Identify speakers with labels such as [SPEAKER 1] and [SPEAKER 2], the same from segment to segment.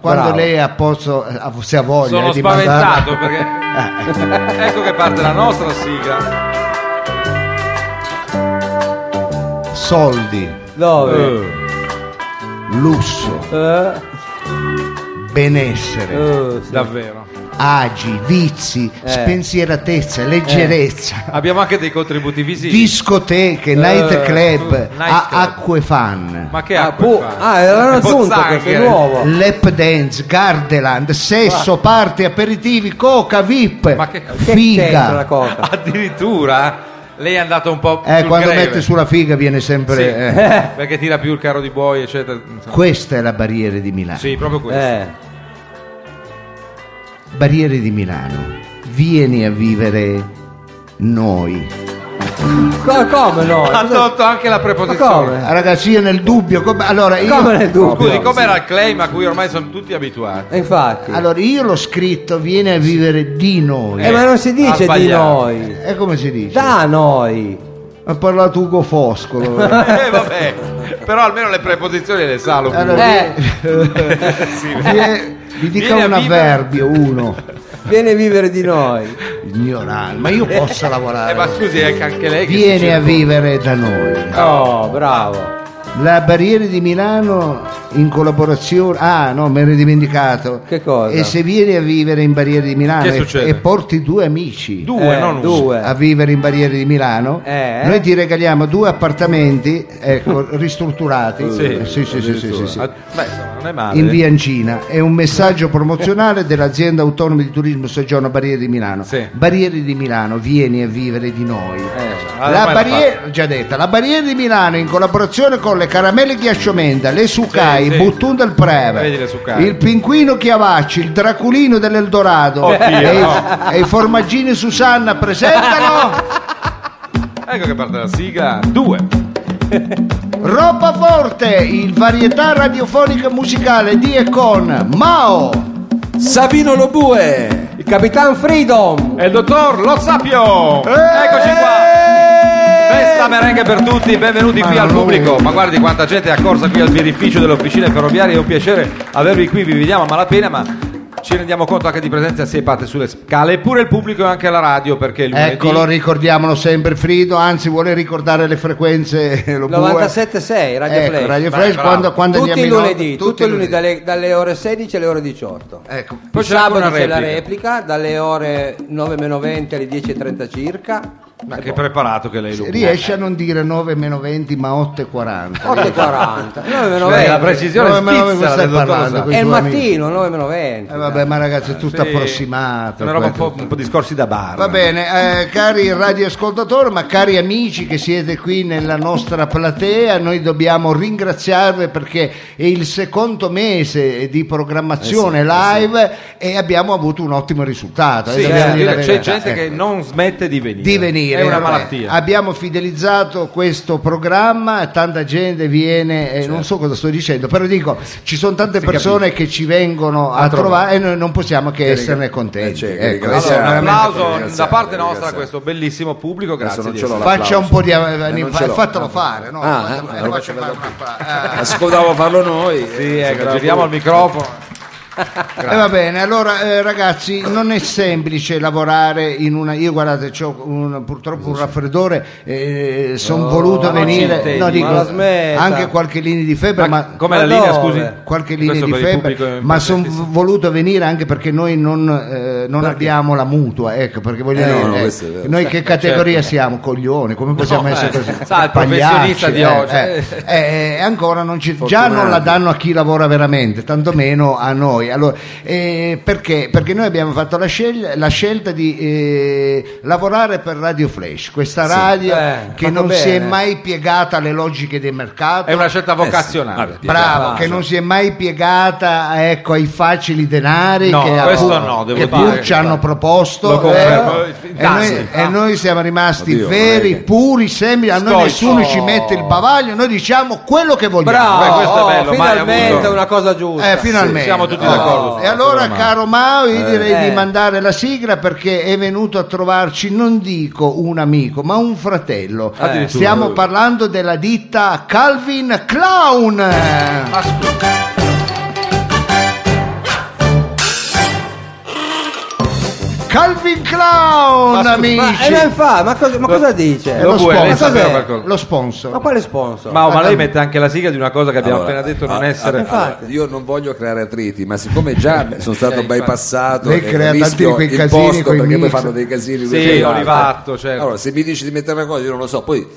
[SPEAKER 1] quando
[SPEAKER 2] Bravo.
[SPEAKER 1] lei ha posto, ha- se ha voglia
[SPEAKER 3] Sono
[SPEAKER 1] eh, di mandarla-
[SPEAKER 3] spaventato perché ecco che parte la nostra sigla.
[SPEAKER 1] soldi,
[SPEAKER 2] Dove?
[SPEAKER 1] lusso,
[SPEAKER 3] Uh.
[SPEAKER 2] Eh,
[SPEAKER 1] benessere,
[SPEAKER 2] eh, sì.
[SPEAKER 3] Davvero.
[SPEAKER 1] agi, vizi, spensieratezza,
[SPEAKER 2] Eh.
[SPEAKER 1] leggerezza,
[SPEAKER 3] Abbiamo anche dei contributi visivi.
[SPEAKER 1] discoteche, night club,
[SPEAKER 3] Eh. night
[SPEAKER 1] a-
[SPEAKER 3] club.
[SPEAKER 1] acque fan.
[SPEAKER 3] Ma che
[SPEAKER 2] Ah,
[SPEAKER 3] acqua
[SPEAKER 2] pu-
[SPEAKER 3] fa?
[SPEAKER 2] ah, era un assunto
[SPEAKER 3] Pozzanghere.
[SPEAKER 2] questo, è nuovo.
[SPEAKER 1] Lap dance, gardeland, sesso, party, aperitivi, coca, vip,
[SPEAKER 3] Ma che-
[SPEAKER 2] Che c'entra la
[SPEAKER 1] figa.
[SPEAKER 3] Ah,
[SPEAKER 2] coca?
[SPEAKER 3] Addirittura eh? lei è andata un po'
[SPEAKER 1] Eh,
[SPEAKER 3] sul
[SPEAKER 1] quando
[SPEAKER 3] greve.
[SPEAKER 1] mette sulla figa viene sempre...
[SPEAKER 3] Sì,
[SPEAKER 1] eh.
[SPEAKER 3] perché tira più il carro di buoi, eccetera. Insomma.
[SPEAKER 1] Questa è la barriera di Milano.
[SPEAKER 3] Sì, proprio questo.
[SPEAKER 2] Eh,
[SPEAKER 1] Barriere di Milano. Vieni a vivere noi.
[SPEAKER 2] co- come no?
[SPEAKER 3] Ha
[SPEAKER 2] Cosa-
[SPEAKER 3] tolto anche la
[SPEAKER 2] Ma
[SPEAKER 3] preposizione.
[SPEAKER 2] come?
[SPEAKER 1] Ragazzi, io nel dubbio... com- allora, io,
[SPEAKER 2] Come nel dubbio?
[SPEAKER 3] Scusi, com'era il claim a cui ormai sono tutti abituati?
[SPEAKER 2] E Infatti.
[SPEAKER 1] allora, io l'ho scritto, vieni a vivere di noi.
[SPEAKER 2] Eh, ma non si
[SPEAKER 3] ha
[SPEAKER 2] dice di
[SPEAKER 3] sbagliato.
[SPEAKER 2] noi.
[SPEAKER 1] E come si dice?
[SPEAKER 2] Da noi.
[SPEAKER 1] Ha parlato Ugo Foscolo.
[SPEAKER 3] Eh, vabbè, però almeno le preposizioni le sa lo
[SPEAKER 1] Allora,
[SPEAKER 2] Eh.
[SPEAKER 1] vi-
[SPEAKER 3] Sì,
[SPEAKER 1] vi- vi dica
[SPEAKER 3] Vieni a
[SPEAKER 1] un
[SPEAKER 3] vivere-
[SPEAKER 1] avverbio, uno.
[SPEAKER 2] Viene a vivere di noi.
[SPEAKER 1] Ignorante, ma io posso
[SPEAKER 3] Eh, ma
[SPEAKER 1] lavorare.
[SPEAKER 3] scusi, è anche lei che si
[SPEAKER 1] Vieni
[SPEAKER 3] cerca-
[SPEAKER 1] a vivere da noi.
[SPEAKER 3] Ah.
[SPEAKER 2] Oh, bravo.
[SPEAKER 1] La Barriere di Milano in collaborazione. Ah, no, me ne ero dimenticato.
[SPEAKER 2] Che cosa?
[SPEAKER 1] E se vieni a vivere in Barriere di Milano
[SPEAKER 3] Che
[SPEAKER 1] e-
[SPEAKER 3] succede?
[SPEAKER 1] e porti due amici
[SPEAKER 3] Due,
[SPEAKER 2] Eh,
[SPEAKER 3] non uno.
[SPEAKER 2] due.
[SPEAKER 1] a vivere in Barriere di Milano,
[SPEAKER 2] Eh.
[SPEAKER 1] noi ti regaliamo due appartamenti ecco, ristrutturati.
[SPEAKER 3] Sì,
[SPEAKER 1] Eh, sì, sì, sì, sì, sì, sì.
[SPEAKER 3] Ah, Beh, insomma, non è male.
[SPEAKER 1] in via Ancina è un messaggio promozionale dell'azienda autonoma di turismo soggiorno Barriere di Milano
[SPEAKER 3] Sì.
[SPEAKER 1] Barriere di Milano vieni a vivere di noi
[SPEAKER 3] eh. allora
[SPEAKER 1] Eh, la
[SPEAKER 3] ormai l'ha
[SPEAKER 1] barriera già detta la barriera di Milano in collaborazione con le caramelle ghiacciomenda le sucai
[SPEAKER 3] Sì, sì.
[SPEAKER 1] Buttun del
[SPEAKER 3] Vedi le
[SPEAKER 1] Preve
[SPEAKER 3] Sucai.
[SPEAKER 1] il pinguino Chiavacci il draculino dell'Eldorado
[SPEAKER 3] Oddio,
[SPEAKER 1] e,
[SPEAKER 3] no.
[SPEAKER 1] e i formaggini Susanna presentano
[SPEAKER 3] Ecco che parte la sigla. Due.
[SPEAKER 1] Roba Forte il varietà radiofonica musicale di e con Mao
[SPEAKER 4] Savino Lobue.
[SPEAKER 2] Il Capitan Freedom.
[SPEAKER 3] E il dottor Lo Sapio.
[SPEAKER 1] Eh!
[SPEAKER 3] Eccoci qua. Festa merengue per tutti, benvenuti qui al pubblico. Ma guardi quanta gente è accorsa qui al birrificio delle officine ferroviarie. È un piacere avervi qui, vi vediamo a malapena, ma ci rendiamo conto anche di presenza sia parte sulle scale, eppure il pubblico e anche la radio, perché lunedì
[SPEAKER 1] Eccolo, ricordiamolo sempre Frido, anzi vuole ricordare le frequenze eh, lo bue.
[SPEAKER 2] 97.6 Radio
[SPEAKER 1] Ecco,
[SPEAKER 2] Flash.
[SPEAKER 1] Radio
[SPEAKER 3] Vai,
[SPEAKER 1] Flash,
[SPEAKER 3] bravo.
[SPEAKER 1] quando, quando
[SPEAKER 2] tutti i
[SPEAKER 1] andiamo in onda?
[SPEAKER 2] lunedì, tutti i lunedì dalle, dalle ore 16 alle ore 18.
[SPEAKER 1] Ecco.
[SPEAKER 3] Poi
[SPEAKER 2] Poi
[SPEAKER 3] c'è anche
[SPEAKER 2] sabato
[SPEAKER 3] una
[SPEAKER 2] c'è la
[SPEAKER 3] replica.
[SPEAKER 2] replica dalle ore 9 meno 20 alle 10.30 circa.
[SPEAKER 3] Ma che preparato che lei lo
[SPEAKER 1] Riesce a non dire 9 meno 20 ma 8 e 40. Cioè,
[SPEAKER 2] 8.40. 9 meno
[SPEAKER 3] Beh, la
[SPEAKER 2] 20.
[SPEAKER 3] precisione
[SPEAKER 1] No, ma no,
[SPEAKER 3] svizzera
[SPEAKER 1] stai
[SPEAKER 3] del dottor
[SPEAKER 1] parlando,
[SPEAKER 3] Lo Sapio.
[SPEAKER 2] È
[SPEAKER 1] Quei
[SPEAKER 2] il
[SPEAKER 1] due amici.
[SPEAKER 2] mattino, 9 meno 20.
[SPEAKER 1] Eh, vabbè, ma ragazzi è tutto
[SPEAKER 3] Sì.
[SPEAKER 1] approssimato.
[SPEAKER 3] Una roba un
[SPEAKER 1] questo.
[SPEAKER 3] po', un po' discorsi da bar.
[SPEAKER 1] Va bene, eh, cari radioascoltatori, ma cari amici che siete qui nella nostra platea, noi dobbiamo ringraziarvi perché è il secondo mese di
[SPEAKER 3] Eh
[SPEAKER 1] programmazione live e abbiamo avuto un ottimo risultato. eh,
[SPEAKER 3] Sì,
[SPEAKER 1] dobbiamo
[SPEAKER 3] eh,
[SPEAKER 1] dire la
[SPEAKER 3] c'è
[SPEAKER 1] verità.
[SPEAKER 3] gente che
[SPEAKER 1] Ecco.
[SPEAKER 3] non smette di venire.
[SPEAKER 1] di venire
[SPEAKER 3] È una
[SPEAKER 1] Vabbè,
[SPEAKER 3] malattia.
[SPEAKER 1] abbiamo fidelizzato questo programma tanta gente viene eh, non so cosa sto dicendo però dico ci sono tante persone che ci vengono a, trovare e noi non possiamo che esserne contenti
[SPEAKER 4] certo,
[SPEAKER 1] Ecco,
[SPEAKER 4] ringraziamo.
[SPEAKER 1] questo è
[SPEAKER 3] Allora, un
[SPEAKER 1] veramente-
[SPEAKER 4] Ringraziare,
[SPEAKER 3] applauso da
[SPEAKER 4] ringraziare,
[SPEAKER 3] parte nostra a
[SPEAKER 4] ringraziare.
[SPEAKER 3] questo bellissimo pubblico, grazie.
[SPEAKER 4] non
[SPEAKER 3] di
[SPEAKER 4] ce l'ho
[SPEAKER 3] essere-
[SPEAKER 4] la-
[SPEAKER 1] faccia un po' di
[SPEAKER 4] Eh, non ce l'ho.
[SPEAKER 1] fatelo fare no,
[SPEAKER 4] Ah,
[SPEAKER 1] fatelo-
[SPEAKER 4] eh, lo
[SPEAKER 1] faccio
[SPEAKER 4] faccio
[SPEAKER 1] fare
[SPEAKER 4] vedere.
[SPEAKER 1] una- eh.
[SPEAKER 4] Ascoltavo farlo noi.
[SPEAKER 3] Sì, ecco, giriamo al microfono.
[SPEAKER 1] E va bene, allora eh, ragazzi, non è semplice lavorare in una. Io guardate, ho purtroppo un raffreddore, sono
[SPEAKER 2] Oh,
[SPEAKER 1] voluto
[SPEAKER 2] ma non ci
[SPEAKER 1] venire,
[SPEAKER 2] intendi,
[SPEAKER 1] no, dico,
[SPEAKER 2] ma la smetta.
[SPEAKER 1] anche qualche linea di febbre, ma,
[SPEAKER 3] Come
[SPEAKER 2] Ma
[SPEAKER 3] la linea,
[SPEAKER 2] dove?
[SPEAKER 3] scusi?
[SPEAKER 1] qualche
[SPEAKER 3] Questo
[SPEAKER 1] linea di
[SPEAKER 3] per il pubblico è
[SPEAKER 1] febbre, ma sono
[SPEAKER 3] importantissimo.
[SPEAKER 1] voluto venire anche perché noi non, eh, non abbiamo la mutua, ecco, perché voglio
[SPEAKER 4] Eh,
[SPEAKER 1] dire,
[SPEAKER 4] no, no,
[SPEAKER 1] eh,
[SPEAKER 4] questo è vero.
[SPEAKER 1] noi che categoria siamo? Coglioni, come possiamo
[SPEAKER 3] certo.
[SPEAKER 1] essere
[SPEAKER 3] No, eh,
[SPEAKER 1] così?
[SPEAKER 3] sa, il professionista
[SPEAKER 1] Pagliacci,
[SPEAKER 3] di
[SPEAKER 1] eh,
[SPEAKER 3] oggi.
[SPEAKER 1] eh, eh, ancora non ci, già non la danno a chi lavora veramente, tantomeno a noi. Allora, eh, perché? Perché noi abbiamo fatto la, scel- la scelta di eh, lavorare per Radio Flash, questa radio
[SPEAKER 2] Eh,
[SPEAKER 1] che
[SPEAKER 2] fatto
[SPEAKER 1] non si è
[SPEAKER 2] bene.
[SPEAKER 1] mai piegata alle logiche del mercato.
[SPEAKER 3] È una scelta vocazionale.
[SPEAKER 1] Bravo, che non si è mai piegata ecco, ai facili denari
[SPEAKER 3] No,
[SPEAKER 1] che,
[SPEAKER 3] questo
[SPEAKER 1] appunto,
[SPEAKER 3] no, devo
[SPEAKER 1] che
[SPEAKER 3] dire.
[SPEAKER 1] pur ci hanno
[SPEAKER 3] Lo
[SPEAKER 1] proposto. eh?
[SPEAKER 3] confermo.
[SPEAKER 1] e, noi, e noi siamo rimasti
[SPEAKER 4] Ah. Oddio,
[SPEAKER 1] veri,
[SPEAKER 4] non è che-
[SPEAKER 1] puri, semplici. A noi
[SPEAKER 3] Storici.
[SPEAKER 1] nessuno ci mette il bavaglio, noi diciamo quello che vogliamo.
[SPEAKER 3] Beh,
[SPEAKER 2] Bravo,
[SPEAKER 3] questo è
[SPEAKER 2] oh,
[SPEAKER 3] bello, mai
[SPEAKER 2] finalmente
[SPEAKER 3] avuto.
[SPEAKER 2] una cosa giusta.
[SPEAKER 1] Eh, finalmente.
[SPEAKER 3] siamo tutti
[SPEAKER 1] Oh.
[SPEAKER 3] d'accordo.
[SPEAKER 1] E allora, caro Mao, io direi
[SPEAKER 2] Eh.
[SPEAKER 1] di mandare la sigla perché è venuto a trovarci, non dico un amico, ma un fratello.
[SPEAKER 2] Addirittura.
[SPEAKER 1] Stiamo parlando della ditta Calvin Clown.
[SPEAKER 3] Ma scusi.
[SPEAKER 1] Calvin Clown,
[SPEAKER 3] Ma scusa,
[SPEAKER 1] amici.
[SPEAKER 2] Ma, e non fa, ma cosa, ma cosa dice?
[SPEAKER 1] È lo,
[SPEAKER 3] Lo vuoi, lei
[SPEAKER 1] sponsor.
[SPEAKER 3] sapeva
[SPEAKER 1] Cos'è?
[SPEAKER 3] qualcosa?
[SPEAKER 1] Lo sponsor.
[SPEAKER 2] Ma quale sponsor?
[SPEAKER 3] Ma, ma lei mette anche la sigla di una cosa che abbiamo
[SPEAKER 4] Allora,
[SPEAKER 3] appena detto non
[SPEAKER 4] ah,
[SPEAKER 3] essere.
[SPEAKER 4] ah, allora, io non voglio creare attriti, ma siccome già sono stato
[SPEAKER 3] infatti.
[SPEAKER 4] bypassato
[SPEAKER 1] Lei
[SPEAKER 4] e
[SPEAKER 1] crea tanti di
[SPEAKER 4] rischio
[SPEAKER 1] quei
[SPEAKER 4] il
[SPEAKER 1] casini
[SPEAKER 4] posto
[SPEAKER 1] coi
[SPEAKER 4] perché poi
[SPEAKER 1] mix.
[SPEAKER 4] fanno dei casini lui
[SPEAKER 3] Sì,
[SPEAKER 4] e l'altro.
[SPEAKER 3] Olivatto, certo.
[SPEAKER 4] Allora, se mi dici di mettere una cosa, io non lo so. Poi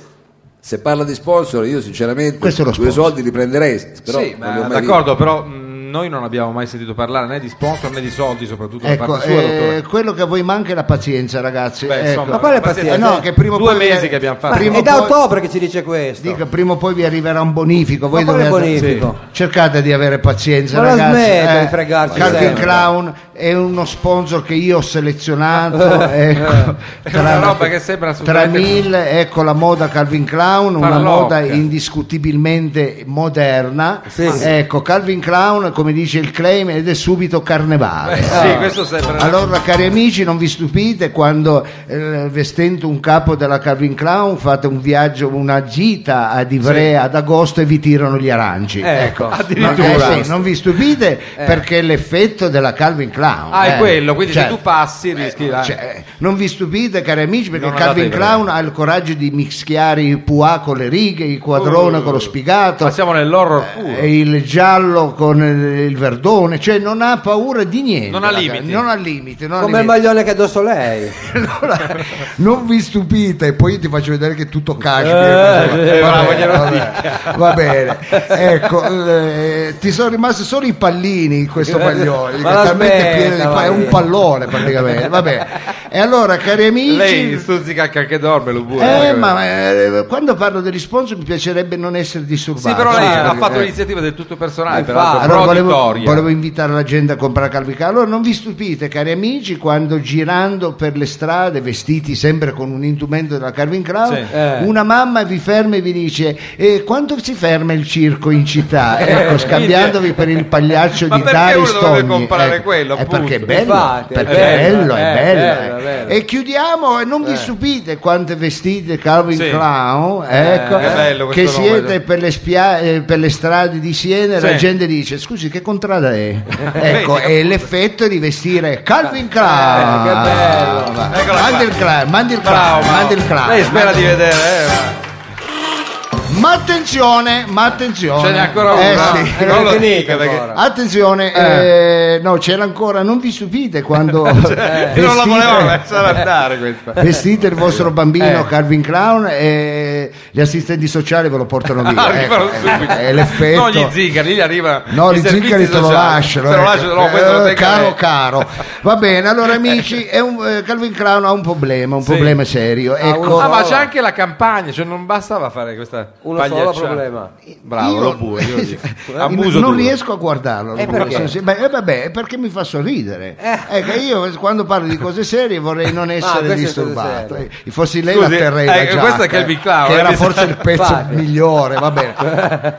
[SPEAKER 4] se parla di sponsor, io sinceramente
[SPEAKER 1] Questo è lo
[SPEAKER 4] due
[SPEAKER 1] sponsor.
[SPEAKER 4] soldi li prenderei, però
[SPEAKER 3] sì,
[SPEAKER 4] non
[SPEAKER 3] ma
[SPEAKER 4] li ho mai
[SPEAKER 3] Eh, d'accordo, però mh, noi non abbiamo mai sentito parlare né di sponsor né di soldi, soprattutto da
[SPEAKER 1] Ecco,
[SPEAKER 3] parte sua,
[SPEAKER 1] eh,
[SPEAKER 3] dottore.
[SPEAKER 1] quello che a voi manca è la pazienza, ragazzi.
[SPEAKER 3] Beh,
[SPEAKER 1] Ecco.
[SPEAKER 3] insomma,
[SPEAKER 2] Ma quale
[SPEAKER 1] Eh,
[SPEAKER 2] pazienza?
[SPEAKER 1] no, che prima o
[SPEAKER 3] Due
[SPEAKER 1] poi vi-
[SPEAKER 3] mesi che abbiamo fatto.
[SPEAKER 2] Ma
[SPEAKER 1] prima
[SPEAKER 2] è
[SPEAKER 1] o
[SPEAKER 2] da
[SPEAKER 1] poi-
[SPEAKER 2] ottobre che ci dice questo.
[SPEAKER 1] Dico, prima o poi vi arriverà un bonifico. Voi
[SPEAKER 2] Ma quale
[SPEAKER 1] dovete-
[SPEAKER 2] bonifico?
[SPEAKER 1] Sì. Cercate di avere pazienza,
[SPEAKER 2] Ma la
[SPEAKER 1] ragazzi.
[SPEAKER 2] smetta di fregarci
[SPEAKER 1] Calvin
[SPEAKER 2] sempre.
[SPEAKER 1] Clown è uno sponsor che io ho selezionato.
[SPEAKER 2] Eh.
[SPEAKER 1] ecco,
[SPEAKER 3] È una roba che sembra
[SPEAKER 1] tra
[SPEAKER 3] assolutamente-
[SPEAKER 1] mille, ecco la moda Calvin Clown, una moda
[SPEAKER 3] Farlocca.
[SPEAKER 1] indiscutibilmente moderna.
[SPEAKER 2] Sì, sì.
[SPEAKER 1] Ecco, Calvin Clown, come dice il claim, ed è subito carnevale. Ah.
[SPEAKER 3] Eh, sì, questo sembra.
[SPEAKER 1] Allora, cari amici, non vi stupite quando eh, vestendo un capo della Calvin Clown fate un viaggio, una gita ad Ivrea ad agosto e vi tirano gli aranci.
[SPEAKER 2] Ecco,
[SPEAKER 1] Ma,
[SPEAKER 3] addirittura. Eh.
[SPEAKER 1] eh, sì, non vi stupite perché è l'effetto della Calvin Clown.
[SPEAKER 3] Ah,
[SPEAKER 1] eh.
[SPEAKER 3] è quello, quindi
[SPEAKER 1] Cioè,
[SPEAKER 3] se tu passi rischi. la-
[SPEAKER 1] cioè, non vi stupite, cari amici, perché
[SPEAKER 3] Non andate a
[SPEAKER 1] Calvin
[SPEAKER 3] Ivrea.
[SPEAKER 1] Clown ha il coraggio di mischiare il puà con le righe, il quadrone
[SPEAKER 3] Uh.
[SPEAKER 1] con lo spigato.
[SPEAKER 3] Passiamo nell'horror puro.
[SPEAKER 1] Eh, il giallo con eh, il verdone, cioè non ha paura di niente.
[SPEAKER 3] Non ha
[SPEAKER 1] ragazzi,
[SPEAKER 3] limiti.
[SPEAKER 1] Non ha limiti. non ha
[SPEAKER 2] Come il
[SPEAKER 1] limiti.
[SPEAKER 2] maglione che ha addosso lei.
[SPEAKER 1] Allora, non vi stupite, poi io ti faccio vedere che è tutto
[SPEAKER 3] Eh,
[SPEAKER 1] cashmere.
[SPEAKER 3] eh, bravo,
[SPEAKER 1] bene,
[SPEAKER 3] glielo
[SPEAKER 1] vabbè, va bene. Ecco, eh, ti sono rimasti solo i pallini in questo maglione,
[SPEAKER 2] Ma
[SPEAKER 1] che
[SPEAKER 2] la
[SPEAKER 1] è talmente
[SPEAKER 2] smetta,
[SPEAKER 1] pieno di pa- è
[SPEAKER 2] va
[SPEAKER 1] un
[SPEAKER 2] bene.
[SPEAKER 1] pallone praticamente. Va bene. E allora, cari amici,
[SPEAKER 3] Lei stuzzica anche che dorme, lo vuoi.
[SPEAKER 1] eh, ma eh, quando parlo degli sponsor mi piacerebbe non essere disturbato.
[SPEAKER 3] Sì, però lei
[SPEAKER 1] Eh,
[SPEAKER 3] ha
[SPEAKER 1] perché-
[SPEAKER 3] fatto
[SPEAKER 1] eh.
[SPEAKER 3] l'iniziativa del tutto personale,
[SPEAKER 2] Ma
[SPEAKER 3] peraltro,
[SPEAKER 2] infatti.
[SPEAKER 1] Allora,
[SPEAKER 3] pro di
[SPEAKER 1] volevo,
[SPEAKER 3] Doria.
[SPEAKER 1] volevo invitare la gente a comprare Calvin Klein. Allora non vi stupite, cari amici, quando girando per le strade, vestiti sempre con un indumento della Calvin Klein,
[SPEAKER 3] Sì.
[SPEAKER 2] Eh.
[SPEAKER 1] una mamma vi ferma e vi dice "Eh, quanto si ferma il circo in città? Ecco, scambiandovi per il pagliaccio
[SPEAKER 3] Eh, Ma
[SPEAKER 1] di
[SPEAKER 3] perché
[SPEAKER 1] Dari
[SPEAKER 3] uno dovrebbe
[SPEAKER 1] Stogni.
[SPEAKER 3] comprare
[SPEAKER 1] Ecco,
[SPEAKER 3] quello,
[SPEAKER 1] è
[SPEAKER 3] appunto.
[SPEAKER 1] perché è bello,
[SPEAKER 2] Infatti, è
[SPEAKER 1] perché è
[SPEAKER 2] bello,
[SPEAKER 1] bello, è
[SPEAKER 2] eh,
[SPEAKER 1] bello,
[SPEAKER 2] bello,
[SPEAKER 1] eh.
[SPEAKER 2] bello.
[SPEAKER 1] E chiudiamo, e non vi stupite quante vestite Calvin
[SPEAKER 3] Eh. Sì. Eh,
[SPEAKER 1] Klein, ecco,
[SPEAKER 3] che bello
[SPEAKER 1] che
[SPEAKER 3] questo nome.
[SPEAKER 1] siete per le, spia- eh, per le strade di Siena e la
[SPEAKER 3] Sì.
[SPEAKER 1] gente dice scusi che contrada è ecco
[SPEAKER 3] Vedi,
[SPEAKER 1] è l'effetto di vestire Calvin Klein
[SPEAKER 2] Eh, che bello.
[SPEAKER 1] Va.
[SPEAKER 3] Eccola
[SPEAKER 1] mandi
[SPEAKER 3] qua.
[SPEAKER 1] il Klein mandi il
[SPEAKER 3] Bravo,
[SPEAKER 1] Klein mandi il Klein
[SPEAKER 3] Lei spera di vedere, eh, ma-
[SPEAKER 1] ma attenzione ma attenzione
[SPEAKER 3] ce n'è ancora
[SPEAKER 1] Eh,
[SPEAKER 3] una.
[SPEAKER 1] sì.
[SPEAKER 2] Eh,
[SPEAKER 3] Non lo
[SPEAKER 2] è finito
[SPEAKER 3] dica, perché-
[SPEAKER 2] ancora.
[SPEAKER 1] Attenzione, eh, no, c'era ancora, non vi stupite quando
[SPEAKER 3] Eh, Io non la volevo
[SPEAKER 1] vestite,
[SPEAKER 3] lasciare andare questa.
[SPEAKER 1] vestite il vostro bambino
[SPEAKER 2] Eh.
[SPEAKER 1] Calvin Clown e gli assistenti sociali ve lo portano via.
[SPEAKER 3] Arrivano
[SPEAKER 1] Ecco,
[SPEAKER 3] Ah, subito.
[SPEAKER 1] È l'effetto.
[SPEAKER 3] No, gli zingari, gli arriva.
[SPEAKER 1] No,
[SPEAKER 3] i
[SPEAKER 1] gli
[SPEAKER 3] servizi
[SPEAKER 1] zincari te lo
[SPEAKER 3] sociali.
[SPEAKER 1] lasciano.
[SPEAKER 3] Se lo
[SPEAKER 1] ecco.
[SPEAKER 3] lasciano, no, questo lo
[SPEAKER 1] Eh,
[SPEAKER 3] tenga
[SPEAKER 1] caro,
[SPEAKER 3] lei.
[SPEAKER 1] caro. Va bene, allora amici, è un- eh, Calvin Crown ha un problema, un problema serio. Ecco,
[SPEAKER 3] Ah, ma c'è anche la campagna, cioè non bastava fare questa
[SPEAKER 2] Uno
[SPEAKER 3] pagliacciata.
[SPEAKER 2] solo problema.
[SPEAKER 3] Bravo,
[SPEAKER 1] Io-
[SPEAKER 3] lo bue, io lo dico.
[SPEAKER 1] non
[SPEAKER 3] Abuso duro.
[SPEAKER 1] riesco a guardarlo.
[SPEAKER 2] Eh,
[SPEAKER 1] lo bue,
[SPEAKER 2] perché?
[SPEAKER 1] sono se- beh, eh, vabbè, perché mi fa sorridere.
[SPEAKER 3] Eh.
[SPEAKER 1] Ecco, io quando parlo di cose serie vorrei non essere
[SPEAKER 2] queste
[SPEAKER 1] disturbato.
[SPEAKER 2] cose
[SPEAKER 1] Eh, Fossi lei
[SPEAKER 3] Scusi,
[SPEAKER 1] la terrei
[SPEAKER 3] eh,
[SPEAKER 1] la giacca,
[SPEAKER 3] questo è Calvin Klein,
[SPEAKER 1] Che era
[SPEAKER 3] eh,
[SPEAKER 1] forse il pezzo
[SPEAKER 2] infatti.
[SPEAKER 1] migliore, va bene.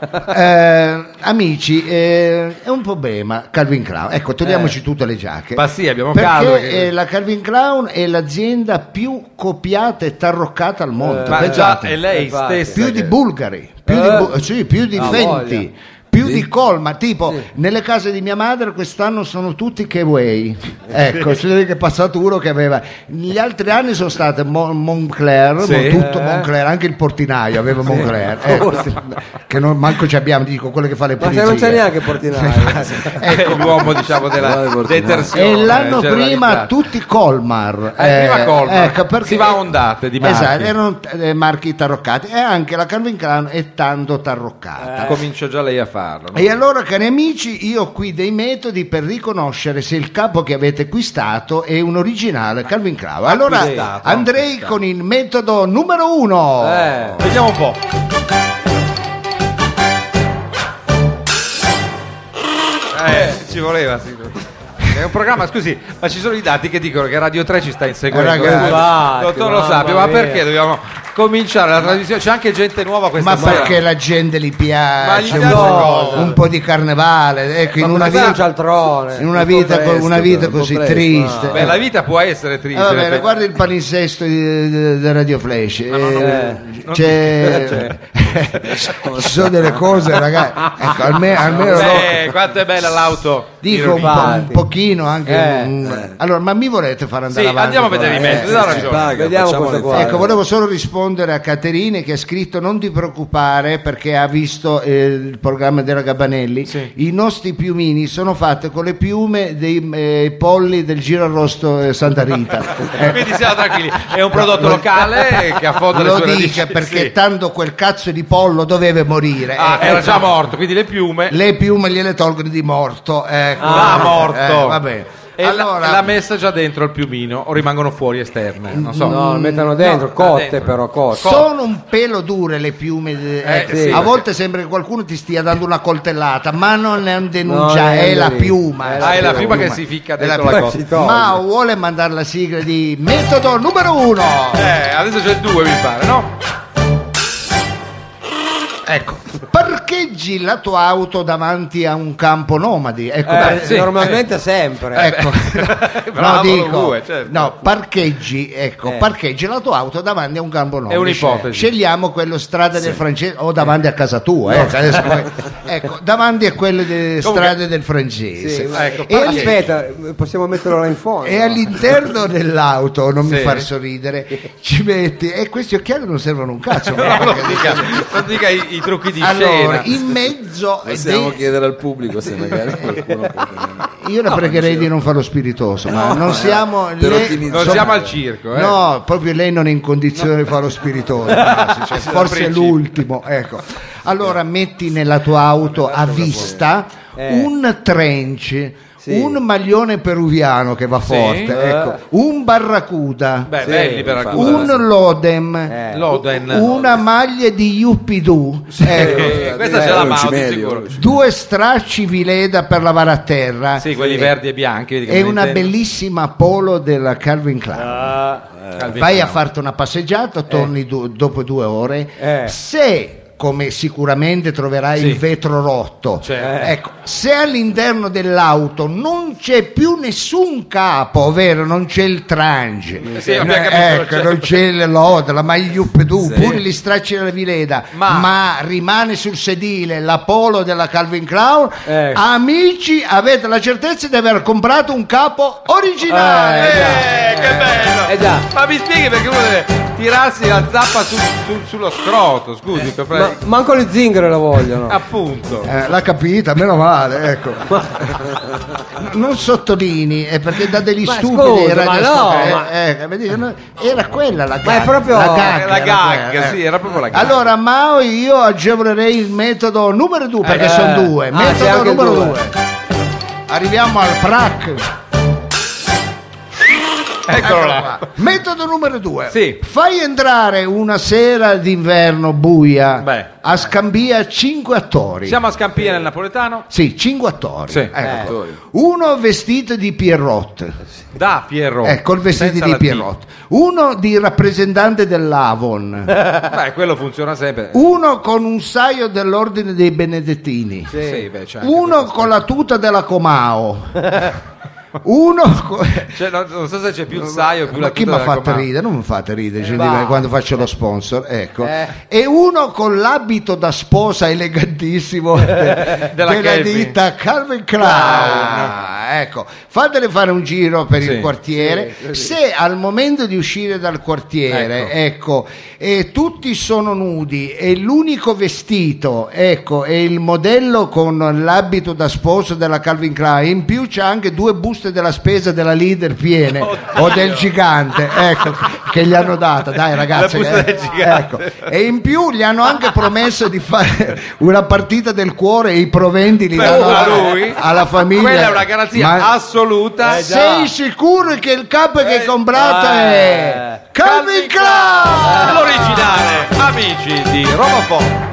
[SPEAKER 1] Eh, amici, eh, è un problema Calvin Crown. Ecco, togliamoci tutte le giacche.
[SPEAKER 3] Eh. Ma sì, abbiamo caldo.
[SPEAKER 1] Perché
[SPEAKER 3] che-
[SPEAKER 1] eh, la Calvin Crown è l'azienda più copiata e tarroccata al mondo.
[SPEAKER 3] Eh, ma già
[SPEAKER 1] Pensate
[SPEAKER 3] è lei
[SPEAKER 2] Infatti.
[SPEAKER 3] stessa.
[SPEAKER 1] Eh, più
[SPEAKER 3] che-
[SPEAKER 1] di bulgari, più di,
[SPEAKER 2] Eh?
[SPEAKER 1] bu- sì, più di
[SPEAKER 2] Ah,
[SPEAKER 1] fenti,
[SPEAKER 2] voglia.
[SPEAKER 1] più
[SPEAKER 4] Sì.
[SPEAKER 1] di colma. Tipo, nelle case di mia madre quest'anno sono tutti Keway. Ecco, si vede che è passato uno che aveva. Gli altri anni sono state Mon- Moncler,
[SPEAKER 3] Sì.
[SPEAKER 1] mo- tutto
[SPEAKER 2] Eh.
[SPEAKER 1] Moncler, anche il portinaio aveva Moncler. ecco. che non, manco ci abbiamo, dico, quello che fa le
[SPEAKER 2] Ma
[SPEAKER 1] pulizie.
[SPEAKER 2] che non c'è neanche il portinaio.
[SPEAKER 3] Ecco. l'uomo diciamo
[SPEAKER 4] Guarda,
[SPEAKER 3] della
[SPEAKER 4] Portinari.
[SPEAKER 3] detersione cioè,
[SPEAKER 1] E l'anno prima
[SPEAKER 3] generalizzata.
[SPEAKER 1] tutti Colmar.
[SPEAKER 3] Eh, prima Colmar.
[SPEAKER 1] ecco, perché-
[SPEAKER 3] Si va a ondate di marchi.
[SPEAKER 1] Esatto, erano eh, marchi tarroccati. E anche la Calvin Klein è tanto tarroccata.
[SPEAKER 3] Eh, comincio già lei a farlo no?
[SPEAKER 1] E allora, cari amici, io ho qui dei metodi per riconoscere se il capo che avete acquistato è un originale Calvin Klein. Allora,
[SPEAKER 3] Acquistato,
[SPEAKER 1] andrei con il metodo numero uno.
[SPEAKER 2] Eh.
[SPEAKER 3] vediamo un po' eh, ci voleva sì. è un programma scusi ma ci sono i dati che dicono che Radio 3 ci sta inseguendo
[SPEAKER 1] Eh, ragazzi.
[SPEAKER 3] Scusi,
[SPEAKER 2] Infatti,
[SPEAKER 3] dottor Lo
[SPEAKER 2] mamma
[SPEAKER 3] Sapio ma
[SPEAKER 2] mia.
[SPEAKER 3] perché dobbiamo cominciare la trasmissione. C'è anche gente nuova questa
[SPEAKER 1] Ma
[SPEAKER 3] sera.
[SPEAKER 1] perché la gente li
[SPEAKER 3] Ma gli
[SPEAKER 1] piace, un
[SPEAKER 3] piace
[SPEAKER 1] po',
[SPEAKER 3] cosa?
[SPEAKER 1] un po' di carnevale, ecco, in una
[SPEAKER 2] vita
[SPEAKER 1] vita,
[SPEAKER 2] cialtrone.
[SPEAKER 1] in una vita, co- una vita
[SPEAKER 4] un po'
[SPEAKER 1] così
[SPEAKER 4] presto,
[SPEAKER 1] triste.
[SPEAKER 3] Beh, la vita può essere
[SPEAKER 1] Eh,
[SPEAKER 3] triste.
[SPEAKER 1] va
[SPEAKER 3] in
[SPEAKER 1] bene,
[SPEAKER 3] effetti.
[SPEAKER 1] guarda il palinsesto di- di- di Radio Flash. eh,
[SPEAKER 3] non- Cioè,
[SPEAKER 1] c'è... Ci sono delle cose, ragazzi. Ecco, alme- almeno,
[SPEAKER 3] Beh,
[SPEAKER 1] no.
[SPEAKER 3] Eh, quanto è bella l'auto.
[SPEAKER 1] dico un, po', un
[SPEAKER 2] infatti.
[SPEAKER 1] pochino anche.
[SPEAKER 2] Eh,
[SPEAKER 1] un- Allora, ma mi volete far andare
[SPEAKER 3] Sì,
[SPEAKER 1] avanti?
[SPEAKER 3] andiamo a
[SPEAKER 1] con-
[SPEAKER 3] vedere i mezzi.
[SPEAKER 1] eh,
[SPEAKER 3] dai
[SPEAKER 4] si
[SPEAKER 3] ragione.
[SPEAKER 4] paga,
[SPEAKER 2] Vediamo
[SPEAKER 4] facciamo
[SPEAKER 2] cosa
[SPEAKER 4] le
[SPEAKER 2] guarda.
[SPEAKER 4] fare.
[SPEAKER 1] Ecco, volevo solo rispondere a Caterine che ha scritto non ti preoccupare perché ha visto eh, il programma della Gabanelli, i nostri piumini sono fatti con le piume dei eh, polli del Girarrosto eh, Santa Rita. Eh,
[SPEAKER 3] Quindi siamo tranquilli. È un prodotto locale che affonda le
[SPEAKER 1] Lo
[SPEAKER 3] sue radici.
[SPEAKER 1] dice perché
[SPEAKER 3] Sì.
[SPEAKER 1] tanto quel cazzo di pollo doveva morire.
[SPEAKER 3] Ah,
[SPEAKER 1] eh,
[SPEAKER 3] era
[SPEAKER 1] eh,
[SPEAKER 3] già morto, quindi le piume.
[SPEAKER 1] Le piume gliele tolgono di morto. Ecco.
[SPEAKER 3] Ah,
[SPEAKER 1] Eh,
[SPEAKER 3] morto.
[SPEAKER 1] eh, vabbè.
[SPEAKER 3] E
[SPEAKER 1] allora,
[SPEAKER 3] la, l'ha messa già dentro il piumino o rimangono fuori esterne? Non so.
[SPEAKER 2] No, le mettono dentro,
[SPEAKER 3] no,
[SPEAKER 2] cotte
[SPEAKER 3] dentro.
[SPEAKER 2] però, cotte.
[SPEAKER 1] sono un pelo dure le piume. de-
[SPEAKER 3] Eh,
[SPEAKER 1] ecco.
[SPEAKER 3] sì,
[SPEAKER 1] a
[SPEAKER 3] perché-
[SPEAKER 1] volte sembra che qualcuno ti stia dando una coltellata, ma non è un denuncia,
[SPEAKER 2] No, non
[SPEAKER 1] è,
[SPEAKER 2] è
[SPEAKER 1] la
[SPEAKER 2] lì.
[SPEAKER 1] piuma.
[SPEAKER 2] Eh,
[SPEAKER 3] Ah, è la piuma che
[SPEAKER 1] piuma.
[SPEAKER 3] si ficca
[SPEAKER 1] È la
[SPEAKER 3] dentro la
[SPEAKER 2] piuma.
[SPEAKER 3] cotta.
[SPEAKER 2] Si toglie.
[SPEAKER 1] Ma eh, vuole mandare la sigla di metodo numero uno.
[SPEAKER 3] Eh, adesso c'è il 2 mi pare, no?
[SPEAKER 1] Ecco, parcheggi la tua auto davanti a un campo nomadi. Ecco,
[SPEAKER 2] Eh,
[SPEAKER 1] dai.
[SPEAKER 3] sì, Eh,
[SPEAKER 2] normalmente sempre.
[SPEAKER 1] Ecco, no,
[SPEAKER 3] Bravo,
[SPEAKER 1] dico,
[SPEAKER 3] due, certo.
[SPEAKER 1] no, parcheggi, ecco,
[SPEAKER 2] Eh.
[SPEAKER 1] parcheggi la tua auto davanti a un campo nomadi.
[SPEAKER 3] È un'ipotesi.
[SPEAKER 1] Scegliamo quello strada del francese o davanti a casa tua, eh, adesso poi- ecco, davanti a quelle de- strade del francese.
[SPEAKER 2] Sì,
[SPEAKER 3] ecco,
[SPEAKER 1] e,
[SPEAKER 2] Ma
[SPEAKER 1] all-
[SPEAKER 2] aspetta, possiamo metterlo là in fondo.
[SPEAKER 1] e all'interno dell'auto, non mi
[SPEAKER 3] Sì.
[SPEAKER 1] far sorridere, ci metti e questi occhiali non servono un cazzo.
[SPEAKER 3] No, non
[SPEAKER 1] perché-
[SPEAKER 3] dica, non dica i, i trucchi di
[SPEAKER 1] allora,
[SPEAKER 3] scena.
[SPEAKER 1] in mezzo
[SPEAKER 4] Possiamo
[SPEAKER 1] dei-
[SPEAKER 4] chiedere al pubblico se magari qualcuno può
[SPEAKER 1] Io la pregherei di non farlo spiritoso, ma non siamo
[SPEAKER 4] per
[SPEAKER 1] lei-
[SPEAKER 4] ottimizzare.
[SPEAKER 3] Non siamo al circo, eh.
[SPEAKER 1] No, proprio lei non è in condizione di farlo spiritoso, anzi, cioè,
[SPEAKER 3] Sono
[SPEAKER 1] forse è
[SPEAKER 3] principi.
[SPEAKER 1] l'ultimo. Ecco. Allora metti nella tua auto a vista
[SPEAKER 2] Eh.
[SPEAKER 1] un trench,
[SPEAKER 2] Sì.
[SPEAKER 1] un maglione peruviano che va forte, ecco, un barracuda,
[SPEAKER 3] Eh. Beh,
[SPEAKER 2] Sì,
[SPEAKER 3] belli per
[SPEAKER 4] infatti.
[SPEAKER 3] alcuni.
[SPEAKER 1] un lodem.
[SPEAKER 2] Eh.
[SPEAKER 3] Loden.
[SPEAKER 1] Una maglia di Yuppidoo, ecco,
[SPEAKER 3] Eh, questa ce l'ha
[SPEAKER 4] Eh,
[SPEAKER 3] Mauro,
[SPEAKER 4] Cimelio,
[SPEAKER 3] sicuro.
[SPEAKER 4] Cimelio.
[SPEAKER 1] due stracci vileda per lavare a terra
[SPEAKER 3] Sì, quelli verdi e bianchi. vedi che
[SPEAKER 1] è
[SPEAKER 3] non
[SPEAKER 1] una
[SPEAKER 3] intendo.
[SPEAKER 1] bellissima polo della Calvin Klein.
[SPEAKER 2] Ah,
[SPEAKER 3] Calvin
[SPEAKER 1] Vai a
[SPEAKER 3] Klein.
[SPEAKER 1] farti una passeggiata, torni du- dopo due ore.
[SPEAKER 2] Eh.
[SPEAKER 1] Se, come sicuramente troverai
[SPEAKER 3] Sì.
[SPEAKER 1] il vetro rotto,
[SPEAKER 2] Cioè,
[SPEAKER 3] Certo.
[SPEAKER 1] ecco, se all'interno dell'auto non c'è più nessun capo, ovvero non c'è il trange,
[SPEAKER 3] Sì, abbiamo capito,
[SPEAKER 1] ecco,
[SPEAKER 3] certo.
[SPEAKER 1] non c'è la loda, la magliuppedu, pure gli stracci della vileda,
[SPEAKER 3] Ma-
[SPEAKER 1] ma... rimane sul sedile la polo della Calvin Klein,
[SPEAKER 2] Eh.
[SPEAKER 1] amici avete la certezza di aver comprato un capo originale.
[SPEAKER 2] Eh, già.
[SPEAKER 3] Eh, che bello!
[SPEAKER 2] Eh, già.
[SPEAKER 3] Ma mi spieghi perché uno deve tirarsi la zappa su- su- sullo scroto, scusi, per fare-
[SPEAKER 2] Ma- manco le zingare la vogliono.
[SPEAKER 3] Appunto.
[SPEAKER 1] Eh, l'ha capita, meno male, ecco. non sottolinei eh, perché da degli
[SPEAKER 2] Ma
[SPEAKER 1] stupidi Eh,
[SPEAKER 2] scusa,
[SPEAKER 1] era,
[SPEAKER 2] ma no, ma-
[SPEAKER 1] era quella la gag.
[SPEAKER 2] Ma è proprio-
[SPEAKER 1] la
[SPEAKER 3] Eh,
[SPEAKER 1] gag,
[SPEAKER 3] la
[SPEAKER 1] era
[SPEAKER 3] gag,
[SPEAKER 1] quella, eh.
[SPEAKER 3] sì, era proprio la gag.
[SPEAKER 1] Allora, Mao, io agevolerei il metodo numero due, perché sono due.
[SPEAKER 2] ah, c'è
[SPEAKER 1] metodo
[SPEAKER 2] anche il
[SPEAKER 1] numero
[SPEAKER 2] due.
[SPEAKER 1] due. Arriviamo al prac. Ecco
[SPEAKER 3] eccolo là.
[SPEAKER 1] Qua. Metodo numero due.
[SPEAKER 3] Sì.
[SPEAKER 1] Fai entrare una sera d'inverno buia
[SPEAKER 3] Beh.
[SPEAKER 1] a Scambia cinque attori.
[SPEAKER 3] Siamo a Scampia nel napoletano
[SPEAKER 1] Sì, cinque attori.
[SPEAKER 3] Sì.
[SPEAKER 1] Ecco.
[SPEAKER 4] Eh.
[SPEAKER 1] Uno vestito di Pierrot,
[SPEAKER 3] da Pierrot.
[SPEAKER 1] eh, col vestito
[SPEAKER 3] senza
[SPEAKER 1] di
[SPEAKER 3] la T.
[SPEAKER 1] Pierrot. Uno di rappresentante dell'Avon.
[SPEAKER 3] Beh, quello funziona sempre.
[SPEAKER 1] Uno con un saio dell'ordine dei Benedettini.
[SPEAKER 3] Sì, beh, certo. c'è anche
[SPEAKER 1] Uno
[SPEAKER 3] questo
[SPEAKER 1] con la tuta della Comao. Uno co-
[SPEAKER 3] aspetto. Cioè, non, non so se c'è più il saio o più la
[SPEAKER 1] Ma chi mi
[SPEAKER 3] tuta
[SPEAKER 1] ha
[SPEAKER 3] della Eh,
[SPEAKER 1] fatto
[SPEAKER 3] comanda.
[SPEAKER 1] ridere? Non mi fate ridere
[SPEAKER 2] va.
[SPEAKER 1] gentile, quando faccio lo sponsor, ecco.
[SPEAKER 2] Eh.
[SPEAKER 1] E uno con l'abito da sposa elegantissimo de-
[SPEAKER 3] Della
[SPEAKER 1] della,
[SPEAKER 3] Calvin.
[SPEAKER 1] ditta Calvin Klein. Ecco, fatele fare un giro per
[SPEAKER 3] Sì,
[SPEAKER 1] il quartiere. Se al momento di uscire dal quartiere, ecco, e tutti sono nudi e l'unico vestito, ecco, è il modello con l'abito da sposa della Calvin Klein, in più c'è anche due buste della spesa della leader piene o del gigante, ecco, che gli hanno data. Dai ragazzi,
[SPEAKER 3] La busta
[SPEAKER 1] eh,
[SPEAKER 3] del gigante.
[SPEAKER 1] ecco. E in più gli hanno anche promesso di fare una partita del cuore e i proventi li
[SPEAKER 3] Beh,
[SPEAKER 1] danno
[SPEAKER 3] a
[SPEAKER 1] alla-
[SPEAKER 3] lui.
[SPEAKER 1] alla famiglia.
[SPEAKER 3] Quella è una garanzia
[SPEAKER 1] Ma-
[SPEAKER 3] assoluta.
[SPEAKER 2] Eh, già.
[SPEAKER 1] sei sicuro che il capo che
[SPEAKER 3] Eh,
[SPEAKER 1] hai comprato è
[SPEAKER 2] eh.
[SPEAKER 1] Calvin Klein?
[SPEAKER 3] L'originale, amici di Romopop.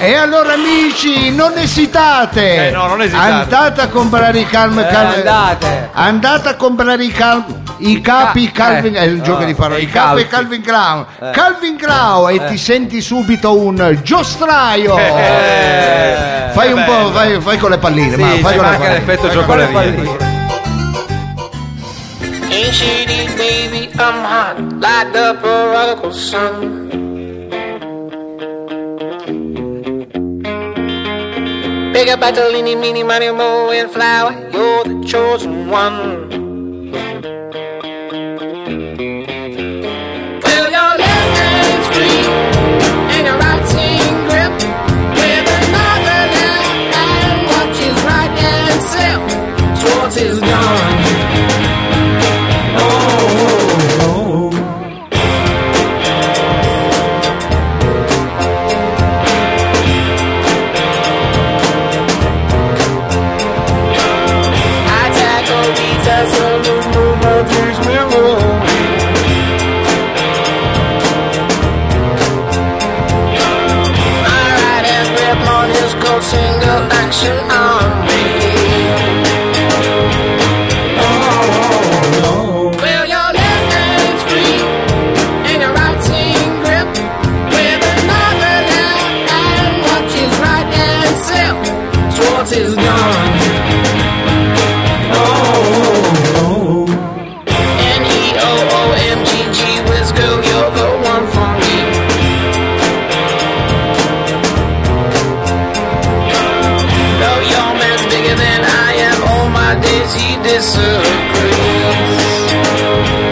[SPEAKER 1] E allora amici, non esitate.
[SPEAKER 3] Eh, no, non esitate.
[SPEAKER 1] Andate a comprare i calm
[SPEAKER 2] Eh,
[SPEAKER 1] Calvin-
[SPEAKER 2] andate.
[SPEAKER 1] Andate a comprare i calm i capi
[SPEAKER 3] Ca-
[SPEAKER 1] Calvin
[SPEAKER 3] eh.
[SPEAKER 1] è il gioco
[SPEAKER 3] Ah, Eh.
[SPEAKER 1] di parole
[SPEAKER 3] e
[SPEAKER 1] i capi
[SPEAKER 3] calchi.
[SPEAKER 1] Calvin Crown Calvin Crown e ti senti subito un giostraio
[SPEAKER 3] Eh,
[SPEAKER 1] fai
[SPEAKER 3] che
[SPEAKER 1] un
[SPEAKER 3] bello.
[SPEAKER 1] po' fai, fai con le palline
[SPEAKER 3] Sì,
[SPEAKER 1] ma fai
[SPEAKER 3] ci
[SPEAKER 1] con le
[SPEAKER 3] manca
[SPEAKER 1] palline.
[SPEAKER 3] l'effetto
[SPEAKER 1] Fai con le palline.
[SPEAKER 3] cioccolatino.
[SPEAKER 5] Ain't shady, baby, I'm hot, like the prodigal son. Big a battalini, mini, money, mo, and flower, you're the chosen one. Well, your left hand's free, and your right hand grip, with another left hand watches right hand slip towards his gun. I tackle these as a little mother's mirror. My right hand grip on his coat, single action on me. Well, your left hand's free, and your right hand grip with another left hand watches right hand slip towards his gun. N-E-O-O-M-G-G Whiz girl, you're the one for me No, your man's bigger than I am All my days he disagrees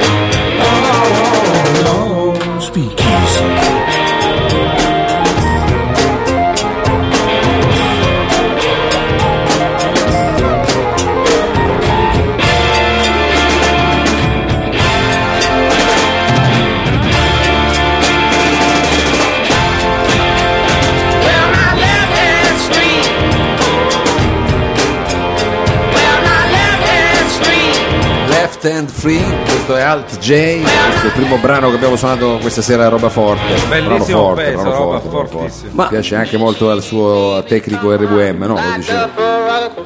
[SPEAKER 5] Well, my left hand's free Well, my left hand's free
[SPEAKER 4] Left Hand Free, questo è Alt J, questo è il primo brano che abbiamo suonato questa sera a Roba Forte. brano
[SPEAKER 3] Bellissimo
[SPEAKER 4] forte,
[SPEAKER 3] pezzo,
[SPEAKER 4] brano
[SPEAKER 3] roba
[SPEAKER 4] forte, brano forte.
[SPEAKER 3] fortissima.
[SPEAKER 4] Ma- Piace anche molto al suo tecnico RVM, no? Lo dicevo.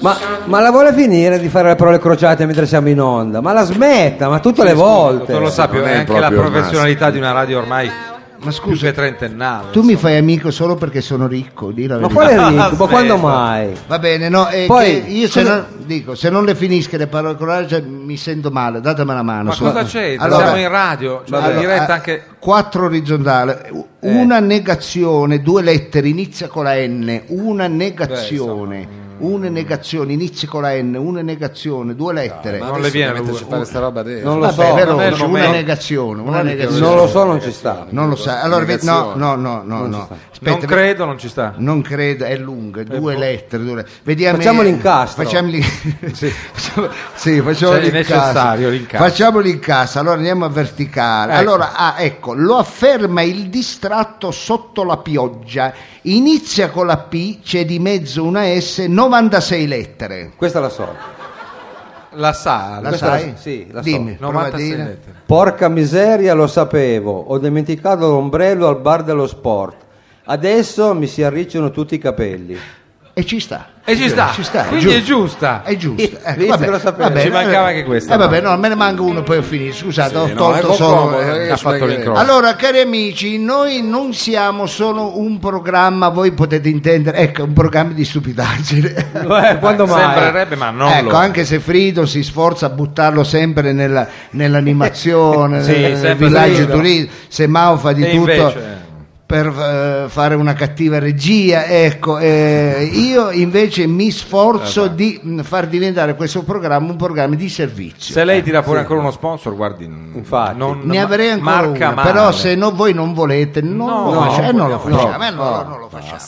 [SPEAKER 2] Ma, ma la vuole finire di fare le parole crociate mentre siamo in onda? Ma la smetta, ma tutte le volte.
[SPEAKER 3] Dottor Lo Sapio,
[SPEAKER 4] Non
[SPEAKER 3] è
[SPEAKER 4] è
[SPEAKER 3] anche la
[SPEAKER 4] proprio il
[SPEAKER 3] professionalità di una radio ormai ma scusa, più che trentennale.
[SPEAKER 1] tu mi fai amico solo perché sono ricco di la
[SPEAKER 2] Ma
[SPEAKER 1] verità.
[SPEAKER 2] quale ricco?
[SPEAKER 3] Aspetta.
[SPEAKER 2] Ma quando mai?
[SPEAKER 1] Va bene, no, eh,
[SPEAKER 2] Poi,
[SPEAKER 1] che io se
[SPEAKER 2] cosa-
[SPEAKER 1] non, dico, se non le finisco le parole coraggio mi sento male, datemi una mano.
[SPEAKER 3] Ma
[SPEAKER 1] scusa.
[SPEAKER 3] cosa c'è?
[SPEAKER 1] Allora-
[SPEAKER 3] Siamo in radio, cioè
[SPEAKER 1] allora,
[SPEAKER 3] in diretta
[SPEAKER 1] ah,
[SPEAKER 3] anche... Eh.
[SPEAKER 1] Quattro orizzontale, u- una negazione, due lettere, inizia con la N, una negazione,
[SPEAKER 3] mm.
[SPEAKER 1] una negazione, inizia con la N, una negazione, due lettere.
[SPEAKER 4] Ma
[SPEAKER 3] Non
[SPEAKER 4] adesso
[SPEAKER 3] le viene
[SPEAKER 4] veramente
[SPEAKER 3] lui.
[SPEAKER 4] si fa questa roba adesso.
[SPEAKER 2] Non lo
[SPEAKER 1] Vabbè,
[SPEAKER 2] so.
[SPEAKER 1] veloce,
[SPEAKER 3] non è il
[SPEAKER 1] una
[SPEAKER 3] momento.
[SPEAKER 1] negazione, una negazione.
[SPEAKER 2] Non lo so, non ci sta.
[SPEAKER 1] Non lo sa. Allora, vedi- no, no, no, no, no.
[SPEAKER 3] non
[SPEAKER 1] Aspetta,
[SPEAKER 3] credo, non ci sta.
[SPEAKER 1] non credo, è
[SPEAKER 3] Eh,
[SPEAKER 1] lunga, due
[SPEAKER 3] boh.
[SPEAKER 1] lettere. Due lettere. Vediamo,
[SPEAKER 2] Facciamo l'incastro.
[SPEAKER 1] Facciamo l'in- sì. facciamo
[SPEAKER 3] Cioè, è
[SPEAKER 1] l'incastro.
[SPEAKER 3] necessario l'incastro.
[SPEAKER 1] Facciamo l'incastro, allora andiamo a verticale.
[SPEAKER 3] Ecco.
[SPEAKER 1] Allora, ah, ecco, lo afferma il distratto sotto la pioggia. Inizia con la P, c'è di mezzo una S, 96 lettere.
[SPEAKER 2] Questa la so.
[SPEAKER 3] La sa,
[SPEAKER 1] La
[SPEAKER 2] Questa la-
[SPEAKER 1] sai?
[SPEAKER 2] sì, la so.
[SPEAKER 1] Dimmi, prova a
[SPEAKER 3] 96
[SPEAKER 1] dire.
[SPEAKER 3] lettere.
[SPEAKER 2] Porca miseria, lo sapevo. Ho dimenticato l'ombrello al bar dello sport. Adesso mi si arricciano tutti i capelli.
[SPEAKER 1] E ci sta.
[SPEAKER 3] E ci sta,
[SPEAKER 1] Ci sta, è
[SPEAKER 3] quindi è
[SPEAKER 1] giusto.
[SPEAKER 3] giusta.
[SPEAKER 1] È giusto, Ecco,
[SPEAKER 2] Eh, visto che lo sapevo.
[SPEAKER 3] Ci
[SPEAKER 1] eh,
[SPEAKER 3] mancava anche questa.
[SPEAKER 1] eh, vabbè, no, me ne manca uno poi ho finito. Scusate, ho
[SPEAKER 4] no,
[SPEAKER 1] tolto
[SPEAKER 4] ecco
[SPEAKER 1] solo.
[SPEAKER 4] comodo,
[SPEAKER 1] eh,
[SPEAKER 4] eh,
[SPEAKER 1] ha
[SPEAKER 4] ci
[SPEAKER 1] fatto
[SPEAKER 4] mancherebbe.
[SPEAKER 1] l'incrocio. Allora, cari amici, noi non siamo solo un programma, voi potete intendere, ecco, un programma di stupidaggine.
[SPEAKER 2] Eh, quando mai?
[SPEAKER 3] Sembrerebbe, ma non
[SPEAKER 1] ecco,
[SPEAKER 3] lo è.
[SPEAKER 1] anche se Frido si sforza a buttarlo sempre nella- nell'animazione,
[SPEAKER 3] Sì,
[SPEAKER 1] nel, nel
[SPEAKER 3] sempre
[SPEAKER 1] villaggio
[SPEAKER 3] Frido.
[SPEAKER 1] turistico, se Mao fa di
[SPEAKER 3] E
[SPEAKER 1] tutto
[SPEAKER 3] invece-
[SPEAKER 1] per eh, fare una cattiva regia, ecco, eh, io invece mi sforzo di mh, far diventare questo programma un programma di servizio.
[SPEAKER 3] Se lei tira fuori ancora uno sponsor, guardi, infatti, non,
[SPEAKER 1] ne avrei ancora
[SPEAKER 3] marca
[SPEAKER 1] una,
[SPEAKER 3] male.
[SPEAKER 1] però se no voi non volete non,
[SPEAKER 3] No,
[SPEAKER 1] lo, faccia- eh, non lo
[SPEAKER 3] no,
[SPEAKER 1] facciamo, eh, allora non lo facciamo.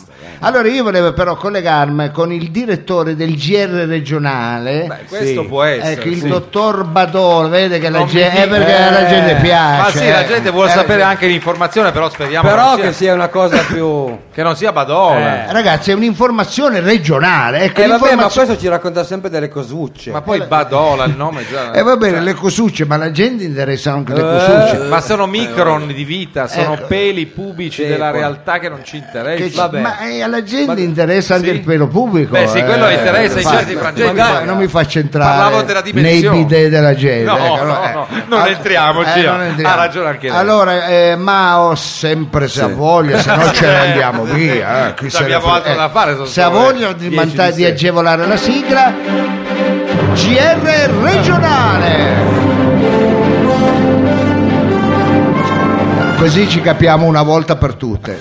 [SPEAKER 1] allora io volevo però collegarmi con il direttore del GR regionale
[SPEAKER 3] Beh, questo può essere.
[SPEAKER 1] Ecco, il
[SPEAKER 3] sì.
[SPEAKER 1] dottor Bador, vede che la
[SPEAKER 3] Non mi
[SPEAKER 1] gente,
[SPEAKER 3] dica.
[SPEAKER 1] perché la gente
[SPEAKER 3] Ma
[SPEAKER 1] piace.
[SPEAKER 3] sì, la
[SPEAKER 1] eh.
[SPEAKER 3] gente vuole
[SPEAKER 1] Eh,
[SPEAKER 3] sapere
[SPEAKER 1] sì.
[SPEAKER 3] anche l'informazione, però speriamo
[SPEAKER 2] Però
[SPEAKER 3] non sia
[SPEAKER 2] che sia una Eh, cosa più...
[SPEAKER 3] Che non sia Badola.
[SPEAKER 1] Ragazzi, è un'informazione regionale. Ecco,
[SPEAKER 2] Eh vabbè, ma
[SPEAKER 1] l'informazio-
[SPEAKER 2] questo ci racconta sempre delle cosucce.
[SPEAKER 3] Ma poi Badola, il nome già...
[SPEAKER 1] Eh, va bene, le cosucce, ma la gente interessa anche le
[SPEAKER 2] Eh,
[SPEAKER 1] cosucce.
[SPEAKER 3] Ma sono micron di vita, sono
[SPEAKER 1] eh, Ecco. Eh,
[SPEAKER 3] peli pubici
[SPEAKER 2] Sì,
[SPEAKER 3] della
[SPEAKER 2] poi-
[SPEAKER 3] realtà che non ci interessa.
[SPEAKER 1] Che ci-
[SPEAKER 2] vabbè.
[SPEAKER 1] Ma eh, alla gente interessa anche
[SPEAKER 3] sì.
[SPEAKER 1] il pelo pubblico.
[SPEAKER 3] Beh, sì, quello interessa i
[SPEAKER 1] infatti,
[SPEAKER 3] certi frangenti.
[SPEAKER 1] non mi fa- Non mi faccio
[SPEAKER 3] Parlavo della
[SPEAKER 1] entrare nei
[SPEAKER 3] dimensione.
[SPEAKER 1] bidet della gente.
[SPEAKER 3] No,
[SPEAKER 1] ecco,
[SPEAKER 3] no,
[SPEAKER 1] eh.
[SPEAKER 3] no, non entriamoci.
[SPEAKER 1] non entriamo.
[SPEAKER 3] Ha ragione anche lei.
[SPEAKER 1] Allora, eh, Mao sempre se ha voglia, se no ce ne andiamo via. eh, chi
[SPEAKER 3] Non
[SPEAKER 1] se ne
[SPEAKER 3] abbiamo
[SPEAKER 1] frega.
[SPEAKER 3] altro da fare, sono
[SPEAKER 1] Se ha
[SPEAKER 3] solo le
[SPEAKER 1] voglia di,
[SPEAKER 3] 10 di
[SPEAKER 1] manta- di
[SPEAKER 3] sera.
[SPEAKER 1] agevolare la sigla, GR regionale. Così ci capiamo una volta per tutte.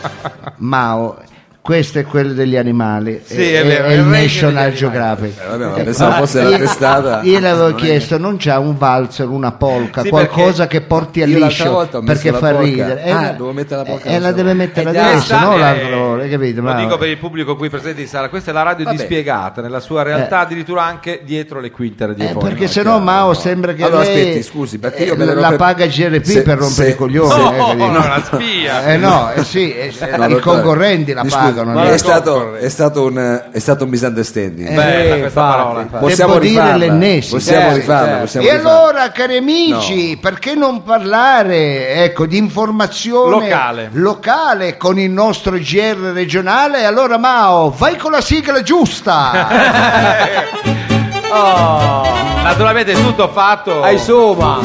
[SPEAKER 1] Mao, questo è quello degli animali.
[SPEAKER 3] Sì, è vero, il
[SPEAKER 1] il
[SPEAKER 3] regno degli
[SPEAKER 1] National
[SPEAKER 3] animali.
[SPEAKER 1] Geographic.
[SPEAKER 4] Eh, vabbè, ma pensavo fosse la
[SPEAKER 1] io-
[SPEAKER 4] testata.
[SPEAKER 1] Io l'avevo chiesto, non c'ha un valzer, una polca,
[SPEAKER 3] Sì,
[SPEAKER 1] qualcosa che porti a
[SPEAKER 4] io l'altra
[SPEAKER 1] liscio
[SPEAKER 4] volta ho messo
[SPEAKER 1] perché
[SPEAKER 4] la
[SPEAKER 1] fa
[SPEAKER 4] polca.
[SPEAKER 1] ridere. Eh,
[SPEAKER 4] Ah,
[SPEAKER 1] la-
[SPEAKER 4] devo mettere la polca
[SPEAKER 1] eh, E la
[SPEAKER 4] adesso.
[SPEAKER 1] deve mettere
[SPEAKER 2] Eh,
[SPEAKER 1] adesso,
[SPEAKER 3] Questa
[SPEAKER 1] no
[SPEAKER 3] è-
[SPEAKER 1] l'altra volta, hai capito?
[SPEAKER 3] Lo
[SPEAKER 1] Ma-
[SPEAKER 3] dico per il pubblico qui presente in sala, questa è la radio dispiegata nella sua realtà, addirittura anche dietro le quinte
[SPEAKER 1] Eh,
[SPEAKER 3] radiofoniche.
[SPEAKER 1] perché sennò Mao sembra che
[SPEAKER 4] Allora,
[SPEAKER 1] lei
[SPEAKER 4] aspetti, scusi, perché io
[SPEAKER 1] eh,
[SPEAKER 4] me ne ero
[SPEAKER 1] la
[SPEAKER 4] pre-
[SPEAKER 1] paga GRP
[SPEAKER 4] Se-
[SPEAKER 1] per rompere
[SPEAKER 4] se-
[SPEAKER 1] i coglioni.
[SPEAKER 3] No,
[SPEAKER 1] eh, capito?
[SPEAKER 3] no, è una oh, spia.
[SPEAKER 1] Eh, no, eh, sì, eh,
[SPEAKER 4] No,
[SPEAKER 1] i
[SPEAKER 4] dottore,
[SPEAKER 1] concorrenti la
[SPEAKER 4] mi scusi,
[SPEAKER 1] pagano.
[SPEAKER 4] ma
[SPEAKER 1] no?
[SPEAKER 4] è,
[SPEAKER 3] Eh,
[SPEAKER 4] stato,
[SPEAKER 3] concorrenti.
[SPEAKER 4] è stato un, è stato un misunderstanding.
[SPEAKER 3] Bella
[SPEAKER 2] Eh,
[SPEAKER 3] questa
[SPEAKER 2] infatti,
[SPEAKER 3] parola.
[SPEAKER 2] infatti.
[SPEAKER 4] possiamo
[SPEAKER 1] devo dire
[SPEAKER 4] rifarla.
[SPEAKER 1] l'ennesimo.
[SPEAKER 4] Possiamo
[SPEAKER 3] Eh,
[SPEAKER 2] Certo,
[SPEAKER 4] rifarla,
[SPEAKER 2] certo.
[SPEAKER 4] possiamo
[SPEAKER 1] E
[SPEAKER 4] rifarla.
[SPEAKER 1] allora, cari amici, perché non parlare ecco, di informazione
[SPEAKER 3] Locale.
[SPEAKER 1] locale con il nostro GR regionale? Allora, Mao, vai con la sigla giusta.
[SPEAKER 3] Oh, Naturalmente è tutto fatto
[SPEAKER 2] Ai Soma!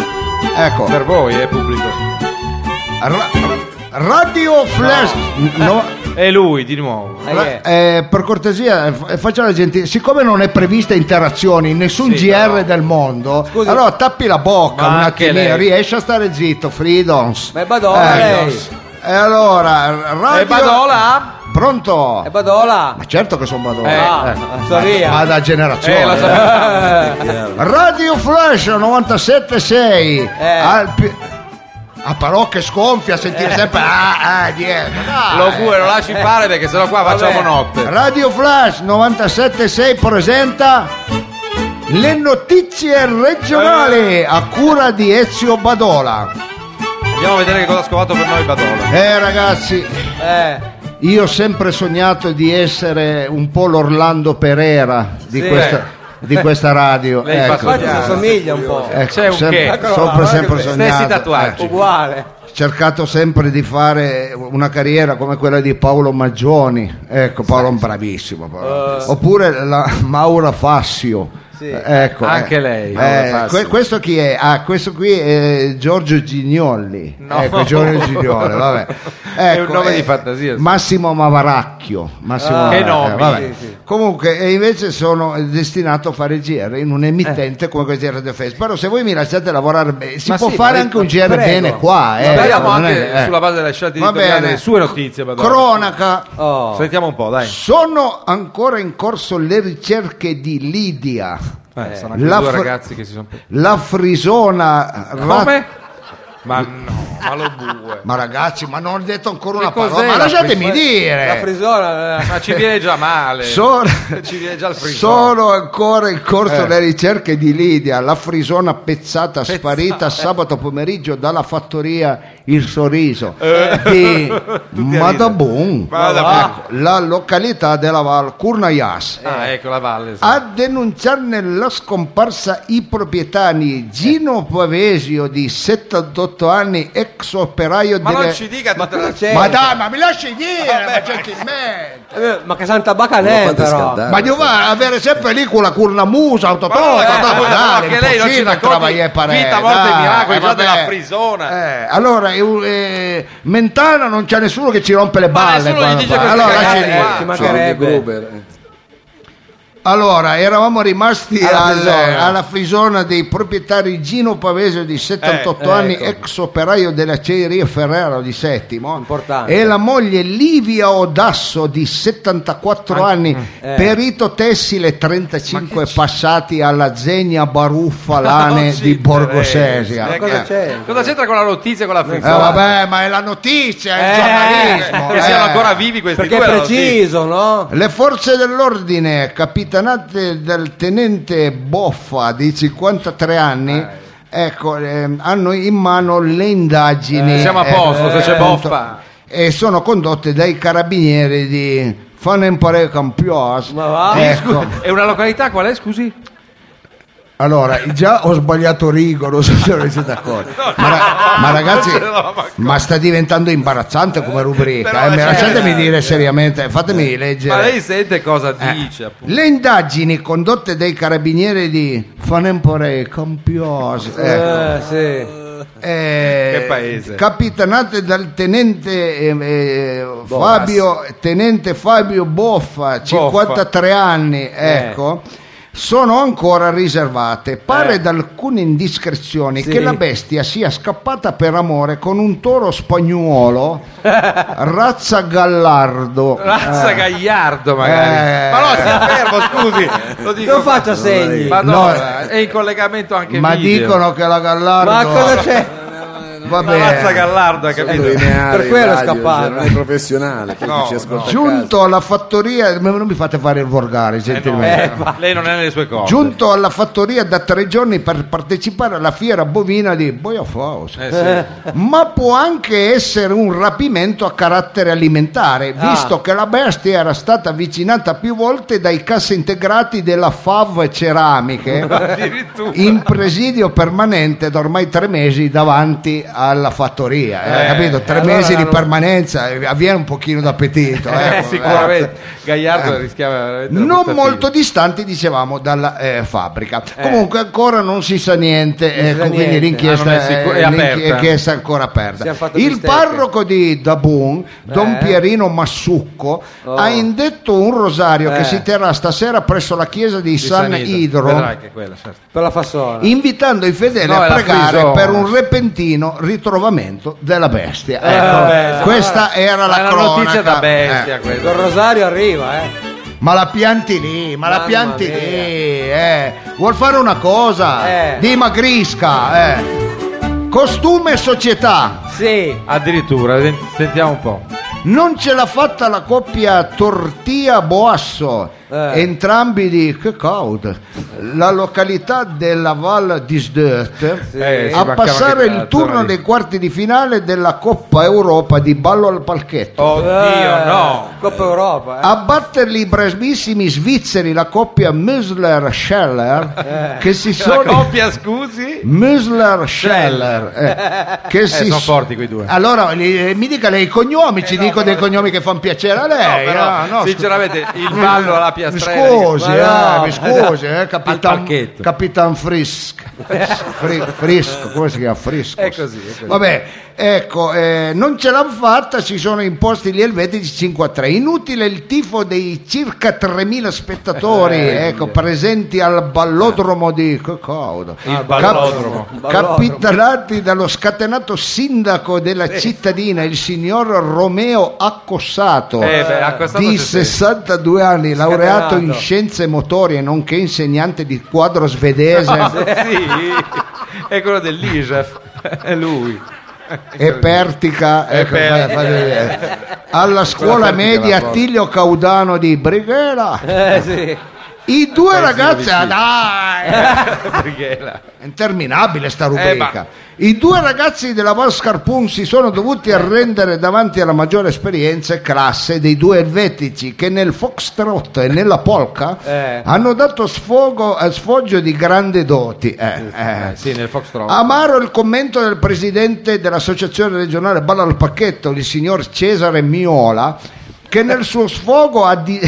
[SPEAKER 1] ecco,
[SPEAKER 3] per voi, eh, pubblico.
[SPEAKER 1] Ra- Radio Flash. no.
[SPEAKER 3] E lui di nuovo.
[SPEAKER 2] Eh,
[SPEAKER 1] Ra- eh, per cortesia, eh, f- faccia la gente. Siccome non è prevista interazioni in nessun
[SPEAKER 3] Sì,
[SPEAKER 1] GR
[SPEAKER 3] però.
[SPEAKER 1] del mondo,
[SPEAKER 2] Scusi.
[SPEAKER 1] allora tappi la bocca
[SPEAKER 3] Ma
[SPEAKER 1] un
[SPEAKER 3] anche
[SPEAKER 1] attimino,
[SPEAKER 3] lei.
[SPEAKER 1] riesci a stare zitto, Freedoms.
[SPEAKER 2] Ma è Badola,
[SPEAKER 1] Ecco.
[SPEAKER 2] lei.
[SPEAKER 1] E
[SPEAKER 3] Eh,
[SPEAKER 1] allora, radio...
[SPEAKER 3] E Badola?
[SPEAKER 1] Pronto?
[SPEAKER 2] E Eh, Badola!
[SPEAKER 1] Ma certo che sono Badola.
[SPEAKER 2] Ah, sorria.
[SPEAKER 1] Ma da generazione.
[SPEAKER 3] Eh, lo sapevo.
[SPEAKER 1] Radio Flash 97.6
[SPEAKER 2] Eh.
[SPEAKER 1] Al pi- a parole sconfia, sentire sempre ah, eh. ah, dietro. Dai.
[SPEAKER 3] Eh. Lo pure, lo lasci fare perché sennò qua facciamo notte.
[SPEAKER 1] Radio Flash 976 presenta le notizie
[SPEAKER 3] Eh.
[SPEAKER 1] regionali a cura di Ezio Badola.
[SPEAKER 3] Andiamo a vedere che cosa ha scovato per noi Badola.
[SPEAKER 1] Eh ragazzi,
[SPEAKER 2] Eh,
[SPEAKER 1] io ho sempre sognato di essere un po' l'Orlando Pereira di,
[SPEAKER 2] Sì.
[SPEAKER 1] questa, di questa radio.
[SPEAKER 3] Eh. Lei fa
[SPEAKER 1] ecco.
[SPEAKER 2] infatti ci somiglia un po'.
[SPEAKER 1] Ecco,
[SPEAKER 3] C'è un
[SPEAKER 1] sempre,
[SPEAKER 3] che.
[SPEAKER 2] Eccolo
[SPEAKER 1] sempre,
[SPEAKER 2] là,
[SPEAKER 1] sempre
[SPEAKER 2] guarda che
[SPEAKER 1] sognato.
[SPEAKER 3] stessi tatuaggi.
[SPEAKER 1] eh.
[SPEAKER 2] Uguale.
[SPEAKER 1] cercato sempre di fare una carriera come quella di Paolo Maggioni, ecco Paolo è un bravissimo, Paolo. oppure la Maura Fassio.
[SPEAKER 2] Sì.
[SPEAKER 1] Eh, ecco,
[SPEAKER 3] Anche
[SPEAKER 1] eh.
[SPEAKER 3] lei,
[SPEAKER 1] Eh,
[SPEAKER 4] Maura Fassio.
[SPEAKER 1] que- questo chi è? Ah, questo qui è Giorgio Gignolli.
[SPEAKER 3] No.
[SPEAKER 1] Ecco, Giorgio Gignoli, vabbè.
[SPEAKER 3] È un
[SPEAKER 1] Ecco,
[SPEAKER 3] nome
[SPEAKER 1] eh,
[SPEAKER 3] di fantasia, sì.
[SPEAKER 1] Massimo Mavaracchio. Massimo
[SPEAKER 2] Ah,
[SPEAKER 3] che
[SPEAKER 1] Mavaracchio,
[SPEAKER 3] nomi.
[SPEAKER 1] vabbè.
[SPEAKER 2] Sì, sì.
[SPEAKER 1] Comunque, e invece sono eh, destinato a fare GR in
[SPEAKER 3] Eh.
[SPEAKER 1] un'emittente come questa di Radio Fest. Però se voi mi lasciate lavorare bene, si
[SPEAKER 3] Ma
[SPEAKER 1] può
[SPEAKER 3] sì,
[SPEAKER 1] fare
[SPEAKER 3] ma-
[SPEAKER 1] anche un
[SPEAKER 3] ma
[SPEAKER 1] GR
[SPEAKER 2] prego.
[SPEAKER 1] bene qua. Eh,
[SPEAKER 3] Speriamo
[SPEAKER 1] non
[SPEAKER 3] anche
[SPEAKER 1] è- eh.
[SPEAKER 3] sulla base Ah. delle scelte
[SPEAKER 1] Va
[SPEAKER 3] editoriali,
[SPEAKER 1] bene.
[SPEAKER 3] le sue notizie Badola.
[SPEAKER 1] Cronaca.
[SPEAKER 2] Oh.
[SPEAKER 3] Sentiamo un po',
[SPEAKER 1] Eh,
[SPEAKER 3] dai.
[SPEAKER 1] Sono ancora in corso le ricerche di Lidia,
[SPEAKER 3] Eh, sono anche
[SPEAKER 1] la
[SPEAKER 3] due
[SPEAKER 1] fr-
[SPEAKER 3] ragazzi che si sono
[SPEAKER 1] la frisona. ra-
[SPEAKER 3] Come? Ma no, ma lo bue.
[SPEAKER 1] Ma ragazzi, ma non ho detto ancora
[SPEAKER 3] Che
[SPEAKER 1] una
[SPEAKER 3] cos'è
[SPEAKER 1] parola. Ma
[SPEAKER 3] la
[SPEAKER 1] lasciatemi
[SPEAKER 3] frisona?
[SPEAKER 2] La
[SPEAKER 1] dire.
[SPEAKER 2] frisona. eh,
[SPEAKER 3] Ma ci viene già male.
[SPEAKER 1] Sono,
[SPEAKER 3] Ci viene già il frisone.
[SPEAKER 1] sono ancora in corso
[SPEAKER 3] Eh.
[SPEAKER 1] le ricerche di Lidia, la frisona pezzata, sparita sabato pomeriggio dalla fattoria Il Sorriso di
[SPEAKER 3] Eh. Tutti a
[SPEAKER 1] Madabun,
[SPEAKER 3] Madabun.
[SPEAKER 1] ecco, la località della Val Curnajas.
[SPEAKER 3] Ah, ecco la valle. sì.
[SPEAKER 1] A denunciarne la scomparsa i proprietari Gino Pavesio di 78 anni, ex operaio
[SPEAKER 3] Ma
[SPEAKER 1] delle...
[SPEAKER 3] non ci dica
[SPEAKER 2] Ma
[SPEAKER 3] tutte le-
[SPEAKER 2] cosa c'è?
[SPEAKER 1] Ma dai, ma mi lasci dire, ma gentilmente!
[SPEAKER 2] Eh, Ma che santa
[SPEAKER 4] Lo
[SPEAKER 2] bacanè
[SPEAKER 4] fate
[SPEAKER 2] però.
[SPEAKER 4] scaldare.
[SPEAKER 1] Ma devo avere sempre lì con la curna musa, autotona,
[SPEAKER 3] Ma no, eh,
[SPEAKER 1] tanto
[SPEAKER 3] ma no,
[SPEAKER 1] dai,
[SPEAKER 3] che lei non ci
[SPEAKER 1] impossibile
[SPEAKER 3] racconti
[SPEAKER 1] travagliare pare,
[SPEAKER 3] vita, morte e
[SPEAKER 1] dai,
[SPEAKER 3] miracoli, già
[SPEAKER 1] vabbè.
[SPEAKER 3] della frisona.
[SPEAKER 1] Eh, allora, eu- eh, Mentana non c'è nessuno che ci rompe le
[SPEAKER 3] Ma
[SPEAKER 1] balle.
[SPEAKER 3] nessuno gli
[SPEAKER 1] quando
[SPEAKER 3] dice
[SPEAKER 1] fa.
[SPEAKER 3] queste
[SPEAKER 1] allora,
[SPEAKER 3] cagate
[SPEAKER 1] lasci
[SPEAKER 2] Eh,
[SPEAKER 1] dire.
[SPEAKER 3] qua.
[SPEAKER 2] Ci
[SPEAKER 4] Sono di
[SPEAKER 2] mancherebbe.
[SPEAKER 4] Gruber. eh.
[SPEAKER 1] Allora, eravamo rimasti al-
[SPEAKER 2] Alla
[SPEAKER 1] alla,
[SPEAKER 2] frisona.
[SPEAKER 1] frisona. dei proprietari Gino Pavese di 78
[SPEAKER 2] Eh,
[SPEAKER 1] anni,
[SPEAKER 2] ecco.
[SPEAKER 1] ex operaio dell'acciaieria Ferrero di Settimo,
[SPEAKER 2] Importante.
[SPEAKER 1] e la moglie Livia Odasso di 74 anni,
[SPEAKER 2] eh.
[SPEAKER 1] perito tessile 35 passati alla Zegna Baruffa Lane
[SPEAKER 3] Non ci
[SPEAKER 1] di Borgo
[SPEAKER 3] interessa.
[SPEAKER 1] Sesia.
[SPEAKER 3] Eh,
[SPEAKER 2] cosa
[SPEAKER 1] Eh.
[SPEAKER 2] c'entra?
[SPEAKER 3] Cosa c'entra con la notizia e con la
[SPEAKER 1] Eh,
[SPEAKER 3] frisona?
[SPEAKER 1] vabbè, ma è la notizia, è il
[SPEAKER 2] Eh,
[SPEAKER 1] giornalismo.
[SPEAKER 3] che siano
[SPEAKER 1] eh.
[SPEAKER 3] ancora vivi questi
[SPEAKER 2] Perché
[SPEAKER 3] due
[SPEAKER 2] è
[SPEAKER 3] la notizia.
[SPEAKER 2] preciso, no?
[SPEAKER 1] Le forze dell'ordine, capitanate dal tenente Boffa di 53 anni, ecco, ehm, hanno in mano le indagini.
[SPEAKER 3] Eh, siamo a posto,
[SPEAKER 1] ecco,
[SPEAKER 3] se c'è
[SPEAKER 1] appunto,
[SPEAKER 3] Boffa.
[SPEAKER 1] e sono condotte dai carabinieri di Fanemparé Campios.
[SPEAKER 2] Ma va?
[SPEAKER 1] Ecco.
[SPEAKER 3] È una località qual è, scusi?
[SPEAKER 1] Eh. Allora, già ho sbagliato rigo, non so se non siete d'accordo. Ma, ra- ma ragazzi, ma sta diventando imbarazzante come rubrica.
[SPEAKER 3] Però
[SPEAKER 1] eh,
[SPEAKER 3] c'era.
[SPEAKER 1] Lasciatemi dire seriamente, fatemi leggere.
[SPEAKER 3] Ma lei sente cosa
[SPEAKER 1] Eh,
[SPEAKER 3] dice, appunto.
[SPEAKER 1] Le indagini condotte dai carabinieri di Fanemporei Campios, ecco,
[SPEAKER 2] Eh, sì.
[SPEAKER 1] eh,
[SPEAKER 3] che paese.
[SPEAKER 1] capitanate dal tenente eh, eh, Fabio, tenente Fabio Boffa, 53 anni, ecco. Sono ancora riservate. Pare da alcune indiscrezioni
[SPEAKER 2] Sì.
[SPEAKER 1] che la bestia sia scappata per amore con un toro spagnuolo, razza Gallardo.
[SPEAKER 3] Razza Gagliardo, magari.
[SPEAKER 1] Eh.
[SPEAKER 3] Ma no, sia fermo, scusi. Lo dico.
[SPEAKER 2] Non faccia segni.
[SPEAKER 3] Ma no,
[SPEAKER 1] No.
[SPEAKER 3] è in collegamento anche
[SPEAKER 1] Ma
[SPEAKER 3] video.
[SPEAKER 1] dicono che la Gallardo.
[SPEAKER 2] Ma cosa c'è?
[SPEAKER 1] Va
[SPEAKER 3] La razza
[SPEAKER 1] bene.
[SPEAKER 3] Gallardo, hai capito? Eh,
[SPEAKER 4] Sottolineare
[SPEAKER 2] Per quello
[SPEAKER 4] il radio,
[SPEAKER 2] scappare.
[SPEAKER 4] cioè, non è professionale, poi chi
[SPEAKER 3] No,
[SPEAKER 4] ci ascolta a casa.
[SPEAKER 1] Giunto alla fattoria, ma non mi fate fare il volgare,
[SPEAKER 3] Eh, no,
[SPEAKER 1] gentilmente.
[SPEAKER 3] eh, va- lei non è nelle sue cose.
[SPEAKER 1] Giunto alla fattoria da tre giorni per partecipare alla fiera bovina di Boiafaus.
[SPEAKER 3] Eh, sì.
[SPEAKER 1] Ma può anche essere un rapimento a carattere alimentare,
[SPEAKER 2] Ah.
[SPEAKER 1] visto che la bestia era stata avvicinata più volte dai cassa integrati della FAV Ceramiche
[SPEAKER 3] Addirittura.
[SPEAKER 1] in presidio permanente da ormai tre mesi davanti alla fattoria. eh,
[SPEAKER 3] Eh,
[SPEAKER 1] capito? Tre
[SPEAKER 2] allora
[SPEAKER 1] mesi di
[SPEAKER 2] hanno-
[SPEAKER 1] permanenza, eh, avviene un pochino d'appetito. eh,
[SPEAKER 3] Eh, sicuramente
[SPEAKER 2] Eh.
[SPEAKER 3] Gagliardo rischiava veramente una
[SPEAKER 1] non
[SPEAKER 3] brutta
[SPEAKER 1] molto
[SPEAKER 3] fine.
[SPEAKER 1] distanti, dicevamo, dalla eh, fabbrica. Comunque ancora non si sa niente,
[SPEAKER 2] si
[SPEAKER 1] ecco,
[SPEAKER 2] sa
[SPEAKER 1] quindi
[SPEAKER 2] niente.
[SPEAKER 1] l'inchiesta
[SPEAKER 3] Ah, non è sicuro- è
[SPEAKER 1] eh,
[SPEAKER 3] aperta.
[SPEAKER 1] l'inchi- l'inchiesta è ancora
[SPEAKER 2] Siamo
[SPEAKER 1] aperta.
[SPEAKER 2] fatto
[SPEAKER 1] Il
[SPEAKER 2] bistecche.
[SPEAKER 1] parroco di Dabun, Don
[SPEAKER 2] Eh.
[SPEAKER 1] Pierino Massucco,
[SPEAKER 2] Oh.
[SPEAKER 1] ha indetto un rosario
[SPEAKER 2] Eh.
[SPEAKER 1] che si terrà stasera presso la chiesa di,
[SPEAKER 3] Di
[SPEAKER 1] San,
[SPEAKER 3] Isidro.
[SPEAKER 1] Idro.
[SPEAKER 3] Vedrà anche quella, certo.
[SPEAKER 2] Per la fassona.
[SPEAKER 1] Invitando i fedeli
[SPEAKER 3] No, è
[SPEAKER 1] a
[SPEAKER 3] la
[SPEAKER 1] pregare
[SPEAKER 3] frisona.
[SPEAKER 1] per un repentino ritrovamento della bestia.
[SPEAKER 2] Eh,
[SPEAKER 1] Ecco,
[SPEAKER 2] vabbè, sì.
[SPEAKER 1] questa era la
[SPEAKER 3] È una
[SPEAKER 1] cronaca.
[SPEAKER 3] notizia da bestia
[SPEAKER 1] Eh.
[SPEAKER 3] quella.
[SPEAKER 2] Col rosario arriva, eh.
[SPEAKER 1] Ma la pianti lì, ma la
[SPEAKER 2] Mamma
[SPEAKER 1] pianti
[SPEAKER 2] mia.
[SPEAKER 1] lì, eh. Vuol fare una cosa?
[SPEAKER 2] Eh.
[SPEAKER 1] Dimagrisca, eh. Costume e società.
[SPEAKER 2] Sì.
[SPEAKER 3] Addirittura, sen- sentiamo un po'.
[SPEAKER 1] Non ce l'ha fatta la coppia Tortia Boasso,
[SPEAKER 2] Eh.
[SPEAKER 1] entrambi di che caud, la località della Val d'Isdert,
[SPEAKER 3] Eh, sì,
[SPEAKER 1] a
[SPEAKER 3] mancava
[SPEAKER 1] passare
[SPEAKER 3] anche la
[SPEAKER 1] il turno
[SPEAKER 3] zona di-
[SPEAKER 1] dei quarti di finale della Coppa Europa di ballo al palchetto.
[SPEAKER 3] Oddio,
[SPEAKER 2] Eh,
[SPEAKER 3] no.
[SPEAKER 2] Coppa Europa, eh.
[SPEAKER 1] A batterli i bravissimi svizzeri, la coppia Müsler-Scheller, che si
[SPEAKER 3] Eh. La
[SPEAKER 1] sono...
[SPEAKER 3] coppia, scusi. Eh,
[SPEAKER 1] Müsler-Scheller. eh, che si
[SPEAKER 3] sono
[SPEAKER 1] s-
[SPEAKER 3] forti quei due. Eh,
[SPEAKER 1] Allora, li- mi dica lei i cognomi, ci dico dei cognomi che fanno piacere a lei.
[SPEAKER 3] No, però,
[SPEAKER 1] ah, no,
[SPEAKER 3] sinceramente, il ballo alla
[SPEAKER 1] scu- mi
[SPEAKER 3] piastrella.
[SPEAKER 1] scusi,
[SPEAKER 2] Ma
[SPEAKER 1] eh,
[SPEAKER 2] no.
[SPEAKER 1] mi scusi, eh, Capitan,
[SPEAKER 3] palchetto.
[SPEAKER 1] Capitan Frisk. Fri- Frisco, come si chiama? Frisco.
[SPEAKER 3] È così, è così.
[SPEAKER 1] Vabbè, ecco, eh, non ce l'hanno fatta, si sono imposti gli elvetici 5 a 3. Inutile il tifo dei circa 3.000
[SPEAKER 3] Eh,
[SPEAKER 1] spettatori ecco, presenti al ballodromo di Cocaudo.
[SPEAKER 3] Il ballodromo.
[SPEAKER 1] Capitanati dallo scatenato sindaco della cittadina, il signor Romeo Accossato,
[SPEAKER 3] Eh, beh, Accossato
[SPEAKER 1] di
[SPEAKER 3] c'è sempre.
[SPEAKER 1] 62 anni, laureato in
[SPEAKER 2] Scatenato.
[SPEAKER 1] scienze motorie, nonché insegnante di quadro svedese.
[SPEAKER 3] sì, è quello dell'ISEF. È lui.
[SPEAKER 1] e Pertica ecco,
[SPEAKER 3] Pertica.
[SPEAKER 1] fai- fai vedere. alla scuola
[SPEAKER 3] Pertica
[SPEAKER 1] media
[SPEAKER 3] la porta.
[SPEAKER 1] Attilio Caudano di Brighera
[SPEAKER 3] Ah.
[SPEAKER 2] Eh, sì.
[SPEAKER 1] i due ragazzi ah, dai
[SPEAKER 3] Brighella.
[SPEAKER 1] è interminabile sta
[SPEAKER 3] Eh,
[SPEAKER 1] rubrica
[SPEAKER 3] ma-
[SPEAKER 1] i due ragazzi della Val Scarpun si sono dovuti arrendere davanti alla maggiore esperienza e classe dei due elvetici che nel foxtrot e nella polka
[SPEAKER 2] Eh.
[SPEAKER 1] hanno dato sfogo, eh, sfoggio di grandi doti eh, eh. Ah.
[SPEAKER 3] Eh, sì, nel Foxtrot.
[SPEAKER 1] Amaro il commento del presidente dell'associazione regionale Balla al Pacchetto, il signor Cesare Miola, che nel suo sfogo ha, di-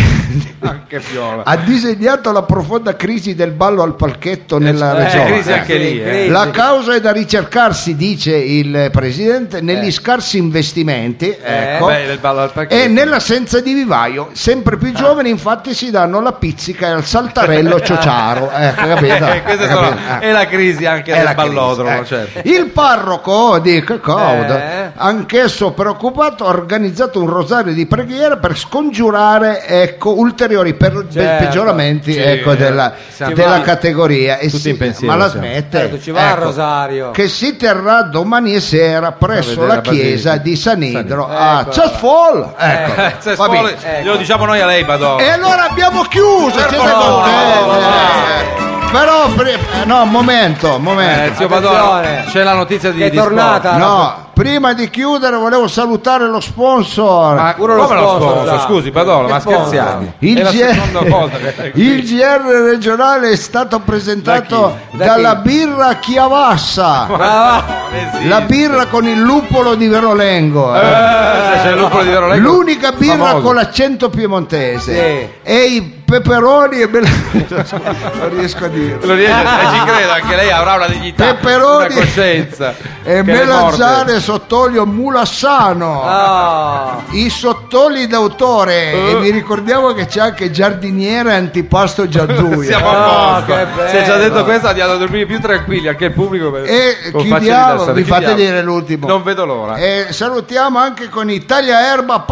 [SPEAKER 3] Anche Viola.
[SPEAKER 1] ha disegnato la profonda crisi del ballo al palchetto nella
[SPEAKER 3] c'è
[SPEAKER 1] regione.
[SPEAKER 3] Eh,
[SPEAKER 1] Ecco.
[SPEAKER 3] crisi anche lì, eh.
[SPEAKER 1] La causa è da ricercarsi, dice il presidente, negli scarsi investimenti ecco,
[SPEAKER 3] Eh. beh, nel ballo al palchetto.
[SPEAKER 1] e nell'assenza di vivaio. Sempre
[SPEAKER 3] Ah.
[SPEAKER 1] più giovani, infatti, si danno la pizzica e al saltarello ciociaro. Ecco, capito?
[SPEAKER 3] Eh, questa è,
[SPEAKER 1] Capito?
[SPEAKER 3] solo-
[SPEAKER 1] Eh.
[SPEAKER 3] è la crisi anche
[SPEAKER 1] È la
[SPEAKER 3] del
[SPEAKER 1] crisi,
[SPEAKER 3] ballodromo,
[SPEAKER 1] eh.
[SPEAKER 3] certo.
[SPEAKER 1] Il parroco di Cacaud,
[SPEAKER 2] Eh.
[SPEAKER 1] anch'esso preoccupato, ha organizzato un rosario di preghiera per scongiurare ecco, ulteriori per-
[SPEAKER 2] Certo.
[SPEAKER 1] peggioramenti
[SPEAKER 3] Sì,
[SPEAKER 1] ecco, della,
[SPEAKER 3] siamo-
[SPEAKER 1] della
[SPEAKER 3] ci-
[SPEAKER 1] categoria. E
[SPEAKER 3] tutti
[SPEAKER 1] sì,
[SPEAKER 3] in pensiero
[SPEAKER 1] ma la
[SPEAKER 3] siamo.
[SPEAKER 1] smette.
[SPEAKER 2] Certo, ci va il
[SPEAKER 1] Ecco,
[SPEAKER 2] rosario.
[SPEAKER 1] Che si terrà domani sera presso
[SPEAKER 3] vedere
[SPEAKER 1] la
[SPEAKER 3] la
[SPEAKER 1] chiesa
[SPEAKER 3] basilica.
[SPEAKER 1] di San Idro a
[SPEAKER 2] Eccola.
[SPEAKER 1] Chasfall. Ecco.
[SPEAKER 3] Eh, se
[SPEAKER 1] va
[SPEAKER 3] scuole-
[SPEAKER 1] bene. Eh,
[SPEAKER 2] bene.
[SPEAKER 3] glielo diciamo noi a lei, Madonna.
[SPEAKER 1] E allora abbiamo chiuso.
[SPEAKER 3] Per
[SPEAKER 1] siete
[SPEAKER 3] favore,
[SPEAKER 1] contenti?
[SPEAKER 3] va, va, va.
[SPEAKER 1] Eh. però pre- no, momento, momento.
[SPEAKER 3] Eh, zio Badone,
[SPEAKER 2] Attenzione.
[SPEAKER 3] c'è la notizia di
[SPEAKER 2] Che è
[SPEAKER 3] di sport.
[SPEAKER 2] tornata.
[SPEAKER 1] No, prima di chiudere volevo salutare lo sponsor.
[SPEAKER 3] Ma
[SPEAKER 2] Pure lo
[SPEAKER 3] come lo
[SPEAKER 2] sponsor,
[SPEAKER 3] sponsor?
[SPEAKER 2] là.
[SPEAKER 3] Scusi, Badone,
[SPEAKER 2] Che
[SPEAKER 3] ma
[SPEAKER 2] sponsor?
[SPEAKER 3] scherziamo.
[SPEAKER 1] Il,
[SPEAKER 3] è la
[SPEAKER 1] GR
[SPEAKER 3] seconda volta che-
[SPEAKER 1] il GR regionale è stato presentato
[SPEAKER 2] Da chi? Da
[SPEAKER 1] dalla
[SPEAKER 2] chi?
[SPEAKER 1] birra Chiavassa,
[SPEAKER 2] Ah,
[SPEAKER 3] Non esiste.
[SPEAKER 1] la birra con il lupolo di Verolengo. eh.
[SPEAKER 3] Eh, c'è il lupolo di Verolengo.
[SPEAKER 1] L'unica birra
[SPEAKER 3] Famoso.
[SPEAKER 1] con l'accento piemontese
[SPEAKER 2] Sì.
[SPEAKER 1] e i peperoni e bel- non riesco a dirlo.
[SPEAKER 3] Lo riesce, eh, ci credo, anche lei avrà una dignità,
[SPEAKER 1] Pepperoni
[SPEAKER 3] una coscienza.
[SPEAKER 1] E
[SPEAKER 3] che le morde.
[SPEAKER 1] melanzane sottolio mulassano.
[SPEAKER 2] ah.
[SPEAKER 1] I sottoli d'autore
[SPEAKER 3] Eh.
[SPEAKER 1] e vi ricordiamo che c'è anche giardiniere antipasto giarduia.
[SPEAKER 3] Siamo a
[SPEAKER 2] Ah, che
[SPEAKER 3] posto.
[SPEAKER 2] bello.
[SPEAKER 3] Se ci ha detto questo andiamo a dormire più tranquilli, anche il pubblico.
[SPEAKER 1] E
[SPEAKER 3] con facce
[SPEAKER 1] chiudiamo,
[SPEAKER 3] rilassate.
[SPEAKER 1] vi fate
[SPEAKER 3] Chiudiamo.
[SPEAKER 1] dire Eh, l'ultimo.
[SPEAKER 3] Non vedo l'ora.
[SPEAKER 1] E salutiamo anche con Italia Erba